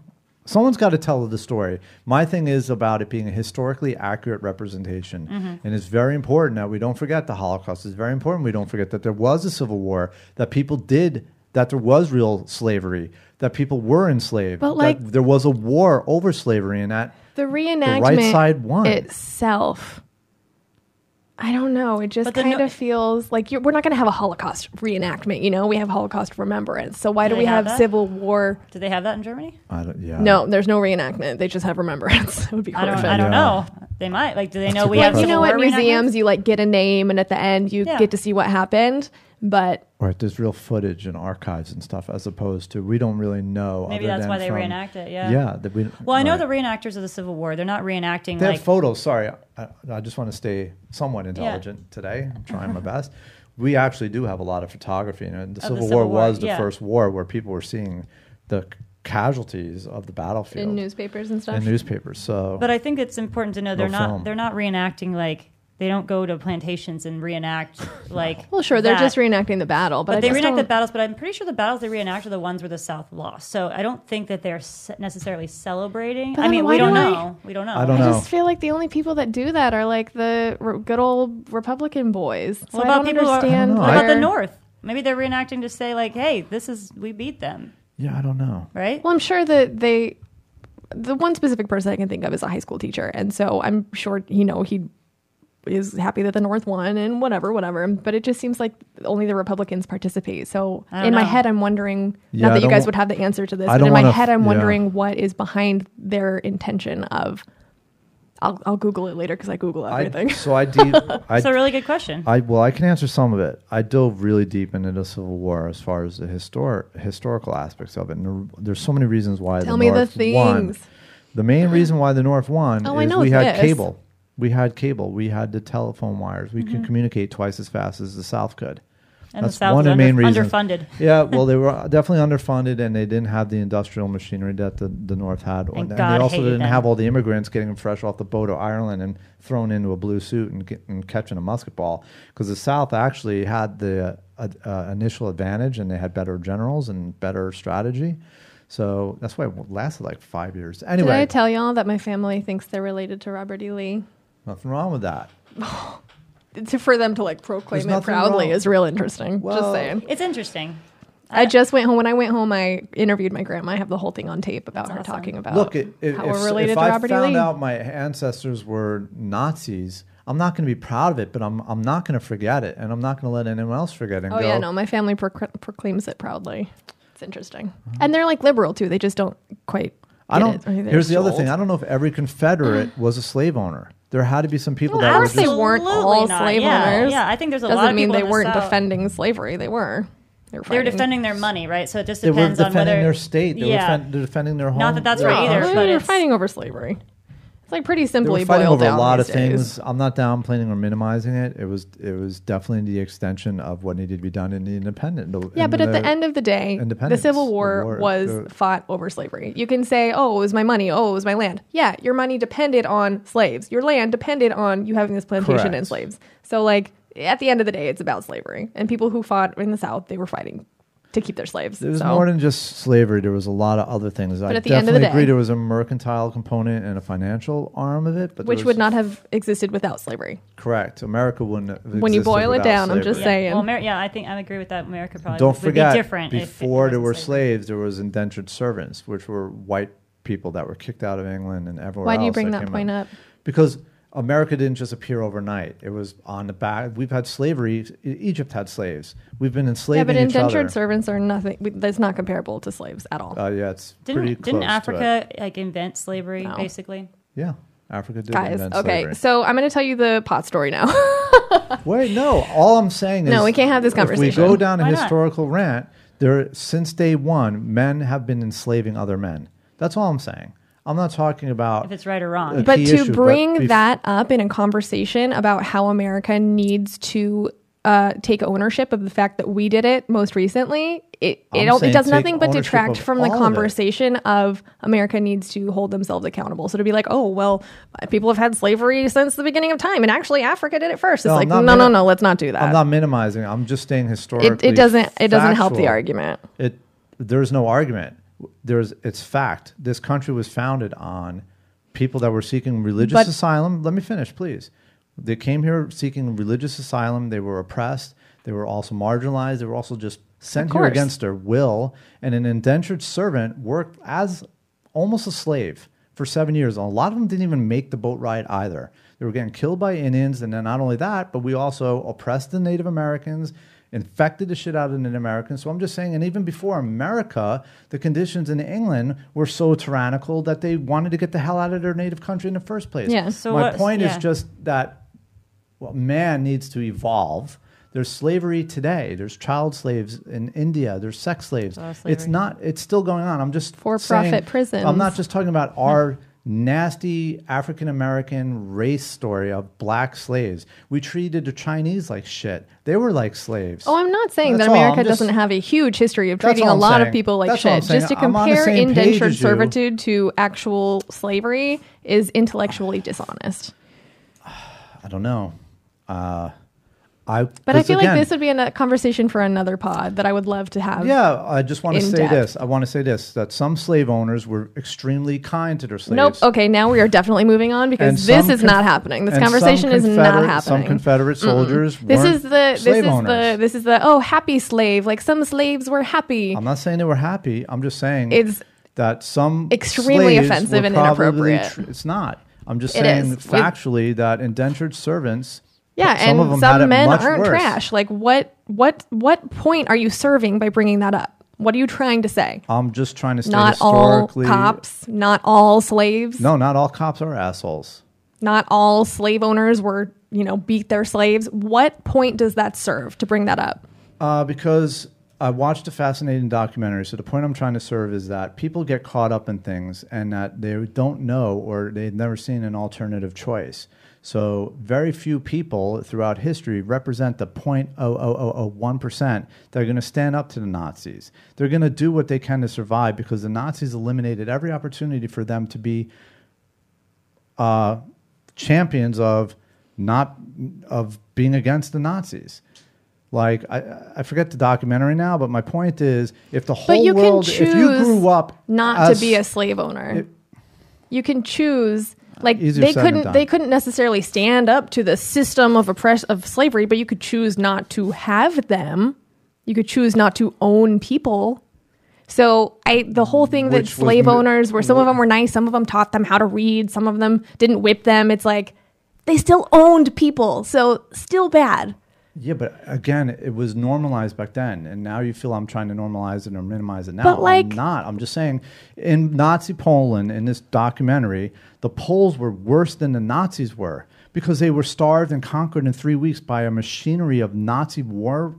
Speaker 3: someone's got to tell the story. My thing is about it being a historically accurate representation,
Speaker 2: Mm-hmm.
Speaker 3: and it's very important that we don't forget the Holocaust. It's very important we don't forget that there was a civil war, that people did, that there was real slavery, that people were enslaved,
Speaker 4: But, like-
Speaker 3: that there was a war over slavery, and that
Speaker 4: The reenactment
Speaker 3: side won.
Speaker 4: itself. I don't know. It just
Speaker 2: But the
Speaker 4: kind of
Speaker 2: no-
Speaker 4: feels like you're, we're not going to have a Holocaust reenactment. You know, we have Holocaust remembrance. So why do,
Speaker 2: they
Speaker 4: we
Speaker 2: have
Speaker 4: have,
Speaker 2: that?
Speaker 4: Civil War?
Speaker 2: Do they have that in Germany?
Speaker 3: I don't, yeah,
Speaker 4: No, there's no reenactment. They just have remembrance. it would be
Speaker 2: I
Speaker 4: horrific.
Speaker 2: don't. I don't
Speaker 3: Yeah.
Speaker 2: know. They might. Like, do they know
Speaker 3: a
Speaker 2: we
Speaker 3: good
Speaker 2: have?
Speaker 4: Like you
Speaker 3: Civil
Speaker 4: know,
Speaker 2: what
Speaker 4: at museums, you like get a name, and at the end, you
Speaker 2: Yeah.
Speaker 4: get to see what happened. But
Speaker 3: Right, there's real footage and archives and stuff, as opposed to we don't really know.
Speaker 2: Maybe
Speaker 3: other
Speaker 2: that's
Speaker 3: than
Speaker 2: why they
Speaker 3: from-
Speaker 2: reenact it, yeah.
Speaker 3: Yeah. That we,
Speaker 2: Well, I know
Speaker 3: right.
Speaker 2: the reenactors of the Civil War. They're not reenacting
Speaker 3: They
Speaker 2: like
Speaker 3: have photos. Sorry, I, I just want to stay somewhat intelligent today. I'm trying my best. We actually do have a lot of photography, and the
Speaker 2: Of the
Speaker 3: Civil,
Speaker 2: Civil
Speaker 3: War,
Speaker 2: War,
Speaker 3: was the
Speaker 2: yeah.
Speaker 3: first war where people were seeing the c- casualties of the battlefield
Speaker 4: in newspapers and stuff.
Speaker 3: in newspapers. So,
Speaker 2: But I think it's important to know they're not
Speaker 3: film.
Speaker 2: they're not reenacting like they don't go to plantations and reenact like
Speaker 4: well, sure, they're
Speaker 2: that.
Speaker 4: just reenacting the battle, but,
Speaker 2: But
Speaker 4: I
Speaker 2: they
Speaker 4: just
Speaker 2: reenact the
Speaker 4: don't-
Speaker 2: battles, but I'm pretty sure the battles they reenact are the ones where the South lost. So I don't think that they're se- necessarily celebrating.
Speaker 4: But
Speaker 2: I
Speaker 4: then
Speaker 2: mean,
Speaker 4: why
Speaker 2: we don't
Speaker 4: do I-
Speaker 2: know. We don't know.
Speaker 3: I don't
Speaker 4: I
Speaker 3: know.
Speaker 4: just feel like the only people that do that are like the re- good old Republican boys. So
Speaker 2: What
Speaker 4: I
Speaker 2: about
Speaker 4: don't
Speaker 2: people? who are-
Speaker 4: understand
Speaker 3: know.
Speaker 2: What about
Speaker 4: where-
Speaker 2: the North? Maybe they're reenacting to say like, "Hey, this is we beat them,"
Speaker 3: yeah, I don't know.
Speaker 2: right?
Speaker 4: Well, I'm sure that they, the one specific person I can think of is a high school teacher, and so I'm sure you know he is happy that the North won and whatever, whatever. But it just seems like only the Republicans participate. So
Speaker 2: don't
Speaker 4: in my
Speaker 2: know.
Speaker 4: head, I'm wondering.
Speaker 3: Yeah, I
Speaker 4: not that you
Speaker 3: don't
Speaker 4: guys
Speaker 3: wa-
Speaker 4: would have the answer to this,
Speaker 3: I
Speaker 4: but
Speaker 3: don't
Speaker 4: in my
Speaker 3: wanna-
Speaker 4: head, I'm
Speaker 3: yeah.
Speaker 4: wondering what is behind their intention of. I'll, I'll Google it later because I Google
Speaker 3: I,
Speaker 4: everything.
Speaker 3: so I, de- I
Speaker 2: That's a really good question.
Speaker 3: I well, I can answer some of it. I dove really deep into the Civil War as far as the historic historical aspects of it, and there, there's so many reasons why.
Speaker 4: Tell
Speaker 3: the
Speaker 4: me the
Speaker 3: North Won.
Speaker 4: things.
Speaker 3: The main reason why the North won
Speaker 4: Oh, I
Speaker 3: is
Speaker 4: know
Speaker 3: we had
Speaker 4: this.
Speaker 3: cable. We had cable. We had the telephone wires. We
Speaker 4: Mm-hmm.
Speaker 3: could communicate twice as fast as the South could.
Speaker 2: And the South was under- underfunded.
Speaker 3: yeah, well, they were definitely underfunded, and they didn't have the industrial machinery that the, the North had.
Speaker 2: And God
Speaker 3: they also
Speaker 2: hated
Speaker 3: didn't
Speaker 2: them.
Speaker 3: have all the immigrants getting fresh off the boat of Ireland and thrown into a blue suit and, get, and catching a musket ball. Because the South actually had the uh, uh, initial advantage, and they had better generals and better strategy. So that's why it lasted like five years. Anyway,
Speaker 4: Did I tell y'all that my family thinks they're related to Robert E. Lee?
Speaker 3: nothing wrong with that.
Speaker 4: To, for them to like proclaim
Speaker 3: There's
Speaker 4: it
Speaker 3: nothing
Speaker 4: proudly
Speaker 3: wrong.
Speaker 4: is real interesting. just
Speaker 3: Well,
Speaker 4: saying.
Speaker 2: it's interesting.
Speaker 4: I just went home. When I went home, I interviewed my grandma. I have the whole thing on tape about her
Speaker 2: awesome.
Speaker 4: talking about
Speaker 3: Look, i- i-
Speaker 4: Uh, how
Speaker 3: if,
Speaker 4: we're related
Speaker 3: if
Speaker 4: to
Speaker 3: I
Speaker 4: Robert E.
Speaker 3: found
Speaker 4: Lee.
Speaker 3: out my ancestors were Nazis, I'm not going to be proud of it, but I'm I'm not going to forget it, and I'm not going to let anyone else forget it. And
Speaker 4: oh
Speaker 3: go,
Speaker 4: yeah, no, my family proc- proclaims it proudly. It's interesting, and they're like liberal too. They just don't quite.
Speaker 3: Mm-hmm. I
Speaker 4: get
Speaker 3: don't.
Speaker 4: it, or they're
Speaker 3: Here's the
Speaker 4: too
Speaker 3: other
Speaker 4: old.
Speaker 3: thing. I don't know if every Confederate was a slave owner. There had to be some people
Speaker 4: Well,
Speaker 3: that
Speaker 4: how
Speaker 3: were
Speaker 4: if they
Speaker 3: just.
Speaker 4: weren't
Speaker 2: Absolutely
Speaker 4: all
Speaker 2: not.
Speaker 4: slave
Speaker 2: Yeah,
Speaker 4: owners.
Speaker 2: yeah, I think there's a
Speaker 4: Doesn't
Speaker 2: lot of
Speaker 4: mean
Speaker 2: people
Speaker 4: they
Speaker 2: in the
Speaker 4: weren't
Speaker 2: South.
Speaker 4: defending slavery. They were. They
Speaker 2: They're
Speaker 4: were. fighting.
Speaker 2: defending their money, right? So it just
Speaker 3: They were
Speaker 2: depends on
Speaker 3: defending
Speaker 2: whether
Speaker 3: their state. They
Speaker 2: yeah.
Speaker 3: were defen- they're defending their home.
Speaker 2: Not that that's
Speaker 3: their
Speaker 2: right either,
Speaker 3: country.
Speaker 2: but
Speaker 4: they were
Speaker 2: it's-
Speaker 4: fighting over slavery. It's like pretty
Speaker 3: They
Speaker 4: simply
Speaker 3: were fighting
Speaker 4: boiled
Speaker 3: over a
Speaker 4: down
Speaker 3: lot of
Speaker 4: these days.
Speaker 3: things. I'm not downplaying or minimizing it. It was it was definitely the extension of what needed to be done in the independent.
Speaker 4: Yeah,
Speaker 3: in
Speaker 4: but at the end of the day, the
Speaker 3: independence,
Speaker 4: Civil
Speaker 3: the
Speaker 4: War,
Speaker 3: war,
Speaker 4: was
Speaker 3: the-
Speaker 4: fought over slavery. You can say, "Oh, it was my money. Oh, it was my land." Yeah, your money depended on slaves. Your land depended on you having this plantation
Speaker 3: Correct.
Speaker 4: and slaves. So, like at the end of the day, it's about slavery and people who fought in the South. They were fighting to keep their slaves.
Speaker 3: There was
Speaker 4: so.
Speaker 3: more than just slavery. There was a lot of other things. I
Speaker 4: at the end
Speaker 3: definitely
Speaker 4: of the
Speaker 3: agree.
Speaker 4: day-
Speaker 3: There was a mercantile component and a financial arm of it, but there
Speaker 4: which
Speaker 3: was-
Speaker 4: would not have existed without slavery.
Speaker 3: correct. America wouldn't. Have
Speaker 4: When you
Speaker 3: existed
Speaker 4: boil it
Speaker 3: without
Speaker 4: down, I'm just
Speaker 3: slavery.
Speaker 4: saying.
Speaker 2: Well, Amer- yeah, I think I agree with that. America probably
Speaker 3: Don't
Speaker 2: would
Speaker 3: forget,
Speaker 2: be different if it
Speaker 3: before there
Speaker 2: wasn't
Speaker 3: were
Speaker 2: slavery.
Speaker 3: slaves, there was indentured servants, which were white people that were kicked out of England and everywhere.
Speaker 4: Why do you
Speaker 3: else
Speaker 4: bring that
Speaker 3: came
Speaker 4: point
Speaker 3: in.
Speaker 4: up?
Speaker 3: Because America didn't just appear overnight. It was on the back. We've had slavery. E- Egypt had slaves. We've been
Speaker 4: Yeah,
Speaker 3: enslaving
Speaker 4: but
Speaker 3: each other.
Speaker 4: indentured servants are nothing. we- That's not comparable to slaves at all.
Speaker 3: Uh, yeah, it's pretty
Speaker 2: Didn't,
Speaker 3: close
Speaker 2: didn't
Speaker 3: to it.
Speaker 2: Africa like invent slavery
Speaker 4: No.
Speaker 2: basically?
Speaker 3: Yeah, Africa did
Speaker 4: Guys,
Speaker 3: invent
Speaker 4: okay,
Speaker 3: slavery.
Speaker 4: so I'm going to tell you the pot story now.
Speaker 3: Wait, no. All I'm saying is
Speaker 4: No, we can't have this
Speaker 3: If
Speaker 4: conversation.
Speaker 3: we go down a
Speaker 2: Why not?
Speaker 3: historical rant, there since day one, men have been enslaving other men. That's all I'm saying. I'm not talking about
Speaker 2: If it's right or wrong.
Speaker 3: Uh,
Speaker 4: but
Speaker 3: key
Speaker 4: to
Speaker 3: issue, but
Speaker 4: bring
Speaker 3: bef-
Speaker 4: that up in a conversation about how America needs to uh, take ownership of the fact that we did it most recently, it it,
Speaker 3: I'm
Speaker 4: don't- it
Speaker 3: saying
Speaker 4: does
Speaker 3: take
Speaker 4: nothing but
Speaker 3: ownership
Speaker 4: detract
Speaker 3: of
Speaker 4: from the
Speaker 3: all of it.
Speaker 4: conversation of, America needs to hold themselves accountable. So to be like, oh well, people have had slavery since the beginning of time, and actually Africa did it first. It's
Speaker 3: No, I'm
Speaker 4: like, no,
Speaker 3: not
Speaker 4: no,
Speaker 3: mini-
Speaker 4: no, let's not do that.
Speaker 3: I'm not minimizing. I'm just staying
Speaker 4: it,
Speaker 3: historically.
Speaker 4: it doesn't it doesn't help the
Speaker 3: factual.
Speaker 4: argument.
Speaker 3: It there's no argument. There's it's fact. This country was founded on people that were seeking religious
Speaker 4: But-
Speaker 3: asylum. Let me finish, please. They came here seeking religious asylum. They were oppressed. They were also marginalized. They were also just sent
Speaker 4: Of
Speaker 3: here
Speaker 4: course.
Speaker 3: against their will. And an indentured servant worked as almost a slave for seven years. And a lot of them didn't even make the boat ride either. They were getting killed by Indians. And then not only that, but we also oppressed the Native Americans, infected the shit out of Native Americans. So I'm just saying, and even before America, the conditions in England were so tyrannical that they wanted to get the hell out of their native country in the first place.
Speaker 4: Yeah.
Speaker 2: So
Speaker 3: My
Speaker 2: what-
Speaker 3: point
Speaker 2: yeah.
Speaker 3: is just that well, man needs to evolve. There's slavery today. There's child slaves in India. There's sex slaves.
Speaker 2: Oh, slavery.
Speaker 3: it's not. It's still going on. I'm just
Speaker 4: For-profit
Speaker 3: saying-
Speaker 4: prisons.
Speaker 3: I'm not just talking about our nasty African American race story of black slaves. We treated the Chinese like shit. They were like slaves.
Speaker 4: Oh, I'm not saying
Speaker 3: That's
Speaker 4: that
Speaker 3: all.
Speaker 4: America
Speaker 3: I'm just-
Speaker 4: doesn't have a huge history of
Speaker 3: That's
Speaker 4: treating
Speaker 3: all
Speaker 4: a
Speaker 3: I'm
Speaker 4: lot of
Speaker 3: saying.
Speaker 4: people like
Speaker 3: That's all I'm
Speaker 4: shit. Just to
Speaker 3: saying. I'm on the
Speaker 4: compare
Speaker 3: same page
Speaker 4: indentured
Speaker 3: as you.
Speaker 4: servitude to actual slavery is intellectually dishonest.
Speaker 3: I don't know. Uh, I.
Speaker 4: But I
Speaker 3: 'cause
Speaker 4: feel
Speaker 3: again-
Speaker 4: like this would be a conversation for another pod that I would love to have.
Speaker 3: Yeah, I just want to
Speaker 4: in
Speaker 3: say
Speaker 4: depth.
Speaker 3: this. I want to say this that some slave owners were extremely kind to their slaves.
Speaker 4: Nope. Okay, now we are definitely moving on because
Speaker 3: And
Speaker 4: this
Speaker 3: some
Speaker 4: is
Speaker 3: conf-
Speaker 4: not happening. This
Speaker 3: and some
Speaker 4: conversation is not
Speaker 3: Confederate- Some
Speaker 4: happening.
Speaker 3: Confederate soldiers.
Speaker 4: This
Speaker 3: weren't
Speaker 4: is the this
Speaker 3: slave
Speaker 4: is
Speaker 3: owners.
Speaker 4: the this is the oh happy slave like some slaves were happy.
Speaker 3: I'm not saying they were happy. I'm just saying
Speaker 4: It's
Speaker 3: that some
Speaker 4: extremely
Speaker 3: slaves
Speaker 4: offensive
Speaker 3: were
Speaker 4: and
Speaker 3: probably
Speaker 4: inappropriate.
Speaker 3: tr- it's not. I'm just
Speaker 4: It
Speaker 3: saying
Speaker 4: is.
Speaker 3: factually that indentured servants.
Speaker 4: yeah,
Speaker 3: some
Speaker 4: and
Speaker 3: of them had it
Speaker 4: some men
Speaker 3: much
Speaker 4: aren't
Speaker 3: worse.
Speaker 4: trash. Like what what what point are you serving by bringing that up? What are you trying to say?
Speaker 3: I'm just trying to stay
Speaker 4: Not all
Speaker 3: historically.
Speaker 4: cops, not all slaves,
Speaker 3: No, not all cops are assholes.
Speaker 4: not all slave owners were you know beat their slaves. What point does that serve to bring that up?
Speaker 3: Uh, because I watched a fascinating documentary. So the point I'm trying to serve is that people get caught up in things and that they don't know or they've never seen an alternative choice. So very few people throughout history represent the 0.0001% that are going to stand up to the Nazis. They're going to do what they can to survive because the Nazis eliminated every opportunity for them to be uh, champions of not of being against the Nazis. Like I, I forget the documentary now, but my point is, if the whole
Speaker 4: But you
Speaker 3: world,
Speaker 4: can choose
Speaker 3: if you grew up
Speaker 4: not
Speaker 3: as-
Speaker 4: to be a slave owner.
Speaker 3: It-
Speaker 4: you can choose like
Speaker 3: Easier
Speaker 4: they
Speaker 3: said than
Speaker 4: couldn't
Speaker 3: done.
Speaker 4: they couldn't necessarily stand up to the system of oppress of slavery, but you could choose not to have them. You could choose not to own people. So I the whole thing that
Speaker 3: Which was
Speaker 4: slave
Speaker 3: mi-
Speaker 4: owners were some of them were nice, some of them taught them how to read, some of them didn't whip them. It's like they still owned people, so still bad.
Speaker 3: yeah, but again, it was normalized back then, and now you feel I'm trying to normalize it or minimize it now.
Speaker 4: But, like-
Speaker 3: I'm not. I'm just saying, in Nazi Poland, in this documentary, the Poles were worse than the Nazis were because they were starved and conquered in three weeks by a machinery of Nazi war,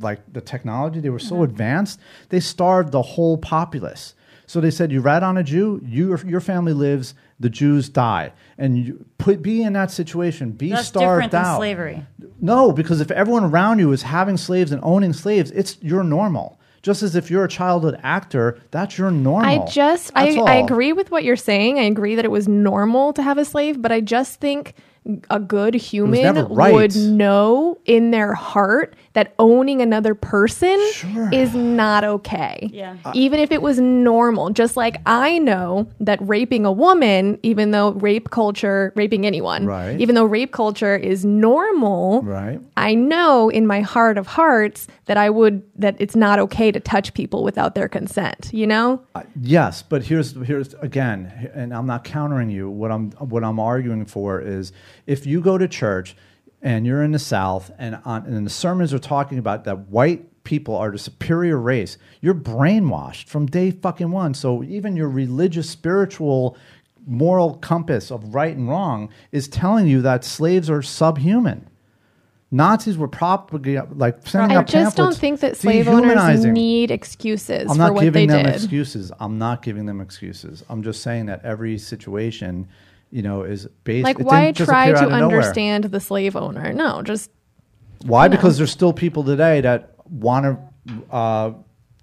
Speaker 3: like the technology. They were so
Speaker 2: Mm-hmm.
Speaker 3: advanced, they starved the whole populace. So they said, "You rat on a Jew, your your family lives, the Jews die, and you put be in that situation, be
Speaker 2: That's
Speaker 3: starved
Speaker 2: different than
Speaker 3: out."
Speaker 2: slavery.
Speaker 3: No, because if everyone around you is having slaves and owning slaves, it's your normal. Just as if you're a childhood actor, that's your
Speaker 4: I
Speaker 3: normal.
Speaker 4: just I,
Speaker 3: That's
Speaker 4: I
Speaker 3: all.
Speaker 4: agree with what you're saying. I agree that it was normal to have a slave, but I just think a good
Speaker 3: never
Speaker 4: human
Speaker 3: right.
Speaker 4: would know in their heart that owning another person
Speaker 3: Sure. Uh,
Speaker 4: is not okay.
Speaker 2: Yeah.
Speaker 4: Even if it was normal, just like I know that raping a woman, even though rape culture, raping anyone,
Speaker 3: Right.
Speaker 4: even though rape culture is normal,
Speaker 3: Right.
Speaker 4: I know in my heart of hearts that I would that it's not okay to touch people without their consent, you know?
Speaker 3: Yes, but here's here's again, and I'm not countering you. What I'm what I'm arguing for is if you go to church and you're in the South and on, and the sermons are talking about that white people are the superior race, you're brainwashed from day fucking one. So even your religious, spiritual, moral compass of right and wrong is telling you that slaves are subhuman. Nazis were propagating like sending
Speaker 4: I
Speaker 3: out
Speaker 4: just don't
Speaker 3: pamphlets
Speaker 4: think that slave owners
Speaker 3: dehumanizing.
Speaker 4: need excuses
Speaker 3: I'm
Speaker 4: for
Speaker 3: not
Speaker 4: what they
Speaker 3: giving them
Speaker 4: did.
Speaker 3: excuses. I'm not giving them excuses. I'm just saying that every situation, you know, is based.
Speaker 4: Like,
Speaker 3: it
Speaker 4: why
Speaker 3: didn't just
Speaker 4: try
Speaker 3: appear
Speaker 4: to
Speaker 3: out of nowhere.
Speaker 4: understand the slave owner? No, just
Speaker 3: Why? Because there's still people today that want to uh,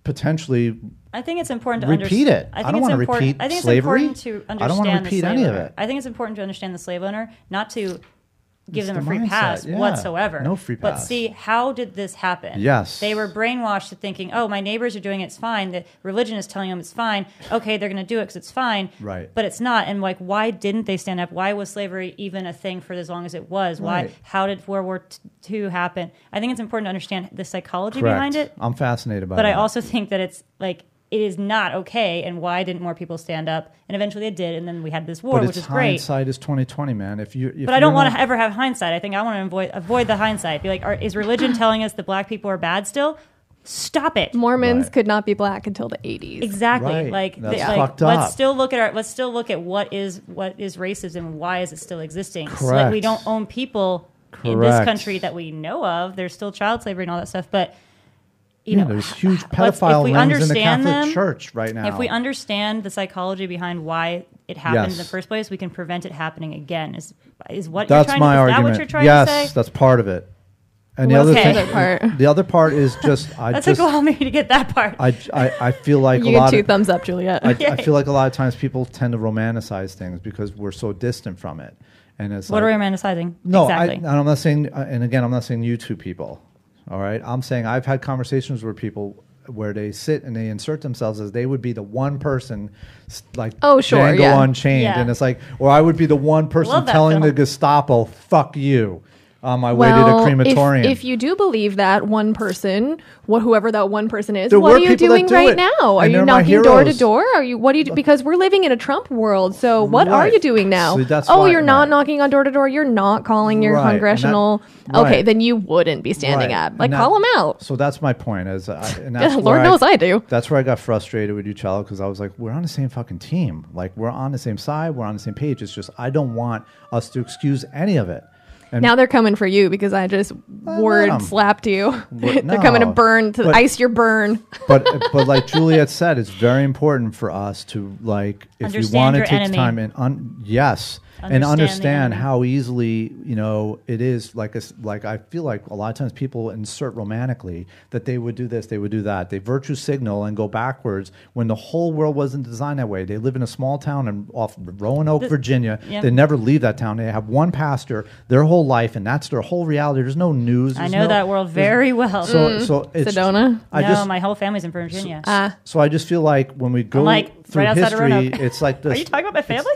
Speaker 3: potentially.
Speaker 2: I think it's important to
Speaker 3: Repeat
Speaker 2: underst-
Speaker 3: it.
Speaker 2: I
Speaker 3: I
Speaker 2: think
Speaker 3: don't
Speaker 2: it's
Speaker 3: wanna
Speaker 2: important.
Speaker 3: repeat
Speaker 2: I think
Speaker 3: slavery.
Speaker 2: it's important to
Speaker 3: I
Speaker 2: understand
Speaker 3: don't wanna
Speaker 2: the
Speaker 3: repeat
Speaker 2: slave
Speaker 3: any of
Speaker 2: owner.
Speaker 3: it.
Speaker 2: I think it's important to understand the slave owner, not to give
Speaker 3: It's
Speaker 2: them
Speaker 3: the
Speaker 2: a free
Speaker 3: mindset,
Speaker 2: pass
Speaker 3: yeah.
Speaker 2: whatsoever.
Speaker 3: No free
Speaker 2: But
Speaker 3: pass.
Speaker 2: see, how did this happen?
Speaker 3: Yes.
Speaker 2: they were brainwashed to thinking, "Oh, my neighbors are doing it, it's fine. The religion is telling them it's fine. Okay, they're going to do it because it's fine."
Speaker 3: Right.
Speaker 2: but it's not. And like, why didn't they stand up? Why was slavery even a thing for as long as it was?
Speaker 3: Right.
Speaker 2: Why? How did World War II happen? I think it's important to understand the psychology
Speaker 3: Correct.
Speaker 2: behind it
Speaker 3: I'm fascinated by.
Speaker 2: but I
Speaker 3: that.
Speaker 2: also think that it's like it is not okay. And why didn't more people stand up? And eventually they did, and then we had this war,
Speaker 3: But
Speaker 2: which
Speaker 3: it's
Speaker 2: is great.
Speaker 3: hindsight is 2020, man. If you, if
Speaker 2: But I don't
Speaker 3: you're
Speaker 2: want
Speaker 3: not-
Speaker 2: to ever have hindsight. I think I want to avoid avoid the hindsight. Be like, are, is religion telling us that black people are bad still? Stop it.
Speaker 4: Mormons
Speaker 3: Right.
Speaker 4: could not be black until the 80s.
Speaker 2: Exactly.
Speaker 3: Right.
Speaker 2: Like,
Speaker 3: That's
Speaker 2: th- like,
Speaker 3: fucked up.
Speaker 2: let's still look at our let's still look at what is what is racism and why is it still existing. So, like,
Speaker 3: Correct.
Speaker 2: we don't own people in this
Speaker 3: Correct.
Speaker 2: country that we know of. There's still child slavery and all that stuff, but you
Speaker 3: Yeah,
Speaker 2: know,
Speaker 3: there's huge
Speaker 2: let's-
Speaker 3: pedophile
Speaker 2: if we
Speaker 3: rings in the
Speaker 2: understand
Speaker 3: Catholic
Speaker 2: them,
Speaker 3: Church right now.
Speaker 2: If we understand the psychology behind why it happened in the
Speaker 3: Oh. Yes.
Speaker 2: first place, we can prevent it happening again. Is is what
Speaker 3: that's
Speaker 2: you're trying
Speaker 3: my
Speaker 2: to,
Speaker 3: argument.
Speaker 2: Is that what you're trying
Speaker 3: yes,
Speaker 2: to say?
Speaker 3: that's part of it. And the
Speaker 4: What's
Speaker 3: other
Speaker 2: the
Speaker 3: thing,
Speaker 2: other
Speaker 4: part?
Speaker 3: the other part is just I
Speaker 2: that
Speaker 3: just
Speaker 2: took a while maybe to get that part.
Speaker 3: I, I I feel like
Speaker 4: You
Speaker 3: a
Speaker 4: get
Speaker 3: lot
Speaker 4: two
Speaker 3: of,
Speaker 4: thumbs up, Juliet.
Speaker 3: I, I feel like a lot of times people tend to romanticize things because we're so distant from it, and it's
Speaker 2: what
Speaker 3: like,
Speaker 2: are we romanticizing?
Speaker 3: No,
Speaker 2: exactly.
Speaker 3: I, and I'm not saying, uh, and again, I'm not saying you two people. All right, I'm saying I've had conversations with people where they sit and they insert themselves as they would be the one person, s- like
Speaker 4: Oh, sure,
Speaker 3: Django
Speaker 4: yeah.
Speaker 3: Unchained,
Speaker 2: Yeah.
Speaker 3: and it's like, or I would be the one person
Speaker 2: Love that
Speaker 3: telling the
Speaker 2: film.
Speaker 3: Gestapo, "Fuck you," on my
Speaker 4: well,
Speaker 3: way to the crematorium.
Speaker 4: If, if you do believe that one person, wh- whoever that one person is,
Speaker 3: There
Speaker 4: what
Speaker 3: were
Speaker 4: are you
Speaker 3: people that
Speaker 4: doing
Speaker 3: do
Speaker 4: right
Speaker 3: it,
Speaker 4: now? Are
Speaker 3: and
Speaker 4: you
Speaker 3: they're my
Speaker 4: knocking door to
Speaker 3: heroes.
Speaker 4: door? Are you what do you do? Because we're living in a Trump world, so what are
Speaker 3: Right.
Speaker 4: you doing now?
Speaker 3: So that's
Speaker 4: oh,
Speaker 3: why-
Speaker 4: you're not
Speaker 3: right.
Speaker 4: knocking on door to door. You're not calling your
Speaker 3: Right, and that-
Speaker 4: congressional. okay,
Speaker 3: right.
Speaker 4: then you wouldn't be standing
Speaker 3: Right,
Speaker 4: up. Like
Speaker 3: and
Speaker 4: call
Speaker 3: that-
Speaker 4: them out.
Speaker 3: So that's my point. Is I, and that's
Speaker 4: Lord
Speaker 3: where
Speaker 4: knows I do.
Speaker 3: That's where I got frustrated with you, Cello, because I was like, we're on the same fucking team. Like we're on the same side. We're on the same page. It's just I don't want us to excuse any of it. And
Speaker 4: Now they're coming for you because I just word
Speaker 3: 'em.
Speaker 4: slapped you. they're
Speaker 3: no.
Speaker 4: coming to burn to
Speaker 3: But-
Speaker 4: ice your burn.
Speaker 3: but but like Juliet said, it's very important for us to like if
Speaker 2: Understand
Speaker 3: you want
Speaker 2: your
Speaker 3: to take
Speaker 2: enemy.
Speaker 3: time and un- yes
Speaker 2: Understand
Speaker 3: and
Speaker 2: the
Speaker 3: understand
Speaker 2: enemy.
Speaker 3: how easily you know it is like it's like I feel like a lot of times people insert romantically that they would do this, they would do that, they virtue signal and go backwards when the whole world wasn't designed that way. They live in a small town and off Roanoke, Virginia.
Speaker 2: yeah.
Speaker 3: They never leave that town. They have one pastor their whole life, and that's their whole reality. There's no news.
Speaker 2: I
Speaker 3: there's
Speaker 2: know
Speaker 3: no-
Speaker 2: that world
Speaker 3: there's-
Speaker 2: very well.
Speaker 3: So, so it's
Speaker 4: Sedona?
Speaker 3: I
Speaker 2: no,
Speaker 3: just
Speaker 2: my whole family's in Virginia.
Speaker 3: so I just feel like when we go
Speaker 2: I'm like,
Speaker 3: through
Speaker 2: right outside of
Speaker 3: history,
Speaker 2: Roanoke.
Speaker 3: it's like
Speaker 2: are
Speaker 3: this.
Speaker 2: you talking about my family?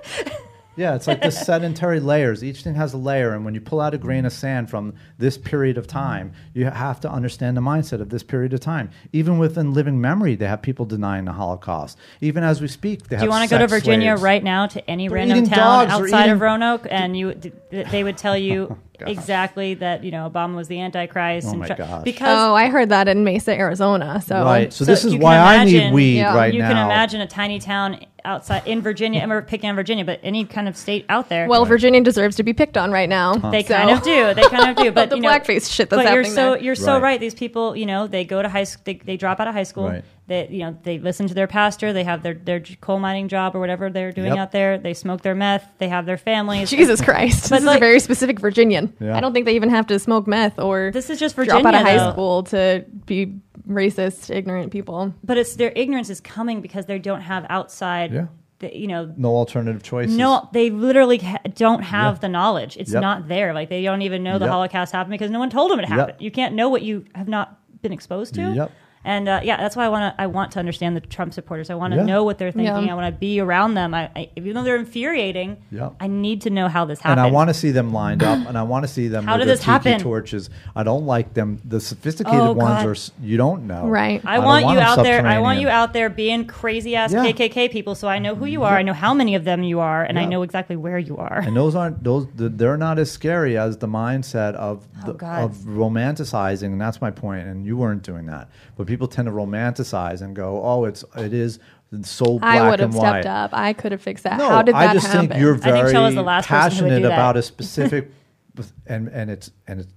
Speaker 3: yeah, it's like the sedentary layers. Each thing has a layer, and when you pull out a grain of sand from this period of time, you have to understand the mindset of this period of time. Even within living memory, they have people denying the Holocaust. Even as we speak, they
Speaker 2: Do you want to go to Virginia right now to any random
Speaker 3: eating
Speaker 2: town
Speaker 3: dogs, they're
Speaker 2: outside of
Speaker 3: eating-
Speaker 2: Roanoke, and you th- they would tell you exactly that you know Obama was the Antichrist.
Speaker 3: Oh
Speaker 2: and
Speaker 3: my
Speaker 2: try-
Speaker 3: gosh.
Speaker 2: Because
Speaker 4: Oh, I heard that in Mesa, Arizona. So
Speaker 3: Right. So,
Speaker 2: So
Speaker 3: this is
Speaker 2: you can
Speaker 3: why I
Speaker 2: imagine-
Speaker 3: need weed
Speaker 4: yeah,
Speaker 3: right
Speaker 2: you
Speaker 3: now.
Speaker 2: can imagine a tiny town outside in Virginia. I'm picking on Virginia, but any kind of state out there.
Speaker 4: Well, Virginia deserves to be picked on right now.
Speaker 2: they
Speaker 4: so-
Speaker 2: kind of do. They kind of do. But
Speaker 4: The
Speaker 2: you know,
Speaker 4: blackface shit that's
Speaker 2: but you're
Speaker 4: happening
Speaker 2: so
Speaker 4: there.
Speaker 2: you're so
Speaker 3: Right.
Speaker 2: right. These people, you know, they go to high school. They, they drop out of high school.
Speaker 3: Right.
Speaker 2: They you know they listen to their pastor. They have their their coal mining job or whatever they're doing
Speaker 3: Yep.
Speaker 2: out there. They smoke their meth. They have their families.
Speaker 4: Jesus Christ. this is a
Speaker 2: like-
Speaker 4: very specific Virginian.
Speaker 3: Yeah.
Speaker 4: I don't think they even have to smoke meth or
Speaker 2: This is just
Speaker 4: drop out of
Speaker 2: Virginia,
Speaker 4: high
Speaker 2: though.
Speaker 4: school to be racist, ignorant people.
Speaker 2: But it's their ignorance is coming because they don't have outside.
Speaker 3: Yeah.
Speaker 2: The, you know,
Speaker 3: no alternative choices.
Speaker 2: No, they literally ha- don't have the knowledge. It's
Speaker 3: Yep.
Speaker 2: not there. Like they don't even know the
Speaker 3: Yep.
Speaker 2: Holocaust happened because no one told them it happened. You can't know what you have not been exposed to.
Speaker 3: Yep.
Speaker 2: And uh, yeah, that's why I want to. I want to understand the Trump supporters. I want to
Speaker 3: Yeah.
Speaker 2: know what they're thinking.
Speaker 4: Yeah.
Speaker 2: I want to be around them. I, I, even though they're infuriating,
Speaker 3: Yep.
Speaker 2: I need to know how this
Speaker 3: and
Speaker 2: happened.
Speaker 3: I want to see them lined up, and I want to see them
Speaker 2: How
Speaker 3: with
Speaker 2: did
Speaker 3: their
Speaker 2: this
Speaker 3: tiki
Speaker 2: happen?
Speaker 3: torches. I don't like them. The sophisticated
Speaker 2: Oh,
Speaker 3: ones
Speaker 2: God.
Speaker 3: are s- you don't know.
Speaker 4: Right. I
Speaker 2: I
Speaker 3: don't
Speaker 2: want you
Speaker 3: them
Speaker 2: out there. I want
Speaker 3: subterranean.
Speaker 2: you out there being crazy ass
Speaker 3: Yeah.
Speaker 2: KKK people, so I know who you are. I know how many of them you are, and I
Speaker 3: Yeah.
Speaker 2: know exactly where you are.
Speaker 3: And those aren't those. th- They're not as scary as the mindset of the,
Speaker 2: Oh, God.
Speaker 3: of romanticizing, and that's my point, And you weren't doing that, but people tend to romanticize and go, "Oh, it's it is so black
Speaker 4: I would have
Speaker 3: and white."
Speaker 4: stepped up. I could have fixed that.
Speaker 3: No,
Speaker 4: How did that
Speaker 3: I just
Speaker 4: happen?
Speaker 3: think you're
Speaker 2: think
Speaker 3: very
Speaker 2: Shell is the last person who would do
Speaker 3: passionate
Speaker 2: that.
Speaker 3: about a specific, and and it's and it's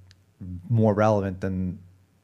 Speaker 3: more relevant than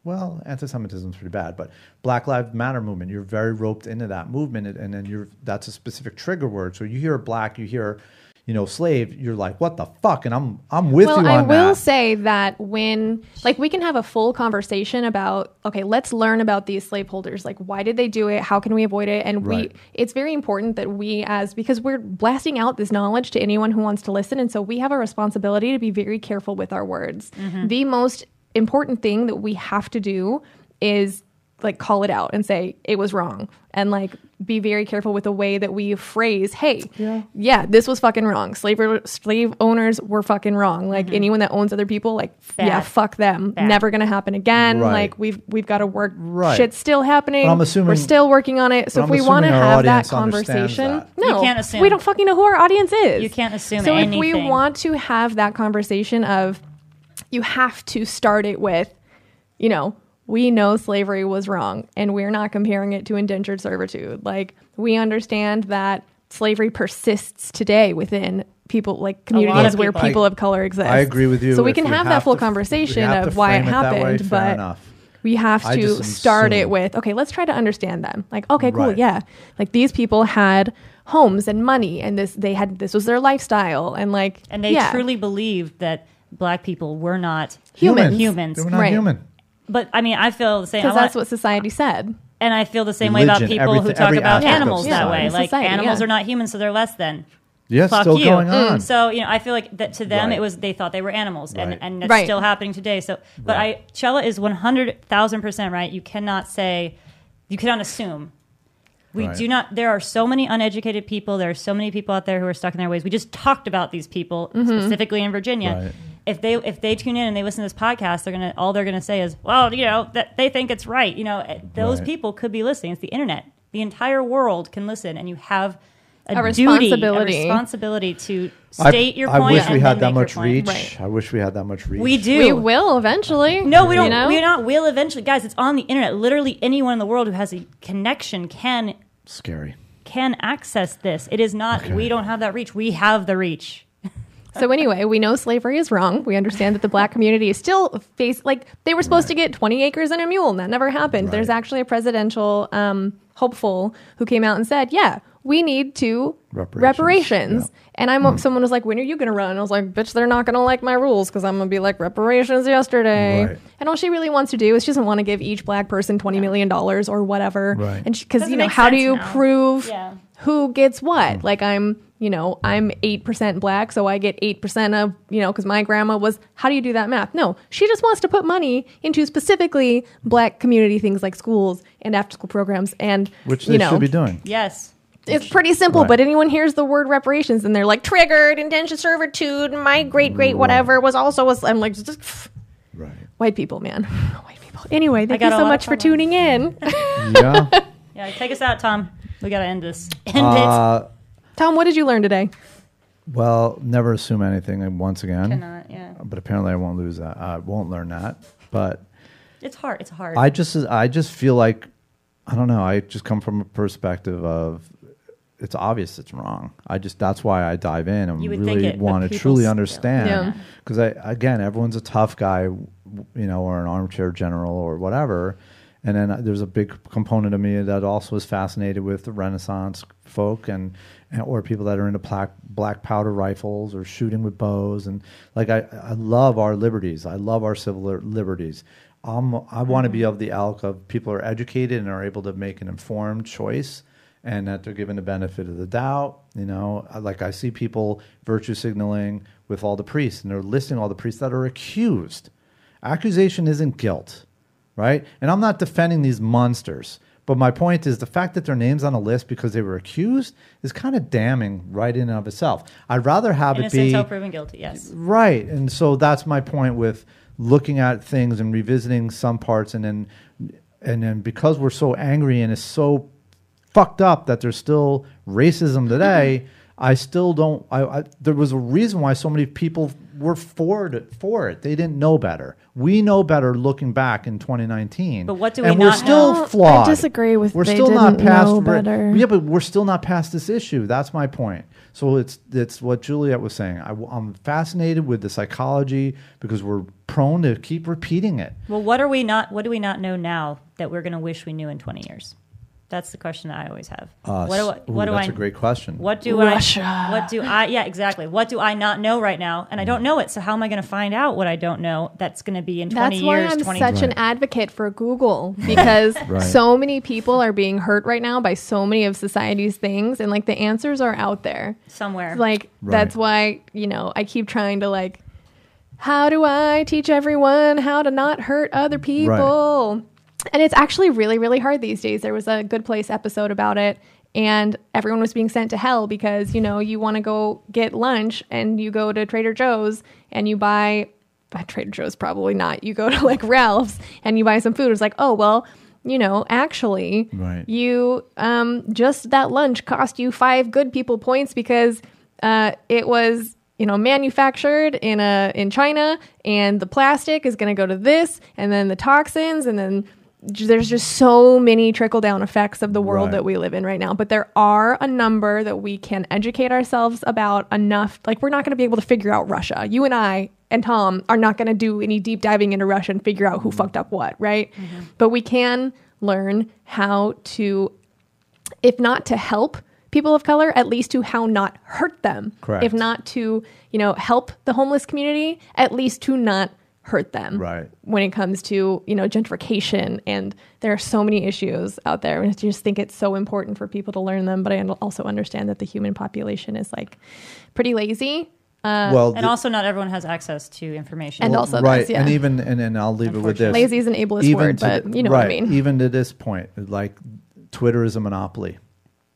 Speaker 3: well, anti-Semitism is pretty bad, but Black Lives Matter movement. You're very roped into that movement, and- and then you're that's a specific trigger word. So you hear black, you hear, you know, slave. You're like, what the fuck? And I'm I'm with
Speaker 4: well,
Speaker 3: you
Speaker 4: I
Speaker 3: on
Speaker 4: will
Speaker 3: that.
Speaker 4: say that when, like, we can have a full conversation about, okay, let's learn about these slaveholders. Like, why did they do it? How can we avoid it? And
Speaker 3: Right.
Speaker 4: we, it's very important that we, as, because we're blasting out this knowledge to anyone who wants to listen. And so we have a responsibility to be very careful with our words. The most important thing that we have to do is, like, call it out and say, it was wrong. And, like, be very careful with the way that we phrase, hey, yeah, this was fucking wrong. Slavery, slave owners were fucking wrong. Like anyone that owns other people, like f- yeah,
Speaker 2: Bad.
Speaker 4: fuck them.
Speaker 2: Bad.
Speaker 4: Never gonna happen again.
Speaker 3: Right.
Speaker 4: Like we've we've got to work.
Speaker 3: Right.
Speaker 4: Shit's still happening.
Speaker 3: But I'm assuming-
Speaker 4: we're still working on it. So
Speaker 3: but
Speaker 4: if
Speaker 3: I'm
Speaker 4: we want to
Speaker 3: assuming our
Speaker 4: have that
Speaker 3: audience understands
Speaker 4: conversation,
Speaker 3: that.
Speaker 4: no,
Speaker 2: You can't assume.
Speaker 4: we don't fucking know who our audience is.
Speaker 2: You can't assume
Speaker 4: So if we
Speaker 2: anything.
Speaker 4: want to have that conversation of, you have to start it with, you know, we know slavery was wrong and we're not comparing it to indentured servitude. Like, we understand that slavery persists today within people like
Speaker 2: lot of
Speaker 4: communities where
Speaker 2: people.
Speaker 4: people of color exist.
Speaker 3: I agree with you.
Speaker 4: So we
Speaker 3: if
Speaker 4: can
Speaker 3: you
Speaker 4: have that
Speaker 3: have
Speaker 4: full
Speaker 3: to-
Speaker 4: conversation
Speaker 3: we have
Speaker 4: of
Speaker 3: to
Speaker 4: why it
Speaker 3: frame it that way,
Speaker 4: happened,
Speaker 3: fair
Speaker 4: but
Speaker 3: enough.
Speaker 4: we have
Speaker 3: I
Speaker 4: to
Speaker 3: just
Speaker 4: start it
Speaker 3: assume-
Speaker 4: with okay, let's try to understand them. Like okay, cool,
Speaker 3: Right.
Speaker 4: yeah. Like these people had homes and money and this they had this was their lifestyle and like
Speaker 2: And they
Speaker 4: yeah.
Speaker 2: truly believed that black people were not
Speaker 4: Human.
Speaker 2: humans. Humans.
Speaker 3: They were not
Speaker 4: Right.
Speaker 3: human.
Speaker 2: But I mean, I feel the same. I
Speaker 4: because
Speaker 2: want-
Speaker 4: that's what society said.
Speaker 2: and I feel the same way about
Speaker 3: Religion,
Speaker 2: people who
Speaker 3: everything-
Speaker 2: talk
Speaker 3: every
Speaker 2: about
Speaker 3: aspect of
Speaker 2: animals that
Speaker 3: society.
Speaker 2: way. Like
Speaker 4: Society,
Speaker 2: animals
Speaker 4: yeah.
Speaker 2: are not humans, so they're less than.
Speaker 3: Yeah,
Speaker 2: Fuck
Speaker 3: still
Speaker 2: you. Mm.
Speaker 3: going
Speaker 4: Mm.
Speaker 3: on.
Speaker 2: So you know, I feel like that to them
Speaker 3: Right.
Speaker 2: it was they thought they were animals,
Speaker 3: Right.
Speaker 2: and and that's
Speaker 4: Right.
Speaker 2: still happening today. So, but
Speaker 3: Right.
Speaker 2: I Chella is one hundred thousand percent right. You cannot say, you cannot assume. We
Speaker 3: Right.
Speaker 2: do not. There are so many uneducated people. There are so many people out there who are stuck in their ways. We just talked about these people specifically in Virginia.
Speaker 3: Right.
Speaker 2: If they if they tune in and they listen to this podcast, they're gonna all they're gonna say is, well, you know, that they think it's right. You know, eh, those
Speaker 3: Right.
Speaker 2: people could be listening. It's the internet. The entire world can listen, and you have a,
Speaker 4: A
Speaker 2: duty, a
Speaker 4: responsibility.
Speaker 2: responsibility to
Speaker 3: I-
Speaker 2: state your
Speaker 3: I
Speaker 2: point.
Speaker 3: wish we
Speaker 2: and
Speaker 3: had
Speaker 2: then make your
Speaker 3: that much
Speaker 2: point.
Speaker 3: reach.
Speaker 4: Right.
Speaker 3: I wish we had that much reach.
Speaker 2: We do.
Speaker 4: We will eventually.
Speaker 2: No, we
Speaker 4: You
Speaker 2: don't.
Speaker 4: know?
Speaker 2: We're not. We'll eventually, guys. It's on the internet. Literally, anyone in the world who has a connection can
Speaker 3: Scary.
Speaker 2: can access this. It is not. We don't have that reach. We have the reach.
Speaker 4: So anyway, we know slavery is wrong. We understand that the black community is still face like they were supposed to get 20 acres and a mule, and that never happened. There's
Speaker 3: Right.
Speaker 4: actually a presidential um, hopeful who came out and said, "Yeah, we need to
Speaker 3: Reparations.
Speaker 4: reparations."
Speaker 3: Yeah. Hmm.
Speaker 4: And I'm someone was like, "When are you going to run?" I was like, "Bitch, they're not going to like my rules because I'm going to be like reparations yesterday."
Speaker 3: Right.
Speaker 4: And all she really wants to do is she doesn't want to give each black person 20 million dollars or whatever.
Speaker 3: Right.
Speaker 4: And because
Speaker 2: Doesn't
Speaker 4: you know,
Speaker 2: make
Speaker 4: how do
Speaker 2: sense
Speaker 4: you
Speaker 2: now.
Speaker 4: prove?
Speaker 2: Yeah.
Speaker 4: who gets
Speaker 3: Hmm.
Speaker 4: what. Like I'm, you know, I'm 8% black, so I get 8% of, you know, cuz my grandma was how do you do that math? No, she just wants to put money into specifically black community things like schools and after school programs and
Speaker 3: Which
Speaker 4: you
Speaker 3: they
Speaker 4: know,
Speaker 3: should be doing.
Speaker 2: Yes.
Speaker 4: It's pretty simple,
Speaker 3: Right.
Speaker 4: but anyone hears the word reparations and they're like triggered, indentured servitude, my great
Speaker 3: Mm.
Speaker 4: great whatever was also a I'm like just, pff,
Speaker 3: Right.
Speaker 4: white people, man. White people. Anyway, thank
Speaker 2: got a
Speaker 4: you so
Speaker 2: lot of
Speaker 4: much for
Speaker 2: comments.
Speaker 4: tuning in.
Speaker 3: Yeah.
Speaker 2: Yeah. Take us out, Tom. We gotta end this. End it.
Speaker 3: uh,
Speaker 4: Tom, what did you learn today?
Speaker 3: well, never assume anything and once again.
Speaker 2: Cannot. Yeah.
Speaker 3: But apparently, I won't lose that. I won't learn that. But
Speaker 2: It's hard. It's hard.
Speaker 3: I just, I just feel like, I don't know. I just come from a perspective of it's obvious it's wrong. I just that's why I dive in and
Speaker 2: You would think
Speaker 3: really
Speaker 2: it, but
Speaker 3: want to
Speaker 2: people
Speaker 3: truly
Speaker 2: still-
Speaker 4: Yeah.
Speaker 3: understand. Because I again, everyone's a tough guy, w- you know, or an armchair general or whatever. And then uh, there's a big component of me that also is fascinated with the Renaissance folk and, and or people that are into black black powder rifles or shooting with bows and like I, I love our liberties. I love our civil li- liberties. I'm, I want to be of the ilk of people are educated and are able to make an informed choice and that they're given the benefit of the doubt. You know, like I see people virtue signaling with all the priests, and they're listing all the priests that are accused. Accusation isn't guilt, right? And I'm not defending these monsters, but my point is the fact that their names on a list because they were accused is kind of damning right in and of itself. I'd rather have
Speaker 2: Innocent
Speaker 3: it be
Speaker 2: until proven guilty. Yes.
Speaker 3: Right. And so that's my point with looking at things and revisiting some parts and then and then because we're so angry and it's so fucked up that there's still
Speaker 2: Mm-hmm.
Speaker 3: racism today, I still don't I, I there was a reason why so many people were for it, for it. They didn't know better. We know better looking back in 2019.
Speaker 2: But what do
Speaker 3: and
Speaker 2: we
Speaker 3: we're
Speaker 2: not
Speaker 3: still
Speaker 2: know?
Speaker 5: Well, I
Speaker 3: flawed.
Speaker 5: disagree with
Speaker 3: we're
Speaker 5: they
Speaker 3: still not
Speaker 5: didn't
Speaker 3: past
Speaker 5: know
Speaker 3: re-
Speaker 5: better.
Speaker 3: Yeah, but we're still not past this issue. That's my point. So it's it's what Juliet was saying. I, am fascinated with the psychology because we're prone to keep repeating it.
Speaker 2: Well, what are we not? What do we not know now that we're going to wish we knew in twenty years? That's the question that I always have. what do I?
Speaker 3: Uh, Ooh,
Speaker 2: What do
Speaker 3: that's
Speaker 2: I?
Speaker 3: a great question.
Speaker 2: What do I? What do I? Yeah, exactly. What do I not know right now? And I don't know it. So how am I going to find out what I don't know? That's going to be in twenty
Speaker 4: That's why
Speaker 2: years.
Speaker 4: I'm
Speaker 2: 20
Speaker 4: such an advocate for Google because
Speaker 3: Right.
Speaker 4: so many people are being hurt right now by so many of society's things, and like the answers are out there.
Speaker 2: somewhere.
Speaker 4: Like that's why you know I keep trying to like, how do I teach everyone how to not hurt other people? And it's actually really really hard these days. There was a Good Place episode about it. And everyone was being sent to hell because you know you want to go get lunch and you go to Trader Joe's and you buy uh, Trader Joe's probably not. You go to like Ralph's and you buy some food. It's like, oh well, you know, actually,
Speaker 3: Right.
Speaker 4: you um, just that lunch cost you five good people points because uh, it was you know manufactured in a in China, and the plastic is going to go to this, and then the toxins, and then j- there's just so many trickle down effects of the world
Speaker 3: Right.
Speaker 4: that we live in right now. But there are a number that we can educate ourselves about enough. Like we're not going to be able to figure out Russia. You and I and Tom are not going to do any deep diving into Russia and figure out who fucked up what, right? But we can learn how to if not to help people of color, at least to how not hurt them.
Speaker 3: Correct.
Speaker 4: If not to, you know, help the homeless community, at least to not hurt them.
Speaker 3: Right.
Speaker 4: When it comes to, you know, gentrification and there are so many issues out there. And I just think it's so important for people to learn them. But I also understand that the human population is like pretty lazy.
Speaker 3: well,
Speaker 2: And
Speaker 3: the-
Speaker 2: also, not everyone has access to information.
Speaker 4: Uh, And also
Speaker 3: right,
Speaker 4: this, yeah.
Speaker 3: and even and, and I'll leave it with this.
Speaker 2: Unfortunately.
Speaker 4: lazy is an ableist word,
Speaker 3: to
Speaker 4: but
Speaker 3: the-
Speaker 4: you know
Speaker 3: right, e
Speaker 4: what I mean.
Speaker 3: Even to this point, like Twitter is a monopoly.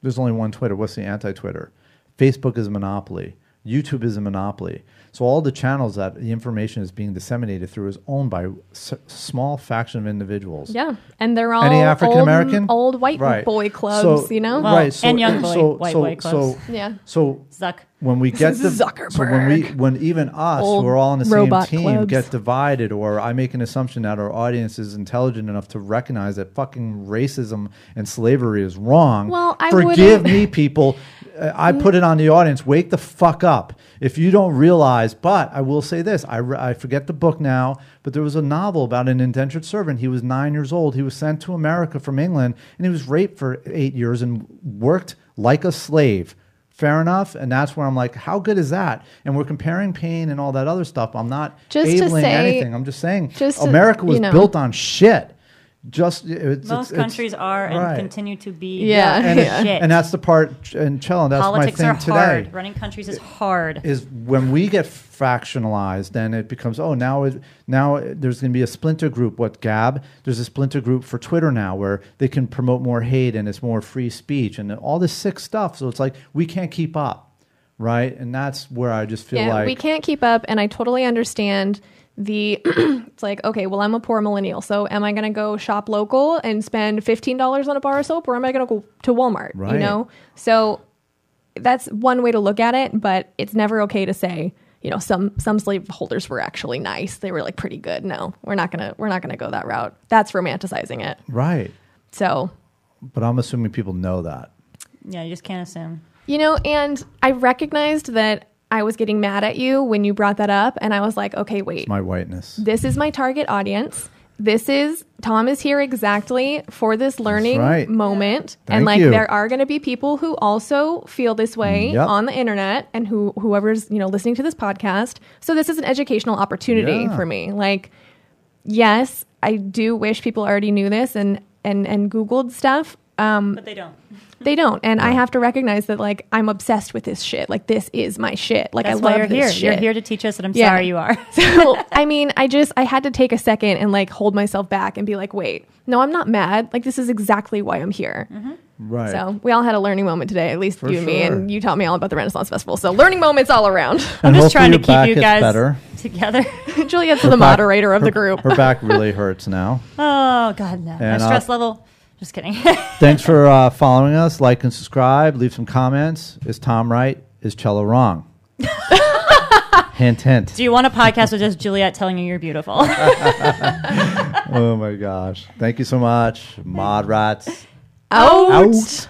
Speaker 3: There's only one Twitter. What's the anti-Twitter? Facebook is a monopoly. YouTube is a monopoly. So all the channels that the information is being disseminated through is owned by s- small faction of individuals.
Speaker 4: yeah. And they're all
Speaker 3: Any African American,
Speaker 4: old, old white boy clubs, you know?
Speaker 2: Well, and young boy- white boy clubs.
Speaker 3: So,
Speaker 4: Yeah.
Speaker 3: So
Speaker 2: Zuck.
Speaker 3: when we get the
Speaker 4: Zuckerberg.
Speaker 3: so when we when even us
Speaker 4: Old
Speaker 3: who are all on the
Speaker 4: robot
Speaker 3: same team
Speaker 4: clubs.
Speaker 3: get divided or I make an assumption that our audience is intelligent enough to recognize that fucking racism and slavery is wrong.
Speaker 4: Well, I
Speaker 3: forgive
Speaker 4: wouldn't-
Speaker 3: me, people. Uh, I put it on the audience. Wake the fuck up if you don't realize. But I will say this: I, re- I forget the book now, but there was a novel about an indentured servant. He was nine years old. He was sent to America from England, and he was raped for eight years and worked like a slave. Fair enough, and that's where I'm like, how good is that? And we're comparing pain and all that other stuff. I'm not
Speaker 4: Just to
Speaker 3: abling
Speaker 4: say-
Speaker 3: anything. I'm just saying,
Speaker 4: just to-
Speaker 3: America was
Speaker 4: you know.
Speaker 3: built on shit. Just it's,
Speaker 2: Most
Speaker 3: it's-
Speaker 2: countries are and
Speaker 3: right.
Speaker 2: continue to be.
Speaker 4: Yeah.
Speaker 3: and,
Speaker 4: Yeah.
Speaker 3: it-
Speaker 2: Shit.
Speaker 3: and that's the part and Chell, and that's
Speaker 2: Politics
Speaker 3: my
Speaker 2: are
Speaker 3: thing
Speaker 2: hard.
Speaker 3: today
Speaker 2: Running countries is hard.
Speaker 3: is when we get fractionalized then it becomes oh now it, now there's going to be a splinter group what gab there's a splinter group for twitter now where they can promote more hate and it's more free speech and all this sick stuff so it's like we can't keep up right and that's where i just feel
Speaker 4: yeah,
Speaker 3: like
Speaker 4: we can't keep up, and I totally understand the. it's like, okay, well, I'm a poor millennial, so am I going to go shop local and spend fifteen dollars on a bar of soap, or am I going to go to Walmart? You
Speaker 3: Right.
Speaker 4: know, so that's one way to look at it, but it's never okay to say. You know, some some slaveholders were actually nice. They were like pretty good. No, we're not gonna we're not gonna go that route. That's romanticizing it.
Speaker 3: right
Speaker 4: So
Speaker 3: but i'm assuming people know that
Speaker 2: Yeah, you just can't assume.
Speaker 4: You know, and I recognized that I was getting mad at you when you brought that up, and I was like, okay, wait,
Speaker 3: my whiteness
Speaker 4: this is my target audience. This is Tom is here exactly for this learning
Speaker 3: right.
Speaker 4: moment,
Speaker 3: Thank
Speaker 4: and like
Speaker 3: you. Mm,
Speaker 4: there are going to be people who also feel this way
Speaker 3: Yep.
Speaker 4: on the internet, and who whoever's you know listening to this podcast. So this is an educational opportunity
Speaker 3: Yeah.
Speaker 4: for me. Like, yes, I do wish people already knew this and and and Googled stuff. Um,
Speaker 2: But they don't.
Speaker 4: they don't, and I have to recognize that. Like I'm obsessed with this shit. Like this is my shit. Like
Speaker 2: That's
Speaker 4: I
Speaker 2: why
Speaker 4: love
Speaker 2: you're
Speaker 4: this
Speaker 2: here.
Speaker 4: shit.
Speaker 2: You're here to teach us, and I'm
Speaker 4: Yeah.
Speaker 2: sorry you are.
Speaker 4: so I mean, I just I had to take a second and like hold myself back and be like, wait, no, I'm not mad. Like this is exactly why I'm here.
Speaker 3: right
Speaker 4: So we all had a learning moment today. At least
Speaker 3: For
Speaker 4: you and me,
Speaker 3: sure.
Speaker 4: and you taught me all about the Renaissance Festival. So learning moments all around.
Speaker 2: I'm
Speaker 3: And
Speaker 2: just trying to
Speaker 3: hopefully your
Speaker 2: keep you guys
Speaker 3: back gets better
Speaker 2: together.
Speaker 4: Juliet's the
Speaker 3: back-
Speaker 4: moderator of
Speaker 3: her-
Speaker 4: the group.
Speaker 3: her back really hurts now
Speaker 2: Oh God, no. My
Speaker 3: And, uh,
Speaker 2: stress level. Just kidding.
Speaker 3: Thanks for uh, following us. Like and subscribe. Leave some comments. Is Tom right? Is Cello wrong? hint, hint.
Speaker 2: Do you want a podcast with just Juliet telling you you're beautiful?
Speaker 3: Oh my gosh. Thank you so much. Mod rats.
Speaker 4: Ouch.
Speaker 3: Out.